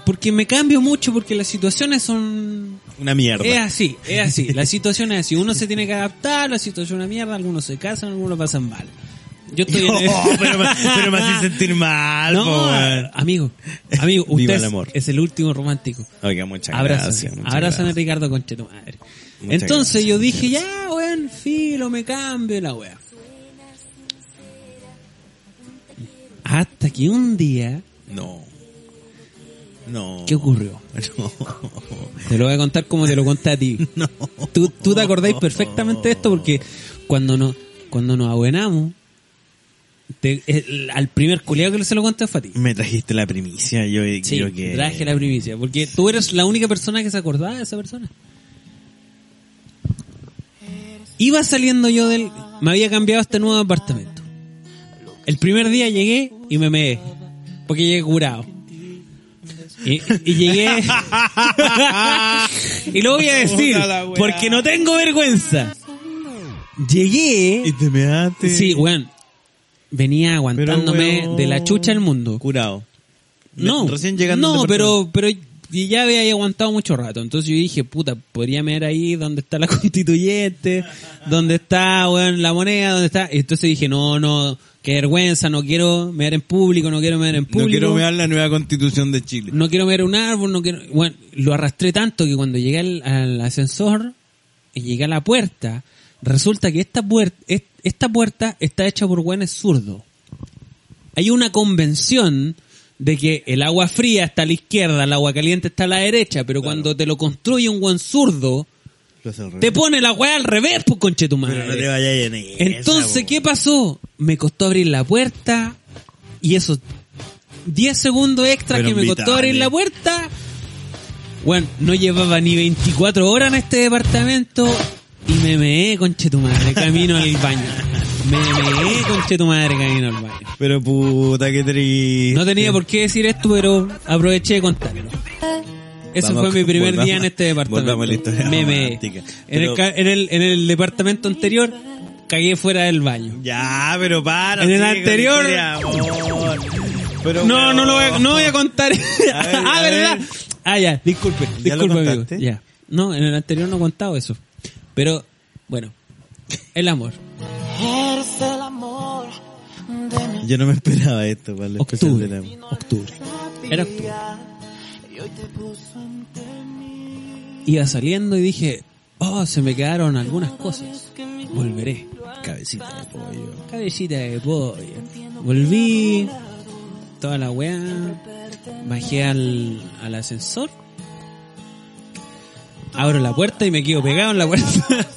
Speaker 5: Porque me cambio mucho porque las situaciones son
Speaker 4: Una mierda.
Speaker 5: Es así, es así. La situación es así. Uno se tiene que adaptar, la situación es una mierda, algunos se casan, algunos pasan mal. Yo estoy en
Speaker 4: Oh, pero, me- pero me hace sentir mal,
Speaker 5: No,
Speaker 4: po, weón.
Speaker 5: amigo, amigo,
Speaker 4: Viva
Speaker 5: usted
Speaker 4: el
Speaker 5: es-
Speaker 4: amor.
Speaker 5: es el último romántico.
Speaker 4: Oiga, muchas gracias.
Speaker 5: Abrázame,
Speaker 4: muchas
Speaker 5: abrázame
Speaker 4: gracias.
Speaker 5: Ricardo Conche tu madre.
Speaker 4: Muchas
Speaker 5: Entonces
Speaker 4: gracias,
Speaker 5: yo
Speaker 4: muchas
Speaker 5: dije, ya, weón, filo, me cambio y la weá. Hasta que un día,
Speaker 4: No. No.
Speaker 5: ¿qué ocurrió?
Speaker 4: No.
Speaker 5: Te lo voy a contar como te lo conté a ti.
Speaker 4: No.
Speaker 5: Tú, tú te acordáis perfectamente de esto porque cuando nos, cuando nos abuenamos, te- el- al primer culiado que se lo conté fue a ti.
Speaker 4: Me trajiste la primicia. Yo
Speaker 5: Sí,
Speaker 4: creo que.
Speaker 5: traje la primicia, porque tú eres la única persona que se acordaba de esa persona. Iba saliendo yo del... Me había cambiado a este nuevo apartamento. El primer día llegué y me meé, porque llegué curado. Y, y llegué... y lo voy a decir,
Speaker 4: Puta la wea.
Speaker 5: porque no tengo vergüenza. Llegué...
Speaker 4: Y te measte.
Speaker 5: Sí, weón. Venía aguantándome
Speaker 4: weón.
Speaker 5: de la chucha al mundo.
Speaker 4: Curado.
Speaker 5: No,
Speaker 4: Recién llegando. al
Speaker 5: No,
Speaker 4: departamento.
Speaker 5: pero, pero y ya había ahí aguantado mucho rato. Entonces yo dije, puta, podría meter ahí donde está la constituyente, donde está, weón, la moneda, donde está. Y entonces dije, no, no, Qué vergüenza, no quiero mear en público, no quiero mear en público.
Speaker 4: No quiero ver la nueva constitución de Chile.
Speaker 5: No quiero ver un árbol, no quiero... Bueno, lo arrastré tanto que cuando llegué al, al ascensor y llegué a la puerta, resulta que esta puerta, esta puerta está hecha por hueones zurdos. Hay una convención de que el agua fría está a la izquierda, el agua caliente está a la derecha, pero cuando te lo construye un buen zurdo, te pone la weá al revés, pues conche tu madre.
Speaker 4: Pero no te vayas en esa,
Speaker 5: Entonces, ¿qué pasó? Me costó abrir la puerta y esos 10 segundos extra
Speaker 4: Fueron
Speaker 5: que me costó
Speaker 4: vitales.
Speaker 5: abrir la puerta. Bueno, no llevaba ni 24 horas en este departamento y me meé, conche tu madre, camino al baño. Me meé, conche tu madre, camino al baño.
Speaker 4: Pero puta, qué triste.
Speaker 5: No tenía por qué decir esto, pero aproveché de contarlo. Ese
Speaker 4: Vamos,
Speaker 5: fue mi primer
Speaker 4: volvamos-
Speaker 5: día en este departamento.
Speaker 4: volvamos a la historia
Speaker 5: Me meé.
Speaker 4: romántica.
Speaker 5: En, el,
Speaker 4: Pero-
Speaker 5: ca- en, el, en el departamento anterior, cagué fuera del baño.
Speaker 4: Ya, pero para.
Speaker 5: En el
Speaker 4: sigue con
Speaker 5: anterior-
Speaker 4: la historia, amor. Pero,
Speaker 5: no, no, lo voy a, no voy a contar. ah,
Speaker 4: a
Speaker 5: ¿verdad?
Speaker 4: ver.
Speaker 5: Ah, ya, disculpe.
Speaker 4: ¿Ya lo
Speaker 5: Disculpe, amigo.
Speaker 4: contaste?
Speaker 5: Ya. No, en el anterior no he contado eso. Pero, bueno, el amor.
Speaker 13: Eres el amor de mi
Speaker 4: Yo no me esperaba esto, ¿vale?
Speaker 5: Octubre.
Speaker 4: Octubre.
Speaker 5: Era octubre. Iba saliendo y dije, oh, se me quedaron algunas cosas. Volveré.
Speaker 4: Cabecita de pollo.
Speaker 5: Cabecita de pollo. Volví, toda la weá, bajé al, al ascensor, abro la puerta y me quedo pegado en la puerta.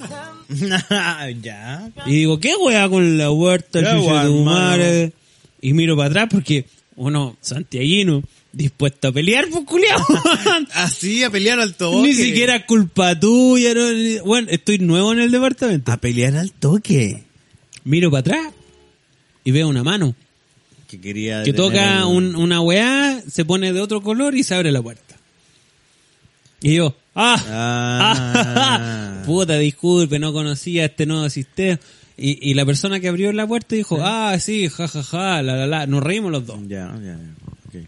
Speaker 4: ya.
Speaker 5: Y digo, ¿qué weá con la huerta, el
Speaker 4: ¿Qué
Speaker 5: chucho
Speaker 4: weá,
Speaker 5: de tu
Speaker 4: hermano?
Speaker 5: madre? Y miro para atrás porque uno, santiaguino, dispuesto a pelear, pues culiao.
Speaker 4: Así, a pelear al toque.
Speaker 5: Ni siquiera culpa tuya. no, ni- bueno, estoy nuevo en el departamento. A
Speaker 4: pelear al toque.
Speaker 5: Miro para atrás y veo una mano
Speaker 4: Que quería.
Speaker 5: que
Speaker 4: tener
Speaker 5: toca
Speaker 4: un-
Speaker 5: un- una weá, se pone de otro color y se abre la puerta. Y yo, ah, ah, puta, disculpe, no conocía este nuevo sistema. Y, y la persona que abrió la puerta dijo, ah, sí, ja, ja, ja, la, la, la. Nos reímos los dos.
Speaker 4: Ya, ya, ya. Ok.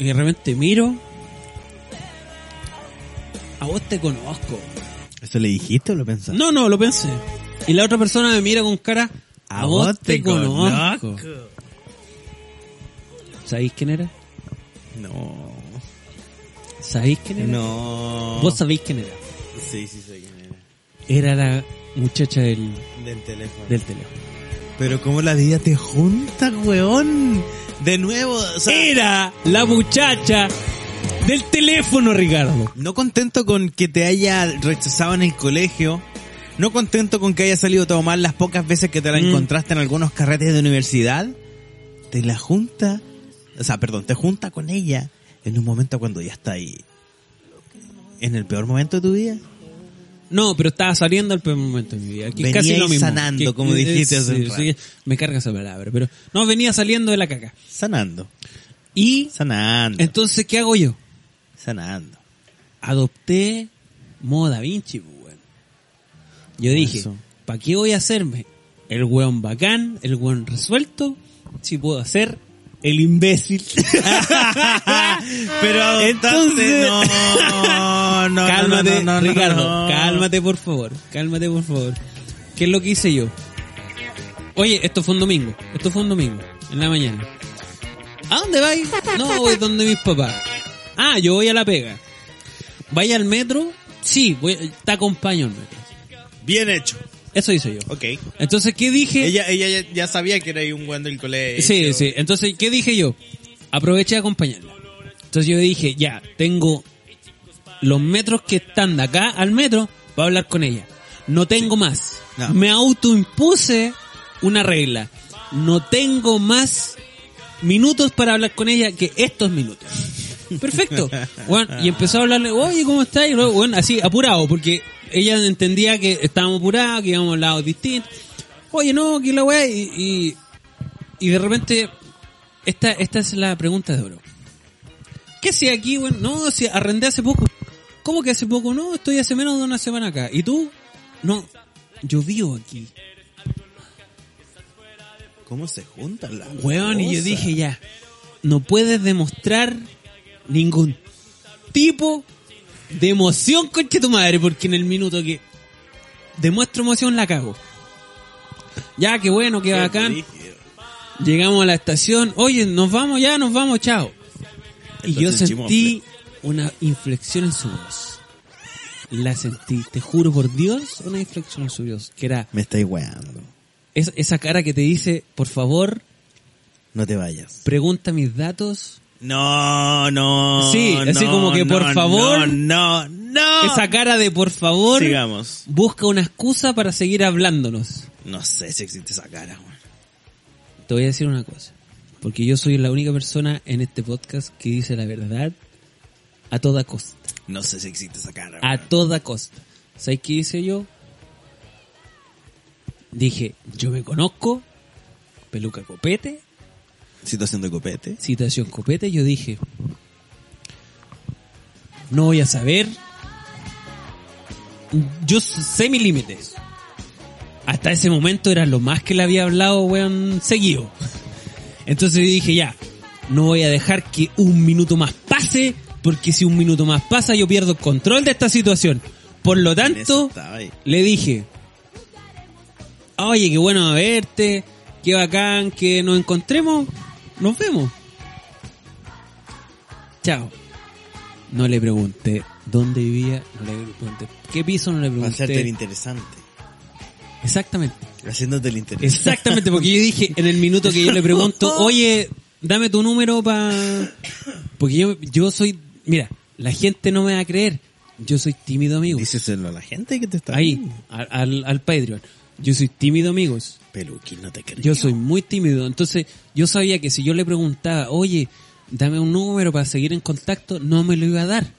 Speaker 5: Y de repente miro. A vos te conozco.
Speaker 4: ¿Eso le dijiste o lo pensaste?
Speaker 5: No, no, lo pensé. Y la otra persona me mira con cara, a, vos, te, conozco. ¿Sabéis quién era?
Speaker 4: No.
Speaker 5: ¿Sabéis quién era?
Speaker 4: No.
Speaker 5: ¿Vos sabéis quién era?
Speaker 4: Sí, sí, sé quién era.
Speaker 5: Era la muchacha del,
Speaker 4: Del teléfono.
Speaker 5: del teléfono.
Speaker 4: Pero como la vida te junta, weón. De nuevo, o sea,
Speaker 5: Era la muchacha del teléfono, Ricardo.
Speaker 4: No contento con que te haya rechazado en el colegio. No contento con que haya salido todo mal las pocas veces que te la encontraste en algunos carretes de universidad. Te la junta. O sea, perdón, te junta con ella en un momento cuando ya está ahí. En el peor momento de tu vida.
Speaker 5: No, pero estaba saliendo al peor momento de mi vida. Que es
Speaker 4: Venía
Speaker 5: casi lo
Speaker 4: ahí
Speaker 5: mismo.
Speaker 4: sanando,
Speaker 5: Que-
Speaker 4: como
Speaker 5: eh,
Speaker 4: dijiste hace
Speaker 5: sí,
Speaker 4: un rato.
Speaker 5: sí, Me carga esa palabra, pero no, venía saliendo de la caca.
Speaker 4: Sanando.
Speaker 5: Y
Speaker 4: Sanando.
Speaker 5: entonces, ¿qué hago yo?
Speaker 4: Sanando.
Speaker 5: adopté modo Da Vinci, pues, weón. Yo dije,
Speaker 4: Eso.
Speaker 5: ¿para qué voy a hacerme el weón bacán, el weón resuelto, si puedo hacer el imbécil?
Speaker 4: Pero
Speaker 5: Entonces-
Speaker 4: entonces no, no,
Speaker 5: cálmate,
Speaker 4: no, no, no, no,
Speaker 5: Ricardo,
Speaker 4: no.
Speaker 5: cálmate por favor, cálmate por favor. ¿Qué es lo que hice yo? Oye, esto fue un domingo, esto fue un domingo, en la mañana. ¿A dónde vais? No, voy donde mis papás. Ah, yo voy a la pega. ¿Vaya al metro? Sí, voy, te acompaño al metro.
Speaker 4: Bien hecho.
Speaker 5: Eso hice yo.
Speaker 4: Ok.
Speaker 5: Entonces, ¿qué dije?
Speaker 4: Ella, ella ya, ya sabía que era ahí un weón del colegio.
Speaker 5: Sí, sí. Entonces, ¿qué dije yo? Aproveché de acompañarla. Entonces yo dije, ya, tengo los metros que están de acá al metro para hablar con ella. No tengo más.
Speaker 4: No.
Speaker 5: Me autoimpuse una regla. No tengo más minutos para hablar con ella que estos minutos. Perfecto. Bueno, y empezó a hablarle, oye, ¿cómo estás? Y luego, bueno, así, apurado, porque ella entendía que estábamos apurados, que íbamos a lados distintos. Oye, no, que la weá, y, y, y de repente, esta, esta es la pregunta de oro. ¿Qué hacía aquí, bueno? No, si arrendé hace poco. ¿Cómo que hace poco? No, estoy hace menos de una semana acá. ¿Y tú? No, yo vivo aquí.
Speaker 4: ¿Cómo se juntan las
Speaker 5: Weón, y yo
Speaker 4: cosas?
Speaker 5: dije ya, no puedes demostrar ningún tipo de emoción, conche tu madre, porque en el minuto que demuestro emoción la cago. Ya, qué bueno, qué bacán. Llegamos a la estación. Oye, nos vamos, ya, nos vamos, chao. Y yo
Speaker 14: Entonces,
Speaker 5: sentí una inflexión en su voz. La sentí, te juro por Dios, una inflexión en su voz. Que era
Speaker 14: Me estáis weando.
Speaker 5: es- esa cara que te dice, por favor,
Speaker 14: No te vayas.
Speaker 5: pregunta mis datos.
Speaker 14: No, no.
Speaker 5: Sí, así
Speaker 14: no,
Speaker 5: como que, por
Speaker 14: no,
Speaker 5: favor.
Speaker 14: No, no, no.
Speaker 5: Esa cara de, por favor,
Speaker 14: Sigamos.
Speaker 5: busca una excusa para seguir hablándonos.
Speaker 14: No sé si existe esa cara, weón.
Speaker 5: Te voy a decir una cosa. Porque yo soy la única persona en este podcast que dice la verdad a toda costa.
Speaker 14: No sé si existe esa cara,
Speaker 5: A toda costa. ¿Sabes qué hice yo? Dije, yo me conozco, peluca copete,
Speaker 14: Situación de copete.
Speaker 5: situación copete, yo dije, no voy a saber, yo s- sé mis límites. Hasta ese momento era lo más que le había hablado, weón, seguido. Entonces yo dije, ya, no voy a dejar que un minuto más pase, porque si un minuto más pasa yo pierdo el control de esta situación. Por lo tanto, le dije, oye, qué bueno verte, qué bacán, que nos encontremos, nos vemos. Chao. No le pregunté dónde vivía, no le pregunté qué piso, no le
Speaker 14: Para
Speaker 5: pregunté.
Speaker 14: hacerte el interesante.
Speaker 5: Exactamente.
Speaker 14: Haciéndote el interesante.
Speaker 5: Exactamente, porque yo dije en el minuto que yo le pregunto, oye, dame tu número para... Porque yo, yo soy... Mira, la gente no me va a creer. Yo soy tímido, amigos.
Speaker 14: Díselo a la gente que te está
Speaker 5: Ahí,
Speaker 14: viendo.
Speaker 5: al, al, al Patreon. Yo soy tímido, amigos.
Speaker 14: Peluquín, no te creo.
Speaker 5: Yo soy muy tímido. Entonces, yo sabía que si yo le preguntaba, oye, dame un número para seguir en contacto, no me lo iba a dar.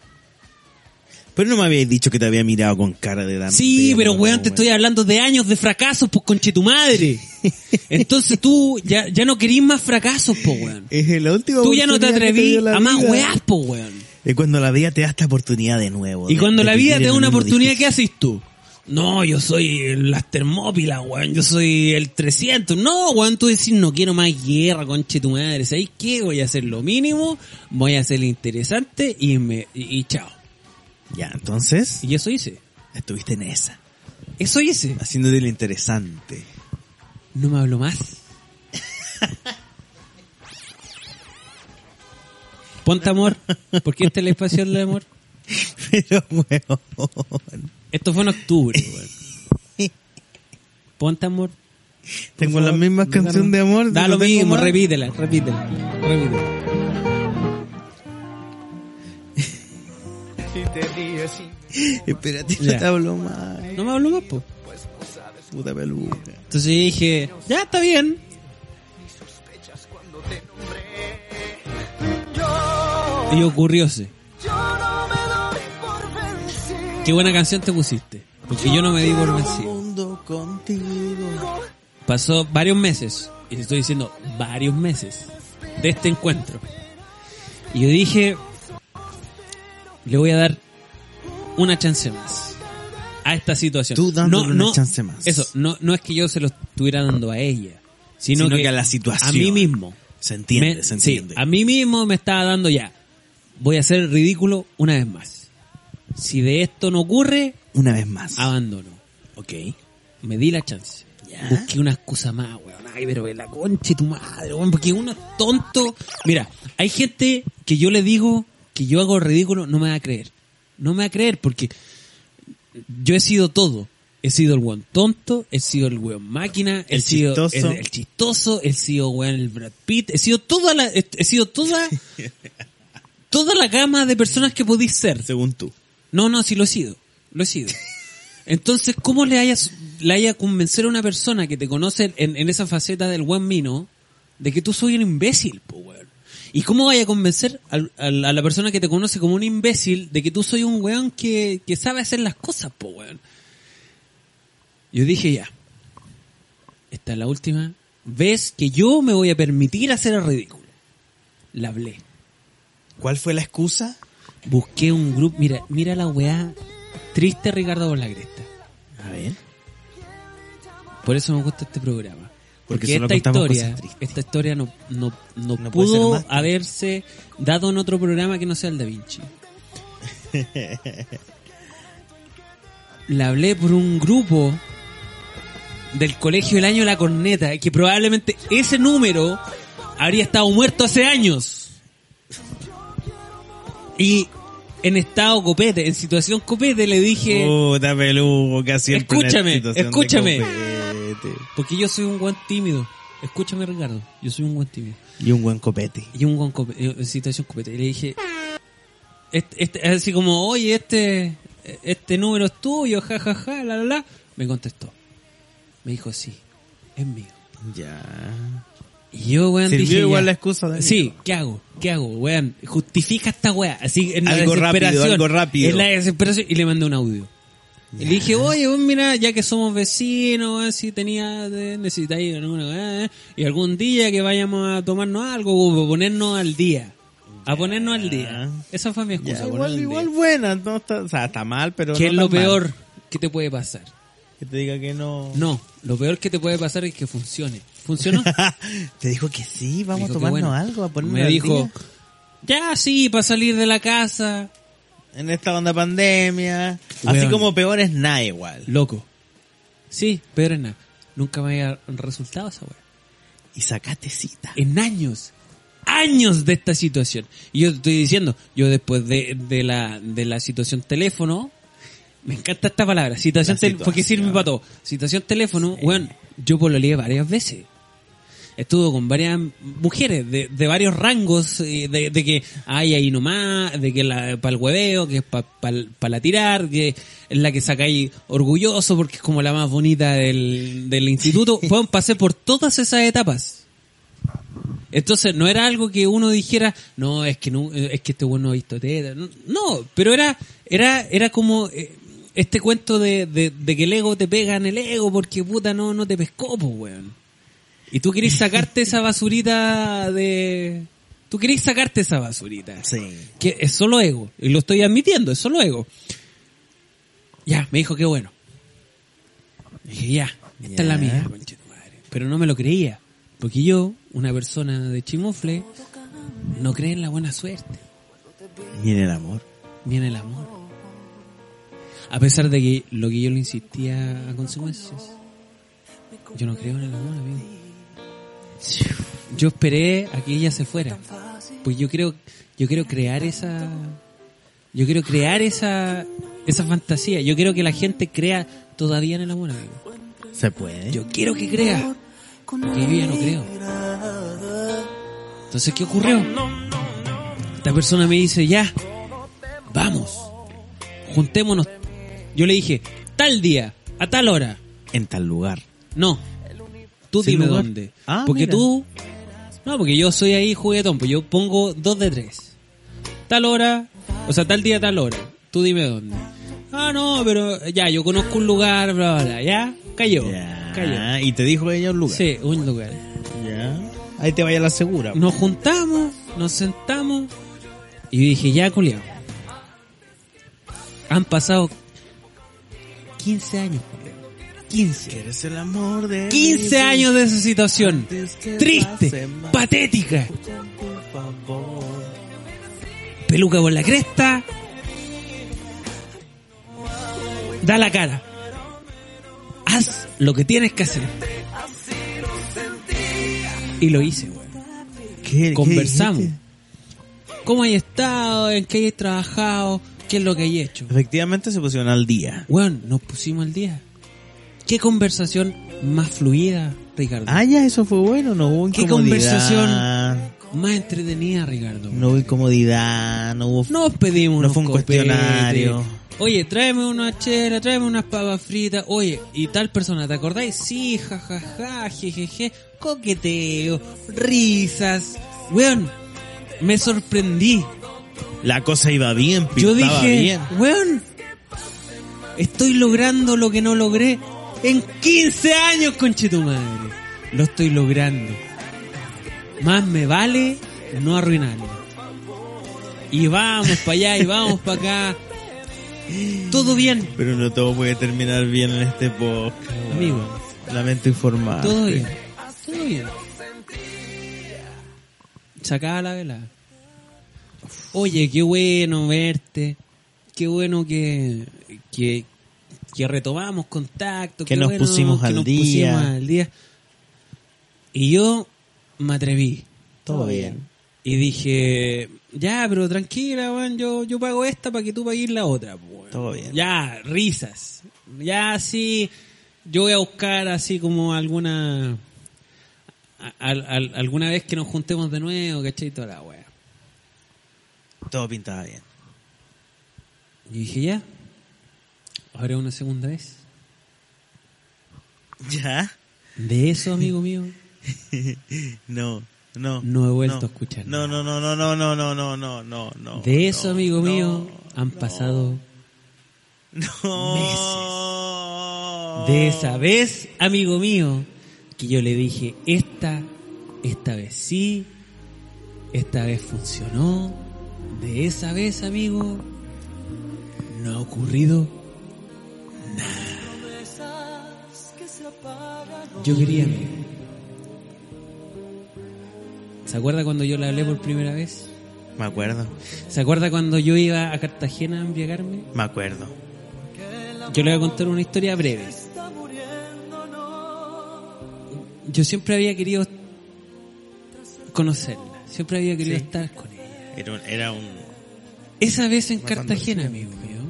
Speaker 14: Pero no me habías dicho que te había mirado con cara de dama.
Speaker 5: Sí, pero weón, te estoy hablando de años de fracasos, pues conche tu madre. Entonces tú ya, ya no querís más fracasos, po weón.
Speaker 14: Es la última
Speaker 5: Tú ya no te
Speaker 14: oportunidad que te
Speaker 5: atreví
Speaker 14: dio la
Speaker 5: a más
Speaker 14: vida.
Speaker 5: weás, po weón.
Speaker 14: Y cuando la vida te da esta oportunidad de nuevo.
Speaker 5: Y
Speaker 14: de-
Speaker 5: cuando
Speaker 14: de
Speaker 5: la
Speaker 14: vivir
Speaker 5: vida te
Speaker 14: en
Speaker 5: da
Speaker 14: un
Speaker 5: una
Speaker 14: mundo
Speaker 5: oportunidad, ¿qué haces tú? No, yo soy las termópilas, weón. Yo soy el 300. No, weón, tú decís, no quiero más guerra, conche tu madre. ¿Sabes qué? Voy a hacer lo mínimo, voy a hacer lo interesante y me, y, y chao.
Speaker 14: difícil. Ya, entonces.
Speaker 5: Y eso hice.
Speaker 14: Estuviste en esa.
Speaker 5: Eso hice.
Speaker 14: Haciéndote el interesante.
Speaker 5: No me habló más. Ponte amor, porque este es el espacio del amor.
Speaker 14: Pero, weón.
Speaker 5: Esto fue en octubre, weón. Ponte amor.
Speaker 14: Tengo la misma canción de amor.
Speaker 5: Da
Speaker 14: no
Speaker 5: lo
Speaker 14: tengo
Speaker 5: mismo,
Speaker 14: más.
Speaker 5: repítela, repítela, repítela.
Speaker 14: Espérate,
Speaker 5: Ya.
Speaker 14: no te hablo más.
Speaker 5: No me habló más, po.
Speaker 14: Puta peluca.
Speaker 5: Entonces yo dije, ya está bien. Y ocurrióse. Qué buena canción te pusiste. Porque yo no me di por vencido.
Speaker 14: Mundo contigo.
Speaker 5: Pasó varios meses, y te estoy diciendo varios meses, de este encuentro. Y yo dije, le voy a dar una chance más a esta situación.
Speaker 14: Tú dándole una chance más.
Speaker 5: Eso, no, no es que yo se lo estuviera dando a ella, sino,
Speaker 14: Sino que a la situación.
Speaker 5: A mí mismo.
Speaker 14: Se entiende,
Speaker 5: Me-
Speaker 14: se
Speaker 5: sí,
Speaker 14: entiende.
Speaker 5: a mí mismo me estaba dando ya. Voy a ser ridículo una vez más. Si de esto no ocurre,
Speaker 14: Una vez más.
Speaker 5: abandono.
Speaker 14: Ok.
Speaker 5: Me di la chance. Busqué una excusa más, weón. Ay, pero la concha de tu madre, weón. Porque uno es tonto. Mira, hay gente que yo le digo que yo hago ridículo, no me va a creer. No me va a creer porque yo he sido todo. He sido el weón tonto, he sido el weón máquina, he
Speaker 14: El
Speaker 5: sido
Speaker 14: chistoso.
Speaker 5: El, el chistoso, he sido weón el Brad Pitt, he sido toda la, he, he sido toda, toda la gama de personas que podéis ser.
Speaker 14: Según tú.
Speaker 5: No, no, sí lo he sido. Lo he sido. Entonces, ¿cómo le hayas, le haya convencer a una persona que te conoce en, en esa faceta del buen mino de que tú soy un imbécil, po, weón? ¿Y cómo vaya a convencer al- al- a la persona que te conoce como un imbécil de que tú soy un weón que, que sabe hacer las cosas, po, weón? Yo dije ya. Esta es la última vez que yo me voy a permitir hacer el ridículo. La hablé.
Speaker 14: ¿Cuál fue la excusa?
Speaker 5: Busqué un grupo. Mira, mira la weá. Triste Ricardo por la cresta.
Speaker 14: A ver.
Speaker 5: Por eso me gusta este programa.
Speaker 14: Porque
Speaker 5: Porque,
Speaker 14: solo
Speaker 5: esta
Speaker 14: contamos
Speaker 5: historia,
Speaker 14: cosas tristes.
Speaker 5: esta historia no, no, no,
Speaker 14: No puede ser
Speaker 5: pudo
Speaker 14: más.
Speaker 5: haberse dado en otro programa que no sea el Da Vinci. La hablé por un grupo del colegio del año La Corneta, que probablemente ese número habría estado muerto hace años. Y en estado copete, en situación copete, le dije...
Speaker 14: Puta peludo, casi
Speaker 5: Escúchame, escúchame. Porque yo soy un buen tímido. Escúchame, Ricardo. Yo soy un buen tímido.
Speaker 14: Y un buen copete.
Speaker 5: Y un buen copete. eh, situación copete. Y le dije. Este, este- así como, oye, este, este número es tuyo, jajaja, la, la, la. Me contestó. Me dijo, sí, es mío.
Speaker 14: Ya.
Speaker 5: Y yo, weón,
Speaker 14: Sirvió
Speaker 5: dije.
Speaker 14: igual
Speaker 5: ya.
Speaker 14: la excusa de
Speaker 5: Sí, ¿qué hago? ¿Qué hago, weón? Justifica esta weá. Así, en la
Speaker 14: Algo rápido,
Speaker 5: desesperación.
Speaker 14: algo rápido.
Speaker 5: En la desesperación. Y le mandé un audio. Y le dije, oye, vos mira, ya que somos vecinos, weón, si tenía, eh, necesitáis alguna weá, eh, y algún día que vayamos a tomarnos algo, weón, a ponernos al día. A ponernos al día. Esa fue
Speaker 14: Ya,
Speaker 5: mi excusa.
Speaker 14: igual,
Speaker 5: ponernos al
Speaker 14: igual buena, no está, o sea, está mal, pero.
Speaker 5: día. ¿Qué
Speaker 14: no
Speaker 5: es lo
Speaker 14: tan mal.
Speaker 5: peor que te puede pasar?
Speaker 14: Que te diga que no.
Speaker 5: No, lo peor que te puede pasar es que funcione. ¿Funcionó?
Speaker 14: Te dijo que sí, vamos a
Speaker 5: Dijo que
Speaker 14: tomarnos
Speaker 5: bueno.
Speaker 14: algo, a ponernos
Speaker 5: Me
Speaker 14: al
Speaker 5: dijo,
Speaker 14: día.
Speaker 5: ya sí, para salir de la casa.
Speaker 14: En esta onda pandemia. Así
Speaker 5: Weón.
Speaker 14: como peor es nada igual.
Speaker 5: Loco. Sí, Pedro Hernán. Nunca me había resultado esa weá.
Speaker 14: Y sacaste cita.
Speaker 5: En años. Años de esta situación. Y yo te estoy diciendo, yo después de, de la, de la situación teléfono, me encanta esta palabra, situación,
Speaker 14: La
Speaker 5: tel- porque sirve para todo. Situación teléfono, weón, yo pololeé varias veces. Estuvo con varias mujeres de, de varios rangos, eh, de, de que hay ahí nomás, de que la para el hueveo, que es para la tirar, que es la que sacáis orgulloso porque es como la más bonita del, del instituto. Weón, pasé por todas esas etapas. Entonces no era algo que uno dijera, no, es que no, es que este bueno ha visto teta. No, no, pero era, era, era como eh, este cuento de, de, de que el ego te pega en el ego porque puta no, no te pescó, pues weón. Y tú querés sacarte esa basurita de. Tú querés sacarte esa basurita.
Speaker 14: Sí.
Speaker 5: Que es solo ego. Y lo estoy admitiendo, es solo ego. Ya, me dijo que bueno. Dije, ya, esta es la
Speaker 14: Ya.
Speaker 5: mía, conche tu madre. Pero no me lo creía. Porque yo, una persona de chimofle, no cree en la buena suerte,
Speaker 14: Y en el amor.
Speaker 5: ni en el amor. A pesar de que lo que yo le insistía a consecuencias, yo no creo en el amor, amigo. Yo esperé a que ella se fuera. Pues yo creo, yo quiero crear esa, yo quiero crear esa, esa fantasía. Yo quiero que la gente crea todavía en el amor, amigo.
Speaker 14: Se puede.
Speaker 5: Yo quiero que crea. Porque yo ya no creo. Entonces, ¿qué ocurrió? Esta persona me dice, ya, vamos, juntémonos. Yo le dije, tal día, a tal hora.
Speaker 14: En tal lugar.
Speaker 5: No, tú
Speaker 14: Sin
Speaker 5: dime
Speaker 14: lugar.
Speaker 5: dónde.
Speaker 14: Ah,
Speaker 5: porque
Speaker 14: mira.
Speaker 5: tú, no, porque yo soy ahí juguetón, pues yo pongo dos de tres. Tal hora, o sea, tal día, tal hora. Tú dime dónde. Ah, no, pero ya, yo conozco un lugar, bla, bla, bla. Ya, cayó. Cayó.
Speaker 14: Ah, y te dijo ella un lugar.
Speaker 5: Sí, un lugar.
Speaker 14: Ya. Ahí te vaya la segura.
Speaker 5: Nos juntamos, nos sentamos y dije, ya, culiao. Han pasado 15 años, culiao. 15.
Speaker 14: Eres el amor de.
Speaker 5: 15 años de esa situación. Triste, patética. Peluca por la cresta. Da la cara. Haz lo que tienes que hacer. Y lo hice, güey.
Speaker 14: ¿Qué-
Speaker 5: Conversamos.
Speaker 14: qué
Speaker 5: ¿Cómo hay estado? ¿En qué hay trabajado? ¿Qué es lo que hay hecho?
Speaker 14: Efectivamente se pusieron al día.
Speaker 5: Bueno, nos pusimos al día. ¿Qué conversación más fluida, Ricardo?
Speaker 14: Ah, ya, eso fue bueno. No hubo
Speaker 5: ¿Qué
Speaker 14: incomodidad.
Speaker 5: conversación? Más entretenida, Ricardo.
Speaker 14: No hubo incomodidad. No hubo.
Speaker 5: Nos pedimos
Speaker 14: No
Speaker 5: unos
Speaker 14: fue un
Speaker 5: copetes.
Speaker 14: cuestionario.
Speaker 5: Oye, tráeme una chela, tráeme unas papas fritas. Oye, y tal persona, ¿te acordáis? Sí, jajaja, jejeje, coqueteo, risas. Weón, me sorprendí.
Speaker 14: La cosa iba bien,
Speaker 5: Yo
Speaker 14: pintaba
Speaker 5: dije,
Speaker 14: bien.
Speaker 5: weón, estoy logrando lo que no logré en 15 años, conchetumadre. Lo estoy logrando. Más me vale no arruinarlo. Y vamos para allá y vamos para acá. Todo bien,
Speaker 14: Pero no todo puede terminar bien en este podcast.
Speaker 5: Amigo.
Speaker 14: Lamento informar.
Speaker 5: todo bien, todo bien. Sacaba la vela. Oye, qué bueno verte. Qué bueno que, que, que retomamos contacto,
Speaker 14: Que nos pusimos al día.
Speaker 5: al día. Y yo me atreví.
Speaker 14: Todo bien.
Speaker 5: Y dije, ya, pero tranquila, weón, yo, yo pago esta para que tú pagues la otra. po, weón.
Speaker 14: Todo bien.
Speaker 5: Ya, risas. Ya, sí, yo voy a buscar así como alguna... a- al- al- alguna vez que nos juntemos de nuevo, ¿cachai? Toda la wea.
Speaker 14: Todo pintaba bien.
Speaker 5: Y dije, ya, habrá una segunda vez.
Speaker 14: ¿Ya?
Speaker 5: De eso, amigo mío,
Speaker 14: No, no.
Speaker 5: No he vuelto a escuchar
Speaker 14: No, no, no, no, no, no, no, no, no, no, no.
Speaker 5: de eso, amigo mío, han pasado meses. De esa vez, amigo mío, que yo le dije, esta, esta vez sí, esta vez funcionó. De esa vez, amigo, no ha ocurrido Yo quería. amigo. ¿Se acuerda cuando yo la hablé por primera vez?
Speaker 14: Me acuerdo,
Speaker 5: ¿Se acuerda cuando yo iba a Cartagena a embriagarme?
Speaker 14: me acuerdo.
Speaker 5: Yo le voy a contar una historia breve. Yo siempre había querido conocerla, siempre había querido
Speaker 14: Sí.
Speaker 5: estar con ella.
Speaker 14: Era un... Era un
Speaker 5: Esa vez en
Speaker 14: Matando
Speaker 5: Cartagena, amigo mío,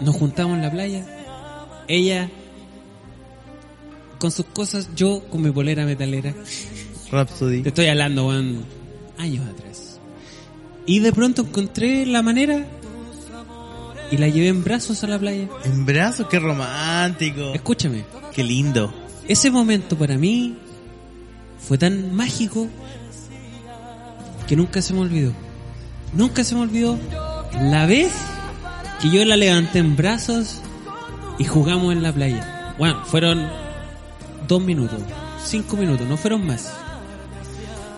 Speaker 5: nos juntamos en la playa, ella con sus cosas, yo con mi polera metalera.
Speaker 14: Rhapsody.
Speaker 5: Te estoy hablando, weón, años atrás. Y de pronto encontré la manera y la llevé en brazos a la playa.
Speaker 14: En brazos, qué romántico.
Speaker 5: Escúchame.
Speaker 14: Qué lindo.
Speaker 5: Ese momento para mí fue tan mágico que nunca se me olvidó. Nunca se me olvidó la vez que yo la levanté en brazos y jugamos en la playa. Bueno, fueron dos minutos, cinco minutos, no fueron más.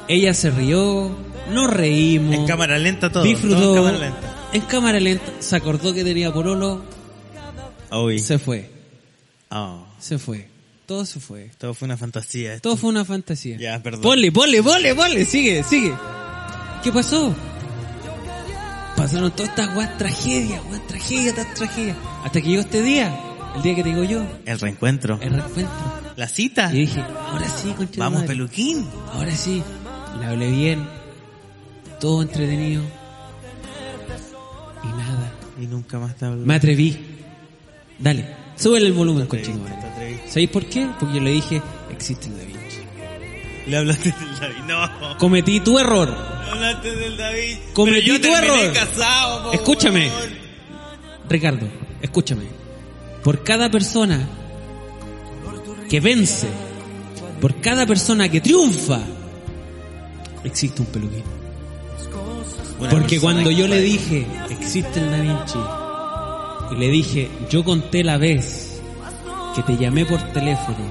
Speaker 5: Ella se rió, nos reímos. En
Speaker 14: cámara lenta todo,
Speaker 5: Disfrutó.
Speaker 14: todo en cámara lenta.
Speaker 5: En cámara lenta. Se acordó que tenía porolo. Se fue. Se fue. Todo se fue.
Speaker 14: Oh, Todo fue una fantasía. esto.
Speaker 5: Todo fue una fantasía.
Speaker 14: Ya, perdón.
Speaker 5: Ponle, ponle, ponle, ponle. Sigue, sigue. ¿Qué pasó? Pasaron todas estas guas tragedias, guas tragedias, tras tragedias. Hasta que llegó este día. El día que te digo yo.
Speaker 14: El reencuentro.
Speaker 5: El reencuentro.
Speaker 14: La cita.
Speaker 5: Y dije, ahora sí, concha
Speaker 14: Vamos,
Speaker 5: de madre.
Speaker 14: peluquín.
Speaker 5: Ahora sí. La hablé bien. Todo entretenido. Y nada.
Speaker 14: Y nunca más te habló.
Speaker 5: Me atreví. Dale, súbele el volumen, concha de madre.
Speaker 14: Te atreví.
Speaker 5: ¿Sabéis por qué? Porque yo le dije, existe el Da Vinci.
Speaker 14: Le hablaste del David. No.
Speaker 5: Cometí tu error.
Speaker 14: Le hablaste del David.
Speaker 5: Cometí
Speaker 14: Pero yo
Speaker 5: tu
Speaker 14: terminé
Speaker 5: error.
Speaker 14: casado, po,
Speaker 5: Escúchame.
Speaker 14: weón.
Speaker 5: Ricardo, escúchame. Por cada persona que vence, por cada persona que triunfa, existe un peluquín.
Speaker 14: Una
Speaker 5: Porque
Speaker 14: persona
Speaker 5: cuando
Speaker 14: que
Speaker 5: yo le
Speaker 14: puede.
Speaker 5: dije, existe el Da Vinci, y le dije, yo conté la vez que te llamé por teléfono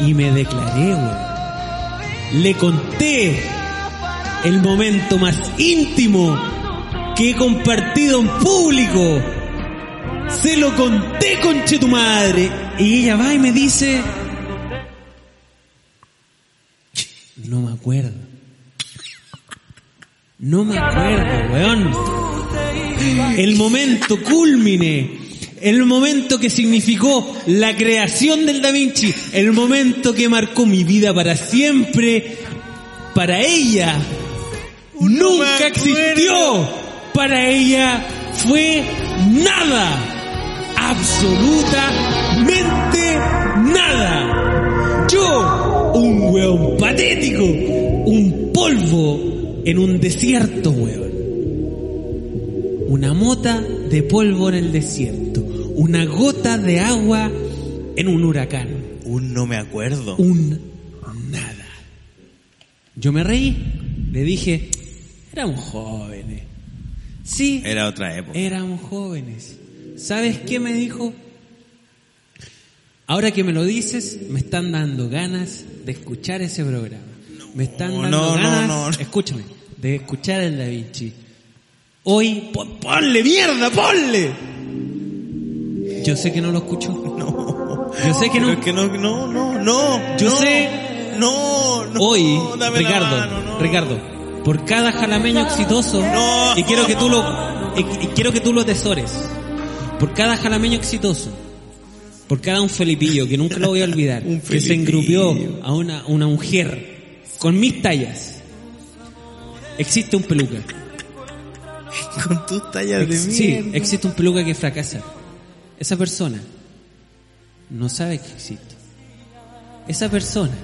Speaker 5: y me declaré, güey. Le conté el momento más íntimo que he compartido en público. Se lo conté, conche tu madre. Y ella va y me dice, no me acuerdo. No me acuerdo, weón. El momento culmine. El momento que significó la creación del Da Vinci. El momento que marcó mi vida para siempre. Para ella. Nunca existió. Para ella fue nada. Absolutamente nada. Yo, un weón patético. Un polvo en un desierto, weón una mota de polvo en el desierto, una gota de agua en un huracán,
Speaker 14: Un no me acuerdo.
Speaker 5: un nada. Yo me reí, le dije, éramos jóvenes. Sí,
Speaker 14: Era otra época.
Speaker 5: éramos jóvenes. ¿Sabes qué me dijo? Ahora que me lo dices, me están dando ganas de escuchar ese programa. Me están dando
Speaker 14: no, no,
Speaker 5: ganas,
Speaker 14: no, no.
Speaker 5: escúchame, de escuchar el Da Vinci. Hoy,
Speaker 14: Oh,
Speaker 5: pon- ponle mierda, ponle. Yo sé que no lo escucho.
Speaker 14: No.
Speaker 5: Yo sé que no.
Speaker 14: Pero es que no, no, no, no.
Speaker 5: Yo
Speaker 14: no,
Speaker 5: sé.
Speaker 14: No, no.
Speaker 5: Hoy,
Speaker 14: dame la
Speaker 5: Ricardo,
Speaker 14: mano, no.
Speaker 5: Ricardo, por cada jalameño exitoso,
Speaker 14: No.
Speaker 5: y quiero que tú lo, y- y quiero que tú lo atesores. Por cada jalameño exitoso. Por cada un felipillo, que nunca lo voy a olvidar. que se engrupió a una, una mujer con mis tallas. Existe un peluca.
Speaker 14: Con tus tallas de
Speaker 5: Sí,
Speaker 14: mierda.
Speaker 5: existe un peluca que fracasa. Esa persona no sabe que existe. Esa persona,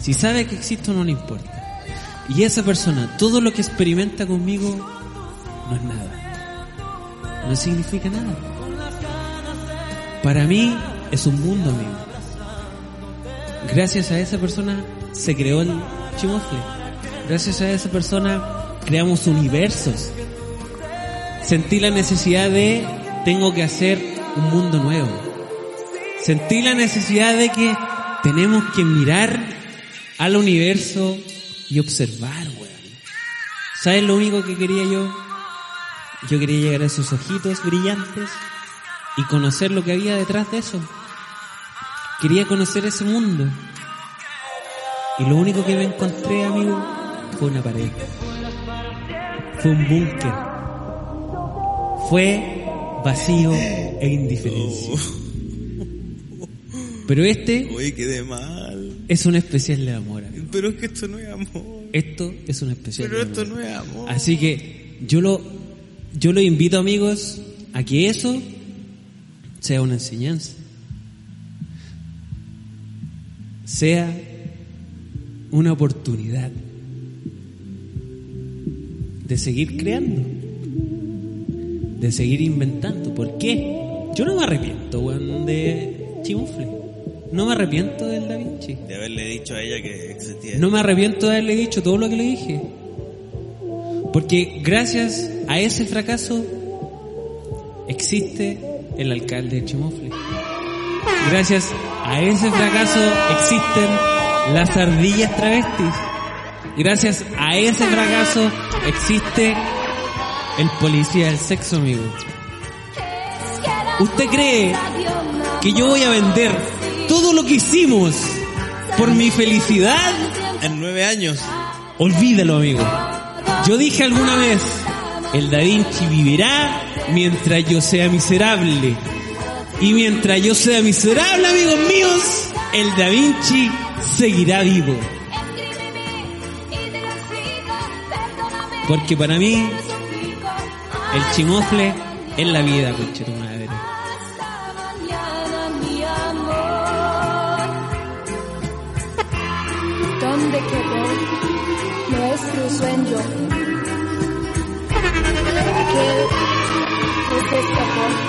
Speaker 5: si sabe que existo, no le importa. Y esa persona, todo lo que experimenta conmigo no es nada. No significa nada. Para mí es un mundo amigo. Gracias a esa persona se creó el chimofle. Gracias a esa persona creamos universos. Sentí la necesidad de tengo que hacer un mundo nuevo. Sentí la necesidad de que tenemos que mirar al universo y observar, weón. ¿Sabes lo único que quería yo? Yo quería llegar a esos ojitos brillantes y conocer lo que había detrás de eso. Quería conocer ese mundo. Y lo único que me encontré, amigo, fue una pared. Fue un búnker. Fue vacío e
Speaker 4: Oh.
Speaker 5: indiferencia. Pero este
Speaker 14: Oye, quedé mal.
Speaker 5: es un especial de amor. amigo.
Speaker 14: Pero es que esto no es amor.
Speaker 5: Esto es un especial
Speaker 14: Pero
Speaker 5: de amor.
Speaker 14: esto no es amor.
Speaker 5: Así que yo lo, yo lo invito, amigos, a que eso sea una enseñanza. Sea una oportunidad de seguir creando, de seguir inventando. ¿Por qué? Yo no me arrepiento, weón, de Chimufle. No me arrepiento del Da Vinci.
Speaker 14: De haberle dicho a ella que existía.
Speaker 5: No me arrepiento de haberle dicho todo lo que le dije. Porque gracias a ese fracaso existe el alcalde de Chimofle. Gracias a ese fracaso existen las ardillas travestis. Gracias a ese fracaso existe el policía del sexo, amigo. ¿Usted cree que yo voy a vender todo lo que hicimos por mi felicidad en nueve años. Olvídalo, amigo. Yo dije alguna vez, el Da Vinci vivirá mientras yo sea miserable. Y mientras yo sea miserable, amigos míos, el Da Vinci seguirá vivo. Porque para mí, el chimofle es la vida, coche tu madre.
Speaker 15: ¿Dónde quedó nuestro sueño? ¿Qué es este sabor?